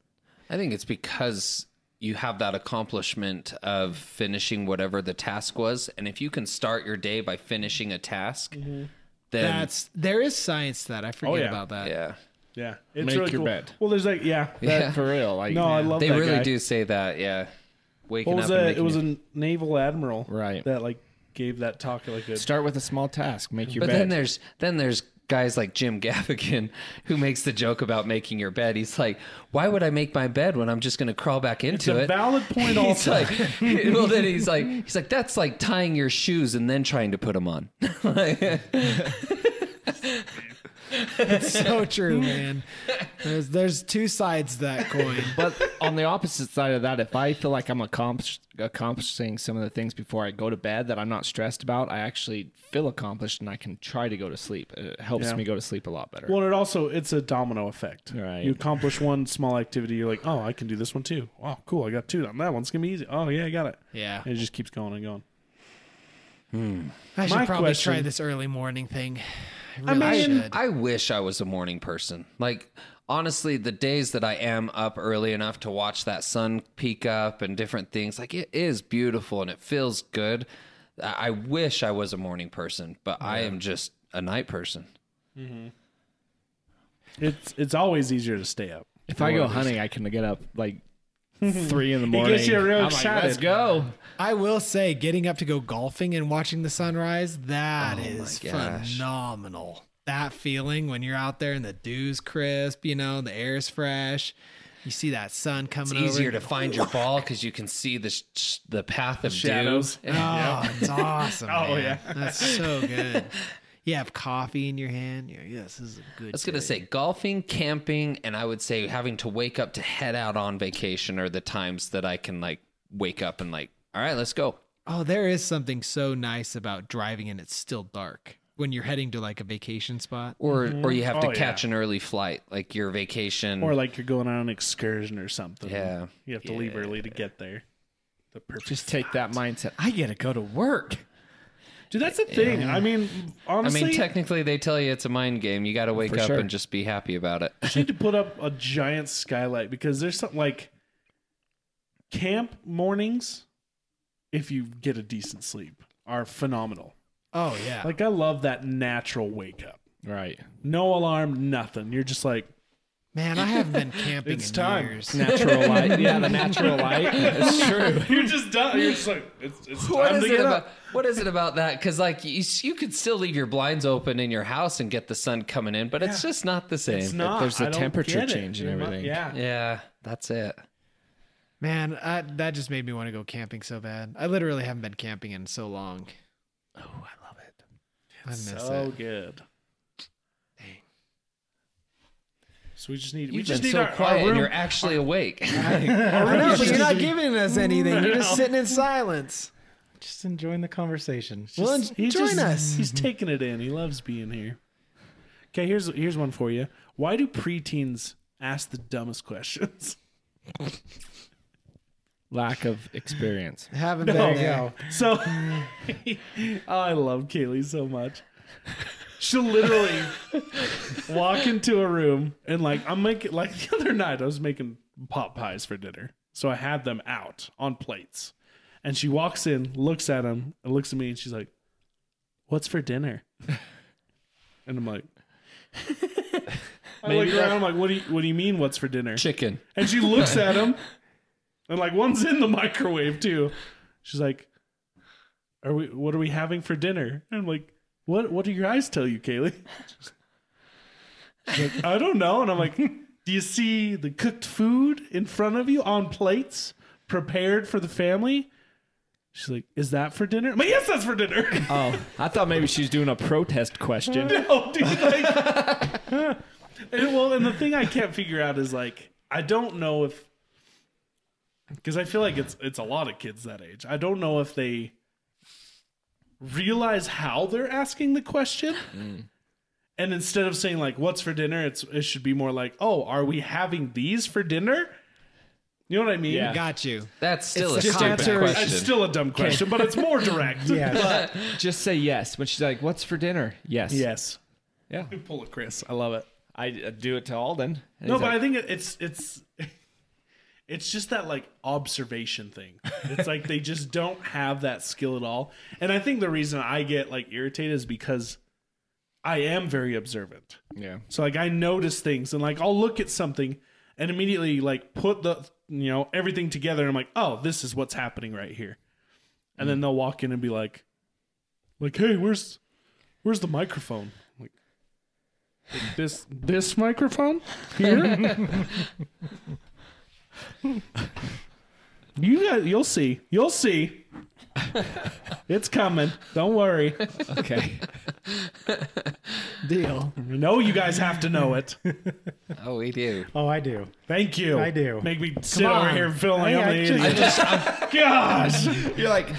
Speaker 1: I think it's because you have that accomplishment of finishing whatever the task was, and if you can start your day by finishing a task,
Speaker 3: Mm-hmm.
Speaker 1: then
Speaker 2: That's there is science to that I forget
Speaker 3: Oh, yeah.
Speaker 2: about that.
Speaker 1: yeah.
Speaker 3: Yeah. It's
Speaker 5: Make
Speaker 3: really
Speaker 5: your
Speaker 3: cool.
Speaker 5: bed.
Speaker 3: Well, there's like, yeah.
Speaker 5: That-
Speaker 1: Yeah.
Speaker 5: for real. Like
Speaker 3: No, I love
Speaker 1: They
Speaker 3: that
Speaker 1: really
Speaker 3: guy.
Speaker 1: do say that. Yeah, waking
Speaker 3: What was
Speaker 1: up. and
Speaker 3: that?
Speaker 1: making
Speaker 3: It was
Speaker 1: your-
Speaker 3: a naval admiral,
Speaker 5: Right.
Speaker 3: That like gave that talk like a
Speaker 5: Start with a small task. Make your
Speaker 1: but
Speaker 5: bed.
Speaker 1: then there's then there's guys like Jim Gaffigan who makes the joke about making your bed. He's like, "Why would I make my bed when I'm just going to crawl back into
Speaker 3: a
Speaker 1: it?"
Speaker 3: valid point
Speaker 1: He's
Speaker 3: also.
Speaker 1: like, well, then he's like, he's like, that's like tying your shoes and then trying to put them on. Like,
Speaker 2: So true, man. There's there's two sides to that coin.
Speaker 5: but on the opposite side of that, if I feel like I'm accomplished, accomplishing some of the things before I go to bed that I'm not stressed about, I actually feel accomplished and I can try to go to sleep. It helps
Speaker 3: Yeah.
Speaker 5: me go to sleep a lot better.
Speaker 3: Well, it also it's a domino effect.
Speaker 5: Right.
Speaker 3: You accomplish one small activity, you're like, oh, I can do this one too. Oh, cool, I got two on that one's gonna be easy. Oh yeah, I got it.
Speaker 2: Yeah.
Speaker 3: And it just keeps going and going.
Speaker 2: I should
Speaker 3: My
Speaker 2: probably
Speaker 3: question-
Speaker 2: try this early morning thing. I really should.
Speaker 1: I wish I was a morning person. Like honestly, the days that I am up early enough to watch that sun peak up and different things, like it is beautiful and it feels good. I I wish I was a morning person, but I am just a night person.
Speaker 3: It's it's always easier to stay up.
Speaker 5: if I go hunting, I can get up like three in the
Speaker 3: It
Speaker 5: morning.
Speaker 3: gets you real
Speaker 5: I'm like,
Speaker 3: excited.
Speaker 5: Let's go.
Speaker 2: I will say getting up to go golfing and watching the sunrise, that is
Speaker 1: gosh.
Speaker 2: phenomenal. That feeling when you're out there and the dew's crisp, you know, the air's fresh. You see that sun coming
Speaker 1: It's
Speaker 2: over.
Speaker 1: easier to find your ball because you can see the sh- the path of
Speaker 3: Shadows.
Speaker 1: dew.
Speaker 2: Oh, it's awesome. oh,
Speaker 3: yeah.
Speaker 2: yeah. That's so good. You have coffee in your hand. You're, yeah, this is a good
Speaker 1: I was gonna
Speaker 2: day.
Speaker 1: say golfing, camping, and I would say having to wake up to head out on vacation are the times that I can like wake up and like, all right, let's go.
Speaker 2: Oh, there is something so nice about driving and it's still dark when you're heading to like a vacation spot.
Speaker 1: Or or you have to
Speaker 3: Oh, yeah.
Speaker 1: catch an early flight, like your vacation.
Speaker 3: Or like you're going on an excursion or something.
Speaker 1: Yeah.
Speaker 3: You have to leave early to get there. The perfect.
Speaker 5: Just take that mindset. I gotta go to work.
Speaker 3: Dude, that's the thing. I mean,
Speaker 1: I
Speaker 3: honestly,
Speaker 1: mean, technically, they tell you it's a mind game. You got to wake up
Speaker 5: sure.
Speaker 1: and just be happy about it.
Speaker 3: need to put up a giant skylight because there's something like camp mornings. If you get a decent sleep, are phenomenal.
Speaker 2: Oh, yeah.
Speaker 3: Like I love that natural wake up.
Speaker 5: Right.
Speaker 3: No alarm, nothing. You're just like
Speaker 2: Man, I haven't been camping
Speaker 3: it's
Speaker 2: in
Speaker 3: time.
Speaker 2: years.
Speaker 5: Natural light. Yeah, the natural light. It's true.
Speaker 3: you're just done. You're just like it's, it's
Speaker 1: What
Speaker 3: time
Speaker 1: is
Speaker 3: to
Speaker 1: it
Speaker 3: get
Speaker 1: about?
Speaker 3: up.
Speaker 1: What is it about that? Because like you, you could still leave your blinds open in your house and get the sun coming in, but it's just not the same.
Speaker 3: It's not.
Speaker 5: there's a
Speaker 3: I don't
Speaker 5: temperature
Speaker 3: get it.
Speaker 5: change and
Speaker 3: You're not-
Speaker 5: everything.
Speaker 3: Yeah.
Speaker 1: Yeah, that's it.
Speaker 2: Man, I, that just made me want to go camping so bad. I literally haven't been camping in so long. Oh, I love it. I miss
Speaker 3: So
Speaker 2: it.
Speaker 3: good. So we just need. we
Speaker 1: You've
Speaker 3: just
Speaker 1: been
Speaker 3: need
Speaker 1: so
Speaker 3: our, our
Speaker 1: quiet,
Speaker 3: room.
Speaker 1: and you're actually awake.
Speaker 2: I know,
Speaker 3: just
Speaker 2: but you're not
Speaker 3: need-
Speaker 2: giving us anything. You're just
Speaker 3: No.
Speaker 2: sitting in silence.
Speaker 4: Just enjoying the conversation.
Speaker 2: Well,
Speaker 3: Just-
Speaker 2: join
Speaker 3: he's just-
Speaker 2: us.
Speaker 3: He's taking it in. He loves being here. Okay, here's here's one for you. Why do preteens ask the dumbest questions?
Speaker 5: lack of experience.
Speaker 2: Haven't
Speaker 3: No.
Speaker 2: been there.
Speaker 3: So Oh, I love Kaylee so much. She'll literally walk into a room and like I'm making like the other night I was making pot pies for dinner. So I had them out on plates. And she walks in, looks at them, and looks at me and she's like, "What's for dinner?" And I'm like I look around, I'm like, "What do you what do you mean what's for dinner?"
Speaker 1: Chicken.
Speaker 3: And she looks at him, and like one's in the microwave too. She's like, "Are we? What are we having for dinner?" And I'm like, "What? What do your eyes tell you, Kaylee?" She's like, "I don't know." And I'm like, "Hmm, "Do you see the cooked food in front of you on plates, prepared for the family?" She's like, "Is that for dinner?" I'm like, "Yes, that's for dinner."
Speaker 5: Oh, I thought maybe she's doing a protest question.
Speaker 3: No, Oh, dude. Like, and, well, and the thing I can't figure out is like I don't know if because I feel like it's it's a lot of kids that age. I don't know if they realize how they're asking the question. And instead of saying like "What's for dinner," it's it should be more like "Oh, are we having these for dinner?" You know what I mean?
Speaker 5: Yeah.
Speaker 2: Got you.
Speaker 1: That's still
Speaker 2: It's
Speaker 1: a
Speaker 2: the
Speaker 1: stupid
Speaker 2: answer is-
Speaker 1: question.
Speaker 3: It's still a dumb question, but it's more direct.
Speaker 4: Yes.
Speaker 5: Just say yes when she's like, "What's for dinner?" Yes.
Speaker 3: Yes.
Speaker 5: Yeah.
Speaker 3: You pull a Chris. I love it.
Speaker 5: I uh, do it to Alden. and
Speaker 3: No,
Speaker 5: he's
Speaker 3: but
Speaker 5: like,
Speaker 3: I think it- it's it's it's just that like observation thing. It's like they just don't have that skill at all. And I think the reason I get like irritated is because I am very observant.
Speaker 5: yeah.
Speaker 3: So like I notice things and like I'll look at something and immediately like put the you know everything together and I'm like, "Oh, this is what's happening right here." And then they'll walk in and be like like, "Hey, where's where's the microphone?" I'm Like this this microphone here? you guys, you'll see. You'll see. It's coming. Don't worry.
Speaker 5: Okay.
Speaker 2: Deal.
Speaker 3: I know you guys have to know it.
Speaker 1: oh, we do.
Speaker 4: Oh, I do.
Speaker 3: Thank you.
Speaker 4: I do.
Speaker 3: Make me sit over
Speaker 4: on.
Speaker 3: here and feel like
Speaker 4: I-
Speaker 3: I'm
Speaker 4: I
Speaker 3: the
Speaker 4: just-
Speaker 3: idiot. Gosh.
Speaker 5: You're like,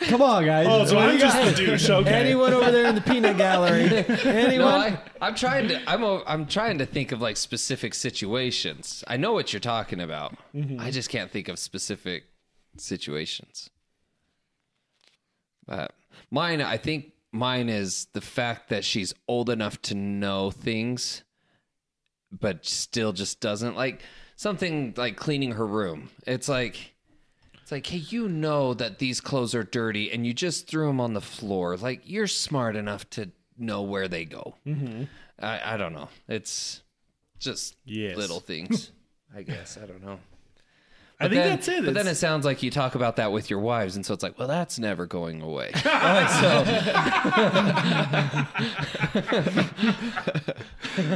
Speaker 2: Come on, guys.
Speaker 3: Oh, so I'm just the
Speaker 2: Hey,
Speaker 3: douche. Okay.
Speaker 2: Anyone over there in the peanut gallery? Anyone?
Speaker 1: No, I, I'm trying to. I'm. o- I'm trying to think of like specific situations. I know what you're talking about.
Speaker 2: Mm-hmm.
Speaker 1: I just can't think of specific situations. But mine, I think mine is the fact that she's old enough to know things, but still just doesn't like something like cleaning her room. It's like. It's like, hey, you know that these clothes are dirty and you just threw them on the floor. Like, you're smart enough to know where they go.
Speaker 3: Mm-hmm.
Speaker 1: I, I don't know. It's just
Speaker 3: Yes.
Speaker 1: little things, I guess. I don't know.
Speaker 3: I think
Speaker 1: Then-
Speaker 3: that's it.
Speaker 1: But then it
Speaker 3: It's-
Speaker 1: sounds like you talk about that with your wives. And so it's like, well, that's never going away.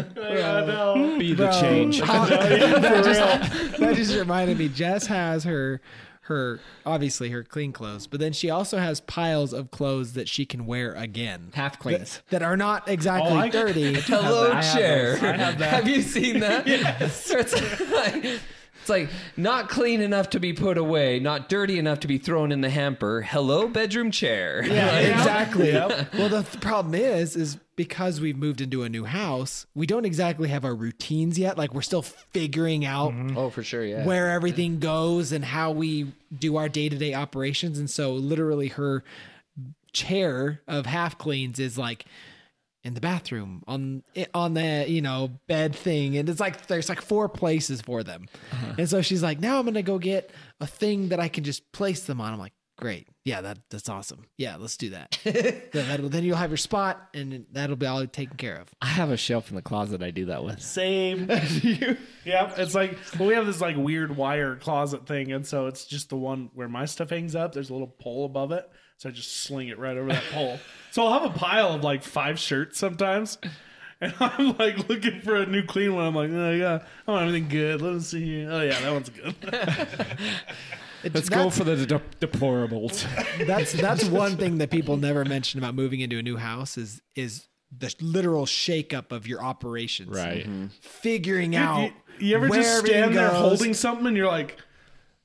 Speaker 5: be the change.
Speaker 2: that just reminded me. Jess has her her obviously her clean clothes, but then she also has piles of clothes that she can wear again,
Speaker 5: Half cleans.
Speaker 2: that are not exactly
Speaker 3: Oh, I-
Speaker 2: dirty.
Speaker 1: Hello, chair. have, you seen that? So it's, like, it's like not clean enough to be put away, not dirty enough to be thrown in the hamper. Hello, bedroom chair.
Speaker 2: Yeah, exactly. Well, the th- problem is, is because we've moved into a new house, we don't exactly have our routines yet. Like we're still figuring out
Speaker 1: Oh, for sure. Yeah.
Speaker 2: where everything goes and how we do our day to day operations. And so, literally, her chair of half cleans is like in the bathroom on on the you know bed thing and it's like there's like four places for them and so she's like now i'm gonna go get a thing that i can just place them on i'm like great yeah that that's awesome yeah let's do that then, that'll- then you'll have your spot and that'll be all taken care of
Speaker 5: I have a shelf in the closet I do that with.
Speaker 3: Same. Yeah, it's like well, we have this like weird wire closet thing, and so it's just the one where my stuff hangs up. There's a little pole above it, so I just sling it right over that pole. So I'll have a pile of like five shirts sometimes, and I'm like looking for a new clean one. I'm like, oh yeah, I want everything good. Let me see here. Oh yeah, that one's good.
Speaker 2: It's-
Speaker 6: Let's go
Speaker 2: that's-
Speaker 6: for the de- deplorables.
Speaker 2: that's that's one thing that people never mention about moving into a new house is is the literal shakeup of your operations,
Speaker 6: right.
Speaker 2: Figuring
Speaker 3: You,
Speaker 2: out
Speaker 3: you ever
Speaker 2: where
Speaker 3: just
Speaker 2: everything
Speaker 3: stand there
Speaker 2: goes.
Speaker 3: holding something and you're like,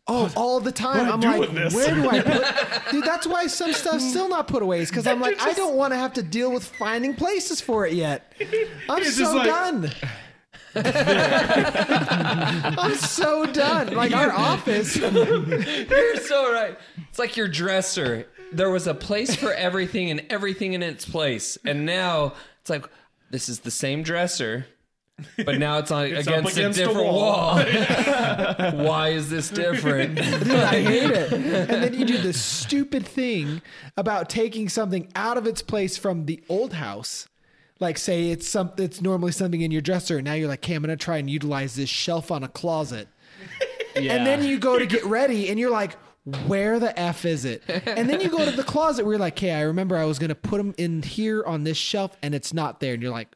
Speaker 2: oh all the time.
Speaker 3: do I
Speaker 2: I'm
Speaker 3: do
Speaker 2: like,
Speaker 3: with this?
Speaker 2: where do I put? Dude, that's why some stuff's still not put away. Is because I'm like, I don't want to have to deal with finding places for it yet. I'm
Speaker 3: It's
Speaker 2: so
Speaker 3: just like-
Speaker 2: done. I'm so done. Like our office.
Speaker 1: You're so right. It's like your dresser. There was a place for everything and everything in its place. And now it's like this is the same dresser, but now it's on
Speaker 3: up
Speaker 1: against,
Speaker 3: against
Speaker 1: a
Speaker 3: a
Speaker 1: different
Speaker 3: wall.
Speaker 1: wall. Why is this different?
Speaker 2: Dude, I hate it. And then you do this stupid thing about taking something out of its place from the old house. Like say it's some it's normally something in your dresser, and now you're like, okay, I'm gonna try and utilize this shelf on a closet. And then you go to get ready and you're like, where the F is it? And then you go to the closet where you're like, hey, I remember I was gonna put them in here on this shelf and it's not there. And you're like,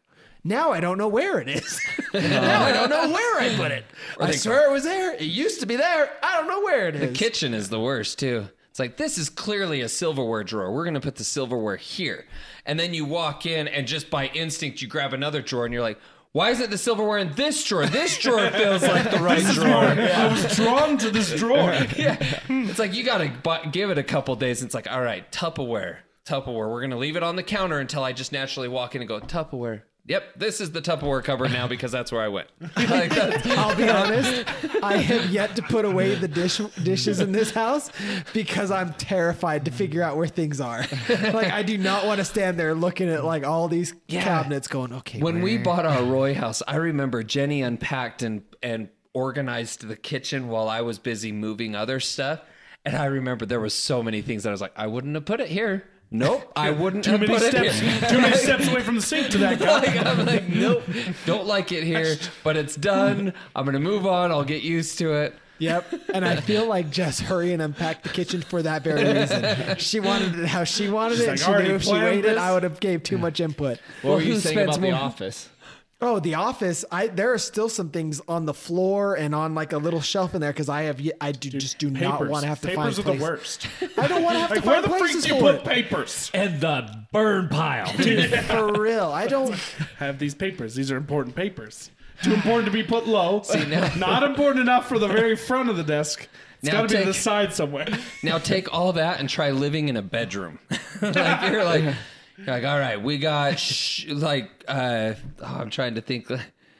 Speaker 2: now I don't know where it is. now I don't know where I put it. I swear it was there. It used to be there. I don't know where it is.
Speaker 1: The kitchen is the worst too. It's like this is clearly a silverware drawer. We're gonna put the silverware here, and then you walk in, and just by instinct, you grab another drawer, and you're like, "Why isn't the silverware in this drawer? This drawer feels like the right drawer."
Speaker 3: I was drawn to this drawer.
Speaker 1: It's like you gotta bu- give it a couple days. And it's like, all right, Tupperware, Tupperware. We're gonna leave it on the counter until I just naturally walk in and go Tupperware. Yep, this is the Tupperware cupboard now because that's where I went. Like, that's-
Speaker 2: I'll be honest. I have yet to put away the dish dishes in this house because I'm terrified to figure out where things are. Like I do not want to stand there looking at like all these cabinets going, okay.
Speaker 1: When we
Speaker 2: where-
Speaker 1: bought our Roy house, I remember Jenny unpacked and and organized the kitchen while I was busy moving other stuff. And I remember there was so many things that I was like, I wouldn't have put it here. Nope, I wouldn't
Speaker 3: Too
Speaker 1: have
Speaker 3: many
Speaker 1: put
Speaker 3: steps.
Speaker 1: it here.
Speaker 3: Too many steps away from the sink to that guy.
Speaker 1: Like, I'm like, nope, don't like it here, but it's done. I'm gonna move on. I'll get used to it.
Speaker 2: Yep. And I feel like Jess hurry and unpacked the kitchen for that very reason. She wanted it how she wanted it.
Speaker 3: like,
Speaker 2: she
Speaker 3: "I already
Speaker 2: knew if she
Speaker 3: planned
Speaker 2: waited,
Speaker 3: this."
Speaker 2: I would have gave too much input.
Speaker 6: What were you
Speaker 2: who
Speaker 6: saying
Speaker 2: spends
Speaker 6: about the
Speaker 2: more-
Speaker 6: office?
Speaker 2: Oh, the office. I there are still some things on the floor and on like a little shelf in there because I have ye- I do just do not
Speaker 3: Papers.
Speaker 2: want to have to
Speaker 3: papers
Speaker 2: find
Speaker 3: are the
Speaker 2: place-
Speaker 3: worst.
Speaker 2: I don't want to have
Speaker 3: Like
Speaker 2: to
Speaker 3: where
Speaker 2: find
Speaker 3: the freak
Speaker 2: places
Speaker 3: do you
Speaker 2: for
Speaker 3: put
Speaker 2: it.
Speaker 3: papers?
Speaker 6: And the burn pile.
Speaker 2: For real, I don't.
Speaker 3: Have these papers. These are important papers. Too important to be put low. Not important enough for the very front of the desk. It's
Speaker 1: Now
Speaker 3: got to be to the
Speaker 1: take-
Speaker 3: side somewhere.
Speaker 1: Now take all that and try living in a bedroom. like you're like, you're like, all right, we got sh- like, uh, oh, I'm trying to think.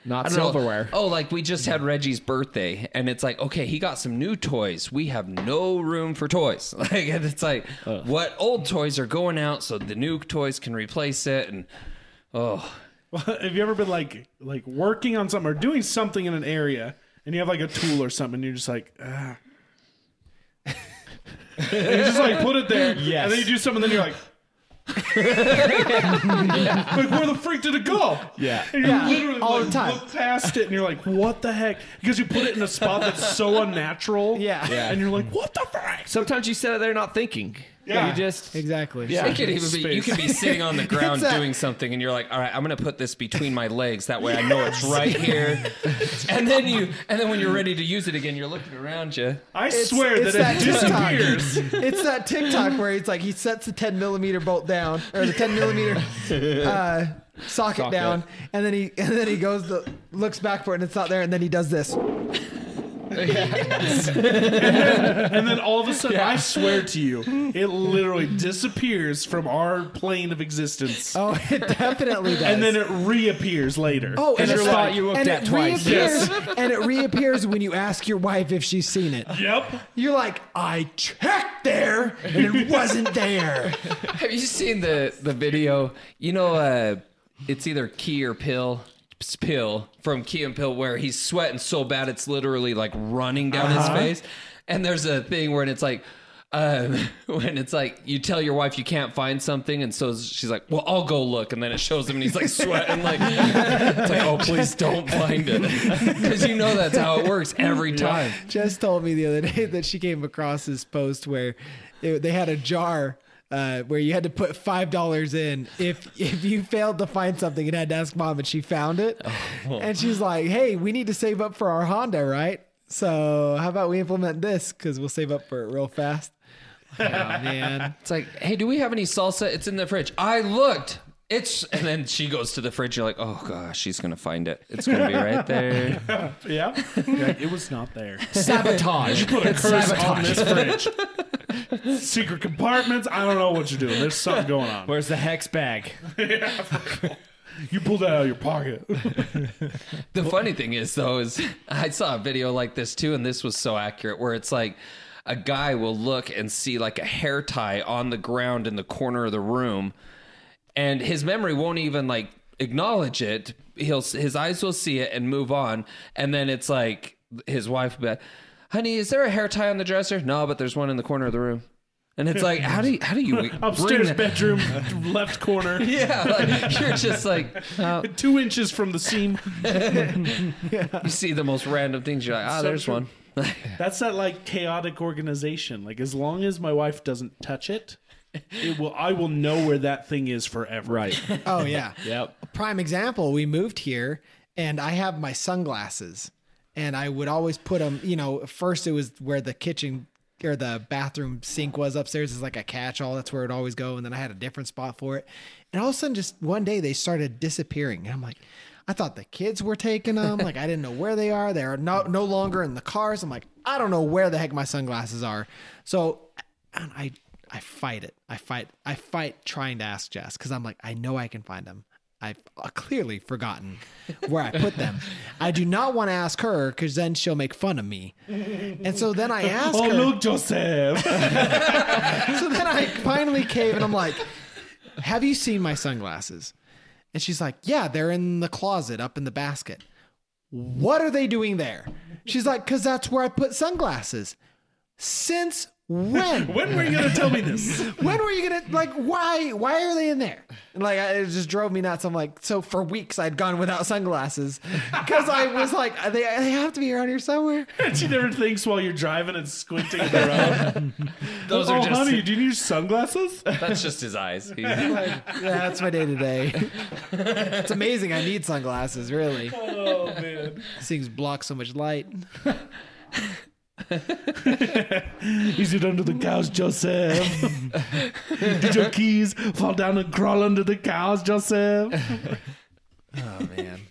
Speaker 5: Not
Speaker 1: I don't know.
Speaker 5: silverware.
Speaker 1: Oh, like we just had Reggie's birthday, and it's like, okay, he got some new toys. We have no room for toys. Like, and it's like, what old toys are going out, so the new toys can replace it. And oh,
Speaker 3: have you ever been like like working on something or doing something in an area and you have like a tool or something and you're just like ah and you just like put it there yes. and then you do something and then you're like like where the freak did it go? Yeah, and you
Speaker 2: Yeah,
Speaker 3: literally
Speaker 2: all
Speaker 3: like,
Speaker 2: the time.
Speaker 3: look past it, and you're like, "What the heck?" Because you put it in a spot that's so unnatural.
Speaker 2: Yeah. Yeah.
Speaker 3: and you're like, "What the frick?"
Speaker 5: Sometimes you sit there not thinking.
Speaker 3: Yeah.
Speaker 5: You just
Speaker 2: Exactly.
Speaker 1: it could even be, you
Speaker 3: Space.
Speaker 1: could be sitting on the ground
Speaker 2: It's a-
Speaker 1: doing something, and you're like, all right, I'm gonna put this between my legs. That way, I know it's right here. and then you, and then when you're ready to use it again, you're looking around you.
Speaker 3: I
Speaker 2: It's-
Speaker 3: swear
Speaker 2: it's
Speaker 3: that
Speaker 2: that
Speaker 3: it
Speaker 2: TikTok.
Speaker 3: disappears.
Speaker 2: It's that TikTok where it's like he sets the 10 millimeter bolt down or the 10 millimeter uh, socket, down, and then he and then he goes to, looks back for it and it's not there, and then he does this.
Speaker 3: And then all of a sudden, I swear to you, it literally disappears from our plane of existence.
Speaker 2: Oh, it definitely does.
Speaker 3: and then it reappears later.
Speaker 2: Oh, and
Speaker 3: you're
Speaker 2: it's
Speaker 3: like,
Speaker 2: like-
Speaker 5: you looked
Speaker 2: and
Speaker 5: at
Speaker 2: it
Speaker 5: twice.
Speaker 2: reappears, and it reappears when you ask your wife if she's seen it.
Speaker 3: yep.
Speaker 2: You're like, I checked there, and it wasn't there.
Speaker 1: Have you seen the the video? You know, uh, it's either Key or Pill. It's Pill from Key and Pill, where he's sweating so bad it's literally like running down his face. And there's a thing where it's like, uh, when it's like you tell your wife you can't find something, and so she's like, "Well, I'll go look," and then it shows him, and he's like sweating, like, it's like, "Oh, please don't find it," because you know that's how it works every time.
Speaker 2: Jess told me the other day that she came across this post where it, they had a jar uh, where you had to put five dollars in if if you failed to find something and had to ask mom, and she found it, and she's like, "Hey, we need to save up for our Honda, right? So how about we implement this because we'll save up for it real fast." Oh man,
Speaker 1: It's like, hey, do we have any salsa? It's in the fridge. I looked. It's and then she goes to the fridge. You're like, oh gosh, she's gonna find it. It's gonna be right there.
Speaker 3: Yeah. it was not there.
Speaker 5: sabotage.
Speaker 3: Put a curse on this fridge. Secret compartments. I don't know what you're doing. There's something going on.
Speaker 5: Where's the hex bag?
Speaker 3: You pulled that out of your pocket.
Speaker 1: The funny thing is, though, is I saw a video like this too, and this was so accurate where it's like a guy will look and see like a hair tie on the ground in the corner of the room, and his memory won't even like acknowledge it. He'll his eyes will see it and move on, and then it's like his wife, will be like, honey, is there a hair tie on the dresser? No, but there's one in the corner of the room. And it's like, how do you, how do you bring
Speaker 3: Upstairs
Speaker 1: that-
Speaker 3: bedroom, left corner,
Speaker 1: Yeah, like, you're just like uh,
Speaker 3: two inches from the seam.
Speaker 1: you see the most random things. You're like, ah,
Speaker 3: So
Speaker 1: there's
Speaker 3: true.
Speaker 1: one.
Speaker 3: That's that like chaotic organization. Like as long as my wife doesn't touch it, it will. I will know where that thing is forever. Right.
Speaker 2: Oh yeah.
Speaker 6: Yep.
Speaker 2: Prime example, we moved here and I have my sunglasses and I would always put them, you know, first it was where the kitchen or the bathroom sink was upstairs is like a catch all. That's where it always go. And then I had a different spot for it. And all of a sudden just one day they started disappearing. And I'm like, I thought the kids were taking them. Like I didn't know where they are. They are no, no longer in the cars. I'm like, I don't know where the heck my sunglasses are. So and I I fight it. I fight I fight trying to ask Jess because I'm like I know I can find them. I've uh, clearly forgotten where I put them. I do not want to ask her because then she'll make fun of me. And so then I ask
Speaker 3: Oh
Speaker 2: her.
Speaker 3: look, Joseph.
Speaker 2: So then I finally cave and I'm like, Have you seen my sunglasses? And she's like, Yeah, they're in the closet up in the basket. What are they doing there? She's like, Because that's where I put sunglasses. Since when?
Speaker 3: when were you gonna tell me this?
Speaker 2: when were you gonna like why why are they in there and like I, it just drove me nuts i'm like so for weeks i'd gone without sunglasses because i was like they, they have to be around here somewhere
Speaker 3: she never thinks while you're driving and squinting at her own.
Speaker 1: Those
Speaker 3: oh,
Speaker 1: are just
Speaker 3: honey, do you need your sunglasses?
Speaker 1: that's just his eyes. He-
Speaker 2: yeah, that's my day to day it's amazing i need sunglasses really
Speaker 3: oh man,
Speaker 2: these things block so much light
Speaker 3: is it under the cows, Joseph? Did your keys fall down and crawl under the cows, Joseph?
Speaker 2: oh man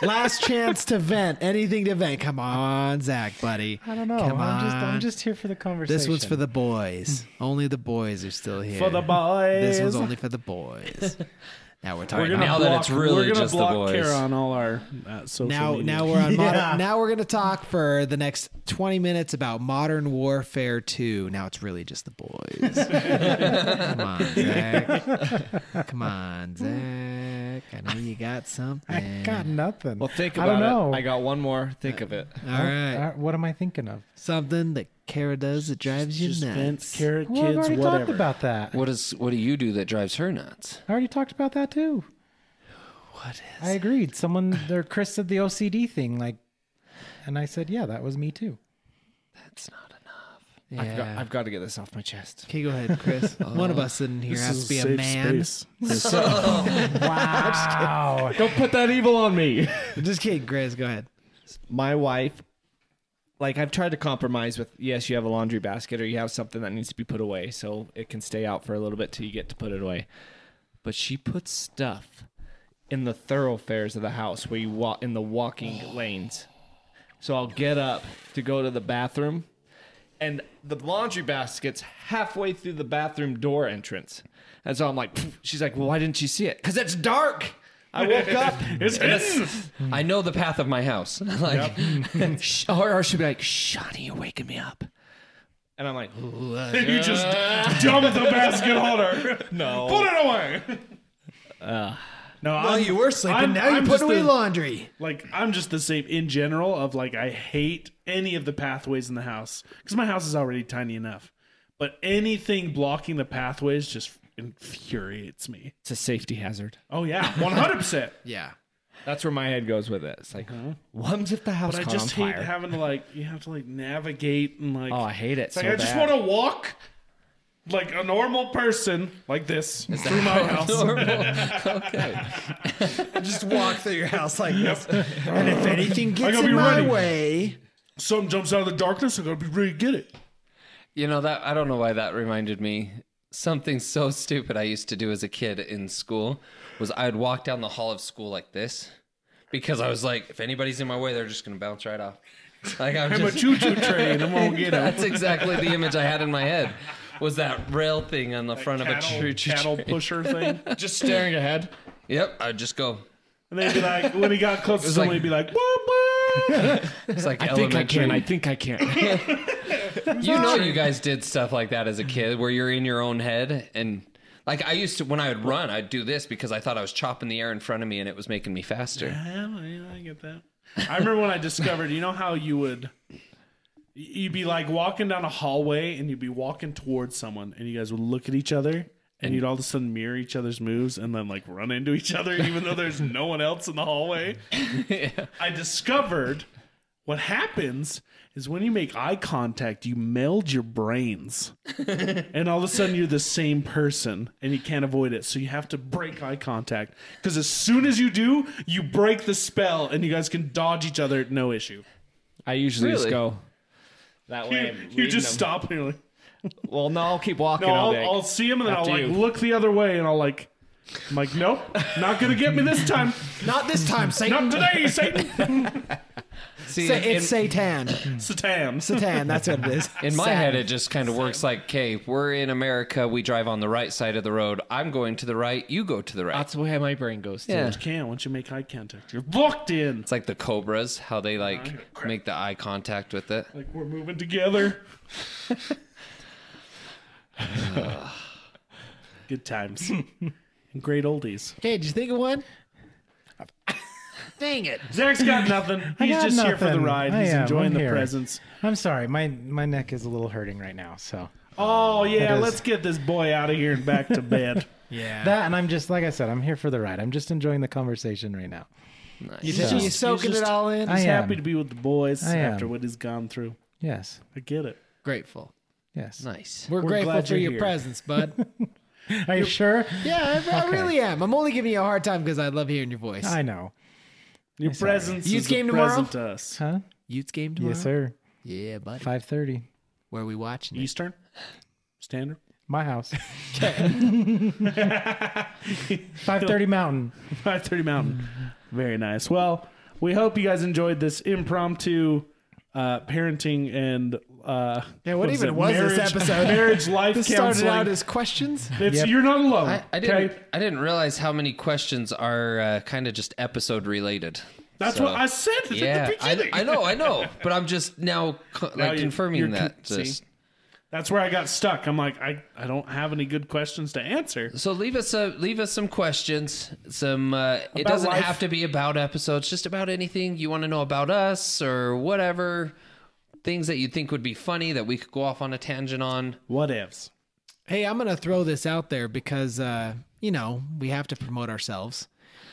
Speaker 2: last chance to vent anything to vent come on zach buddy
Speaker 4: I don't know.
Speaker 2: Come
Speaker 4: I'm just I'm
Speaker 2: on.
Speaker 4: just here for the conversation.
Speaker 2: this one's for the boys only the boys are still here
Speaker 3: For the boys.
Speaker 2: This was only for the boys. now we're
Speaker 3: We're
Speaker 2: talking.
Speaker 3: gonna
Speaker 1: now that it's really
Speaker 3: we're gonna
Speaker 1: just the
Speaker 3: block
Speaker 1: boys.
Speaker 3: Kara on all our uh, social
Speaker 2: now,
Speaker 3: media.
Speaker 2: now we're on. Modern,
Speaker 4: Yeah.
Speaker 2: Now we're gonna talk for the next twenty minutes about Modern Warfare Two. Now it's really just the boys. Come on, Zach. Come on, Zach. I know you got
Speaker 4: I
Speaker 2: something.
Speaker 4: got nothing.
Speaker 5: Well, think
Speaker 4: I
Speaker 5: about
Speaker 4: don't know.
Speaker 5: it. I got one more. Think of it.
Speaker 2: All right,
Speaker 4: Uh, what am I thinking of?
Speaker 2: something that Kara does that drives
Speaker 3: just
Speaker 2: you
Speaker 3: vent,
Speaker 2: nuts.
Speaker 3: carrot
Speaker 4: Well, I've
Speaker 3: kids,
Speaker 4: already
Speaker 3: whatever.
Speaker 4: talked about that.
Speaker 1: What is what do you do that drives her nuts?
Speaker 4: I already talked about that too.
Speaker 2: What is?
Speaker 4: I agreed. Someone there, Chris said the OCD thing, like, and I said, yeah, that was me too.
Speaker 1: That's not enough.
Speaker 5: I've, got,
Speaker 2: Yeah.
Speaker 5: I've got to get this off my chest.
Speaker 2: Okay, go ahead, Chris. One of us in here
Speaker 3: This
Speaker 2: has
Speaker 3: is
Speaker 2: to be a
Speaker 3: safe
Speaker 2: man.
Speaker 3: space.
Speaker 4: Wow.
Speaker 6: Don't put that evil on me.
Speaker 2: Just kidding, Chris. Go ahead.
Speaker 5: my wife like I've tried to compromise with yes, you have a laundry basket or you have something that needs to be put away, so it can stay out for a little bit till you get to put it away. But she puts stuff in the thoroughfares of the house where you walk in the walking lanes. So I'll get up to go to the bathroom and the laundry basket's halfway through the bathroom door entrance. And so I'm like, "Pff." she's like, well, why didn't you see it? Because it's dark. I woke up.
Speaker 3: It's hidden.
Speaker 1: I know the path of my house. like
Speaker 5: Sh- or, or she'd be like, Shawnee, you're waking me up. And I'm like,
Speaker 3: You just dump the basket holder. No. Put it away. no,
Speaker 2: Well,
Speaker 3: I'm,
Speaker 2: you were sleeping.
Speaker 3: I'm-
Speaker 2: now you
Speaker 3: I'm
Speaker 2: put
Speaker 3: just
Speaker 2: away
Speaker 3: a-
Speaker 2: laundry.
Speaker 3: like I'm just the same in general of like I hate any of the pathways in the house because my house is already tiny enough, but anything blocking the pathways just infuriates me.
Speaker 5: it's a safety hazard.
Speaker 3: Oh yeah, 100. percent
Speaker 2: Yeah.
Speaker 5: That's where my head goes with it. It's like, what if the house
Speaker 3: But I
Speaker 5: caught
Speaker 3: just
Speaker 5: on
Speaker 3: hate
Speaker 5: fire?
Speaker 3: having to like you have to like navigate and like
Speaker 5: oh, I hate it.
Speaker 3: like
Speaker 5: so
Speaker 3: I just
Speaker 5: bad.
Speaker 3: want to walk like a normal person like this through my house.
Speaker 2: just walk through your house like this. And if anything gets
Speaker 3: gotta
Speaker 2: in
Speaker 3: be
Speaker 2: my
Speaker 3: ready.
Speaker 2: way,
Speaker 3: Something jumps out of the darkness. I gotta be ready to get it.
Speaker 1: you know that I don't know why that reminded me something so stupid I used to do as a kid in school was I'd walk down the hall of school like this because I was like if anybody's in my way they're just going to bounce right off. Like I'm
Speaker 3: I'm a
Speaker 1: just
Speaker 3: choo-choo train. I'm gonna get it.
Speaker 1: That's exactly the image I had in my head. Was that rail thing on the front of a
Speaker 3: Cattle-
Speaker 1: choo choo
Speaker 3: cattle pusher thing.
Speaker 6: Just staring ahead.
Speaker 1: Yep, I'd just go.
Speaker 3: And they'd be like, when he got close to someone,
Speaker 1: like-
Speaker 3: he'd be like, whoop, whoop.
Speaker 1: It's like
Speaker 5: I think I
Speaker 1: elementary.
Speaker 5: can. I think I can.
Speaker 1: you know, you guys did stuff like that as a kid, where you're in your own head, and like I used to when I would run, I'd do this because I thought I was chopping the air in front of me, and it was making me faster.
Speaker 3: Yeah, yeah, I get that. I remember when I discovered, you know how you would, you'd be like walking down a hallway and you'd be walking towards someone and you guys would look at each other and you'd all of a sudden mirror each other's moves and then like run into each other even though there's no one else in the hallway. I discovered what happens is when you make eye contact, you meld your brains and all of a sudden you're the same person and you can't avoid it. So you have to break eye contact because as soon as you do, you break the spell and you guys can dodge each other no issue.
Speaker 5: I usually just
Speaker 1: Really?
Speaker 5: go that way.
Speaker 3: You,
Speaker 5: I'm
Speaker 3: you
Speaker 5: leading
Speaker 3: just
Speaker 5: them.
Speaker 3: stop and you're like,
Speaker 5: Well, no, I'll keep walking.
Speaker 3: no,
Speaker 5: all
Speaker 3: I'll,
Speaker 5: day.
Speaker 3: I'll see him and then I'll
Speaker 5: After
Speaker 3: like
Speaker 5: you.
Speaker 3: look the other way and I'll like, I'm like, nope, not gonna get me this time.
Speaker 2: Not this time, Satan.
Speaker 3: Not today, Satan.
Speaker 1: See,
Speaker 2: Sa-
Speaker 1: in-
Speaker 2: it's Satan.
Speaker 3: Satan.
Speaker 2: Satan. That's what it is.
Speaker 1: In my
Speaker 2: Satan.
Speaker 1: head, it just kind of works like, okay, we're in America. We drive on the right side of the road. I'm going to the right. You go to the right.
Speaker 5: That's the way my brain goes. Too.
Speaker 1: Yeah.
Speaker 3: You can't once you make eye contact, you're locked in.
Speaker 1: It's like the cobras, how they like make the eye contact with it.
Speaker 3: Like we're moving together. Good times. And great oldies.
Speaker 2: Okay, did you think of one? Dang it.
Speaker 3: Zach's got nothing. He's
Speaker 4: got
Speaker 3: just here for the
Speaker 4: nothing.
Speaker 3: ride.
Speaker 4: I
Speaker 3: He's
Speaker 4: am.
Speaker 3: enjoying
Speaker 4: I'm
Speaker 3: the
Speaker 4: here.
Speaker 3: presents.
Speaker 4: I'm sorry, my my neck is a little hurting right now. So
Speaker 3: Oh yeah,
Speaker 4: is-
Speaker 3: let's get this boy out of here and back to bed.
Speaker 2: Yeah.
Speaker 4: that, and I'm just like I said, I'm here for the ride. I'm just enjoying the conversation right now.
Speaker 2: you
Speaker 4: So-
Speaker 2: you soaking
Speaker 3: he's just-
Speaker 2: it all in.
Speaker 4: I
Speaker 3: He's
Speaker 4: am.
Speaker 3: happy to be with the boys
Speaker 4: I am.
Speaker 3: after what he's gone through.
Speaker 4: Yes,
Speaker 3: I get it.
Speaker 2: grateful.
Speaker 4: yes.
Speaker 1: Nice.
Speaker 2: We're, grateful
Speaker 3: glad
Speaker 2: for
Speaker 3: you're
Speaker 2: your
Speaker 3: here.
Speaker 2: presence, bud.
Speaker 4: Are you sure?
Speaker 2: yeah, I, I
Speaker 4: Okay.
Speaker 2: really am. I'm only giving you a hard time because I love hearing your voice.
Speaker 4: I know.
Speaker 3: Your
Speaker 4: sorry.
Speaker 3: presence
Speaker 2: Youth
Speaker 3: is
Speaker 2: game
Speaker 3: a
Speaker 2: tomorrow?
Speaker 3: present to us.
Speaker 4: Huh?
Speaker 2: Utes game tomorrow.
Speaker 4: Yes, sir.
Speaker 2: Yeah, buddy.
Speaker 4: Five thirty.
Speaker 2: Where are we watching? it?
Speaker 3: Eastern standard.
Speaker 4: My house. Five thirty Mountain.
Speaker 3: 530 Mountain. Very nice. Well, we hope you guys enjoyed this impromptu uh, parenting and uh,
Speaker 2: Yeah, what
Speaker 3: is
Speaker 2: even
Speaker 3: it?
Speaker 2: was this
Speaker 3: Marriage-
Speaker 2: episode?
Speaker 3: Marriage life
Speaker 2: This started
Speaker 3: counseling.
Speaker 2: out as questions.
Speaker 3: It's- You're not alone.
Speaker 1: I, I didn't.
Speaker 3: okay?
Speaker 1: I didn't realize how many questions are uh, kind of just episode related.
Speaker 3: That's
Speaker 1: So-
Speaker 3: what I said at
Speaker 1: Yeah,
Speaker 3: the
Speaker 1: I,
Speaker 3: beginning.
Speaker 1: I know, I know, but I'm just now, co- like
Speaker 3: you- you're
Speaker 1: confirming
Speaker 3: con-
Speaker 1: that.
Speaker 3: see?
Speaker 1: Just-
Speaker 3: That's where I got stuck. I'm like, I, I don't have any good questions to answer.
Speaker 1: So leave us a leave us some questions. Some uh, it
Speaker 3: About
Speaker 1: doesn't
Speaker 3: life.
Speaker 1: have to be about episodes, just about anything you want to know about us or whatever things that you think would be funny that we could go off on a tangent on.
Speaker 3: What ifs?
Speaker 2: Hey, I'm gonna throw this out there because uh, you know we have to promote ourselves.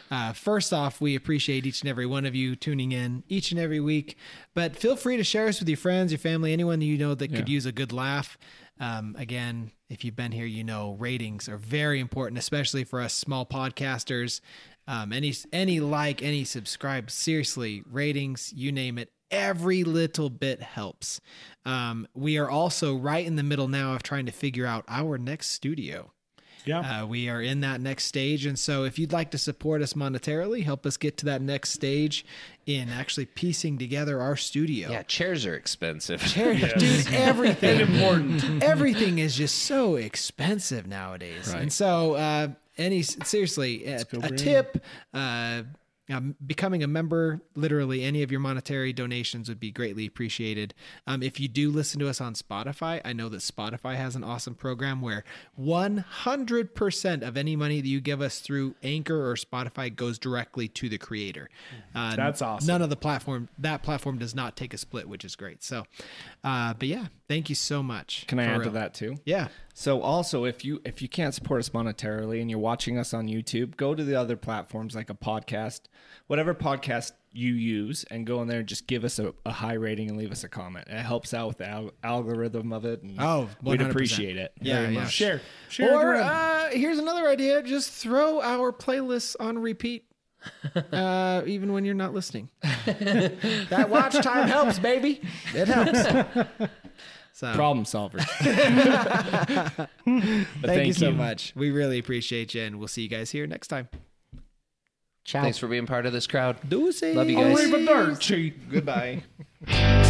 Speaker 2: Uh, first off, we appreciate each and every one of you tuning in each and every week. But feel free to share us with your friends, your family, anyone that you know that could use a good laugh. Um, again, if you've been here, you know ratings are very important, especially for us small podcasters. Um, any any like, any subscribe, seriously, ratings, you name it, every little bit helps. Um, we are also right in the middle now of trying to figure out our next studio.
Speaker 3: Yeah.
Speaker 2: Uh, we are in that next stage. And so, if you'd like to support us monetarily, help us get to that next stage in actually piecing together our studio.
Speaker 1: Yeah, chairs are expensive.
Speaker 2: Dude,
Speaker 1: Uh,
Speaker 2: everything important. Everything is just so expensive nowadays. And so, uh, any seriously, a, a tip, uh, um, becoming a member, literally any of your monetary donations would be greatly appreciated. Um, if you do listen to us on Spotify, I know that Spotify has an awesome program where 100% of any money that you give us through Anchor or Spotify goes directly to the creator. Uh,
Speaker 3: That's awesome.
Speaker 2: None of the platform, that platform does not take a split, which is great. So, uh, but yeah, thank you so much.
Speaker 5: Can I
Speaker 2: For
Speaker 5: add to
Speaker 2: real.
Speaker 5: that too?
Speaker 2: Yeah.
Speaker 5: So also, if you if you can't support us monetarily and you're watching us on YouTube, go to the other platforms like a podcast, whatever podcast you use, and go in there and just give us a, a high rating and leave us a comment. It helps out with the al- algorithm of it. And
Speaker 2: Oh,
Speaker 5: we'd
Speaker 2: 100%.
Speaker 5: appreciate it.
Speaker 2: Yeah. yeah.
Speaker 3: Share. Share. it
Speaker 2: or
Speaker 3: around.
Speaker 2: uh, here's another idea: just throw our playlists on repeat, uh, even when you're not listening. that watch time helps, baby. It helps. So,
Speaker 5: Problem solver.
Speaker 2: thank, you so much. We really appreciate you, and we'll see you guys here next time.
Speaker 1: Thanks for being part of this crowd.
Speaker 2: Deuces.
Speaker 1: Love you guys.
Speaker 3: Arrivederci.
Speaker 5: Goodbye.